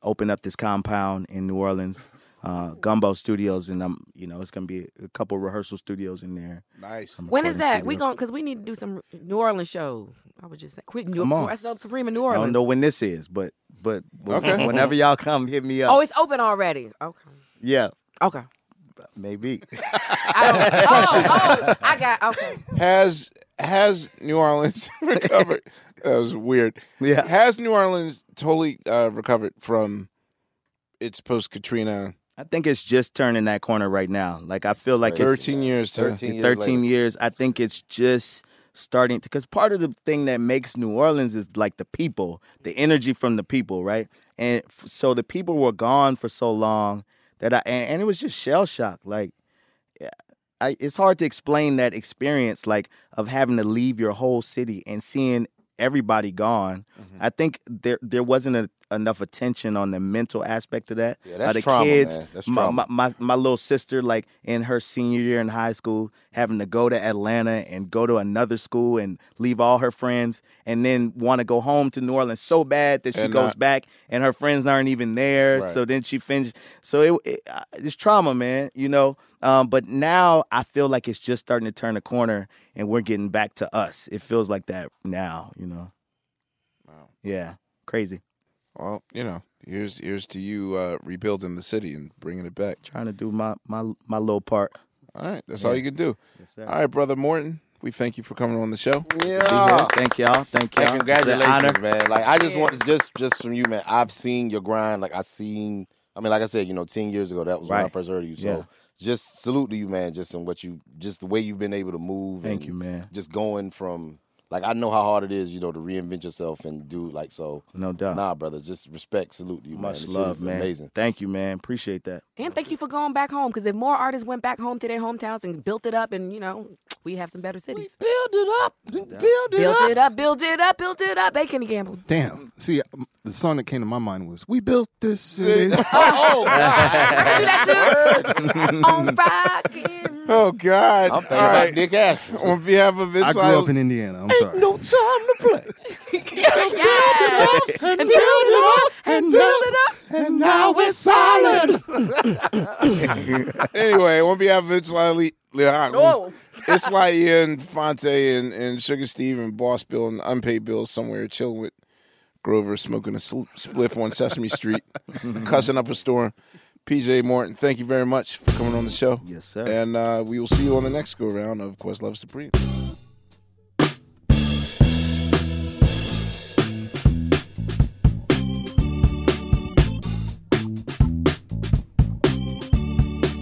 Speaker 3: open up this compound in New Orleans uh, Gumbo Studios, and I'm you know it's gonna be a couple rehearsal studios in there.
Speaker 1: Nice.
Speaker 7: When is that? We going because we need to do some New Orleans shows. I was just saying, quick New
Speaker 3: Come on.
Speaker 7: Orleans, Supreme in New
Speaker 3: I
Speaker 7: Orleans.
Speaker 3: don't know when this is, but but, but
Speaker 7: Okay.
Speaker 3: whenever y'all come, hit me up.
Speaker 7: Oh, it's open already. Okay.
Speaker 3: yeah.
Speaker 7: Okay.
Speaker 3: Maybe.
Speaker 7: I don't, oh, oh, I got okay.
Speaker 10: Has has New Orleans recovered? that was weird.
Speaker 3: Yeah.
Speaker 10: Has New Orleans totally uh, recovered from its post Katrina?
Speaker 3: I think it's just turning that corner right now. Like I feel like it's
Speaker 10: 13 years to- 13 years
Speaker 3: 13
Speaker 10: later.
Speaker 3: years. I think it's just starting to cuz part of the thing that makes New Orleans is like the people, the energy from the people, right? And f- so the people were gone for so long that I and, and it was just shell shock like yeah, I, it's hard to explain that experience like of having to leave your whole city and seeing everybody gone.
Speaker 10: Mm-hmm.
Speaker 3: I think there there wasn't a, enough attention on the mental aspect of that.
Speaker 10: Yeah,
Speaker 3: Uh,
Speaker 10: that's
Speaker 3: the
Speaker 10: trauma,
Speaker 3: kids,
Speaker 10: man. That's
Speaker 3: my-
Speaker 10: trauma.
Speaker 3: my, my my little sister, like in her senior year in high school, having to go to Atlanta and go to another school and leave all her friends, and then want to go home to New Orleans so bad that she
Speaker 10: And
Speaker 3: goes
Speaker 10: not-
Speaker 3: back, and her friends aren't even there.
Speaker 10: Right.
Speaker 3: So then she finished. So it, it uh, it's trauma, man. You know. Um, but now I feel like it's just starting to turn a corner, and we're getting back to us. It feels like that now. You know. Wow. Yeah. Crazy.
Speaker 10: Well, you know, here's here's to you uh, rebuilding the city and bringing it back.
Speaker 3: Trying to do my my my little part.
Speaker 10: All right, that's
Speaker 3: Yeah.
Speaker 10: all you can do.
Speaker 3: Yes, sir.
Speaker 10: All right, brother Morton, we thank you for coming on the show.
Speaker 2: Yeah.
Speaker 3: Thank y'all. Thank y'all.
Speaker 2: And
Speaker 3: It's an honor.
Speaker 2: congratulations, man. Like I just want just just from you, man. I've seen your grind. Like I seen. I mean, like I said, you know, ten years ago, that was when I
Speaker 3: Right.
Speaker 2: first heard of you. So
Speaker 3: Yeah.
Speaker 2: just salute to you, man. Just in what you, just the way you've been able to move.
Speaker 3: Thank
Speaker 2: and
Speaker 3: you, man.
Speaker 2: Just going from. Like I know how hard it is, you know, to reinvent yourself and do like so.
Speaker 3: No doubt.
Speaker 2: Nah, brother, just respect, salute to you, man.
Speaker 3: Much
Speaker 2: This shit
Speaker 3: love,
Speaker 2: is
Speaker 3: man.
Speaker 2: Amazing.
Speaker 3: Thank you, man. Appreciate that.
Speaker 7: And thank you for going back home. Because if more artists went back home to their hometowns and built it up, and you know, we have some better cities.
Speaker 2: build it up. Build it
Speaker 7: built
Speaker 2: up.
Speaker 7: it up. Build it up. Built it up. Bacon and Gamble.
Speaker 6: Damn. See, um, the song that came to my mind was "We Built This City."
Speaker 7: Oh, I can do that too. On
Speaker 10: Oh God!
Speaker 2: I'm thinking
Speaker 10: All
Speaker 2: about
Speaker 10: right.
Speaker 2: Nick Ash.
Speaker 10: On behalf of this,
Speaker 6: I grew up in Indiana. I'm sorry.
Speaker 10: no time to play.
Speaker 7: Yes.
Speaker 10: and build it up and build it up.
Speaker 6: And now we're solid.
Speaker 10: anyway, on behalf of it's like
Speaker 7: No.
Speaker 10: it's like and Fonte and, and Sugar Steve and Boss Bill and Unpaid Bill somewhere chilling with Grover smoking a sl- spliff on Sesame Street, cussing up a storm. PJ Morton, thank you very much for coming on the show.
Speaker 3: Yes, sir.
Speaker 10: And uh, we will see you on the next go round of Quest Love Supreme.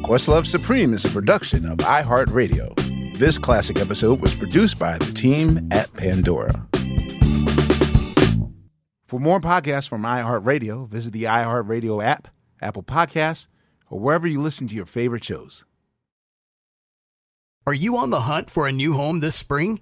Speaker 1: Questlove Supreme is a production of iHeartRadio. This classic episode was produced by the team at Pandora. For more podcasts from iHeartRadio, visit the iHeartRadio app, Apple Podcasts, or wherever you listen to your favorite shows.
Speaker 15: Are you on the hunt for a new home this spring,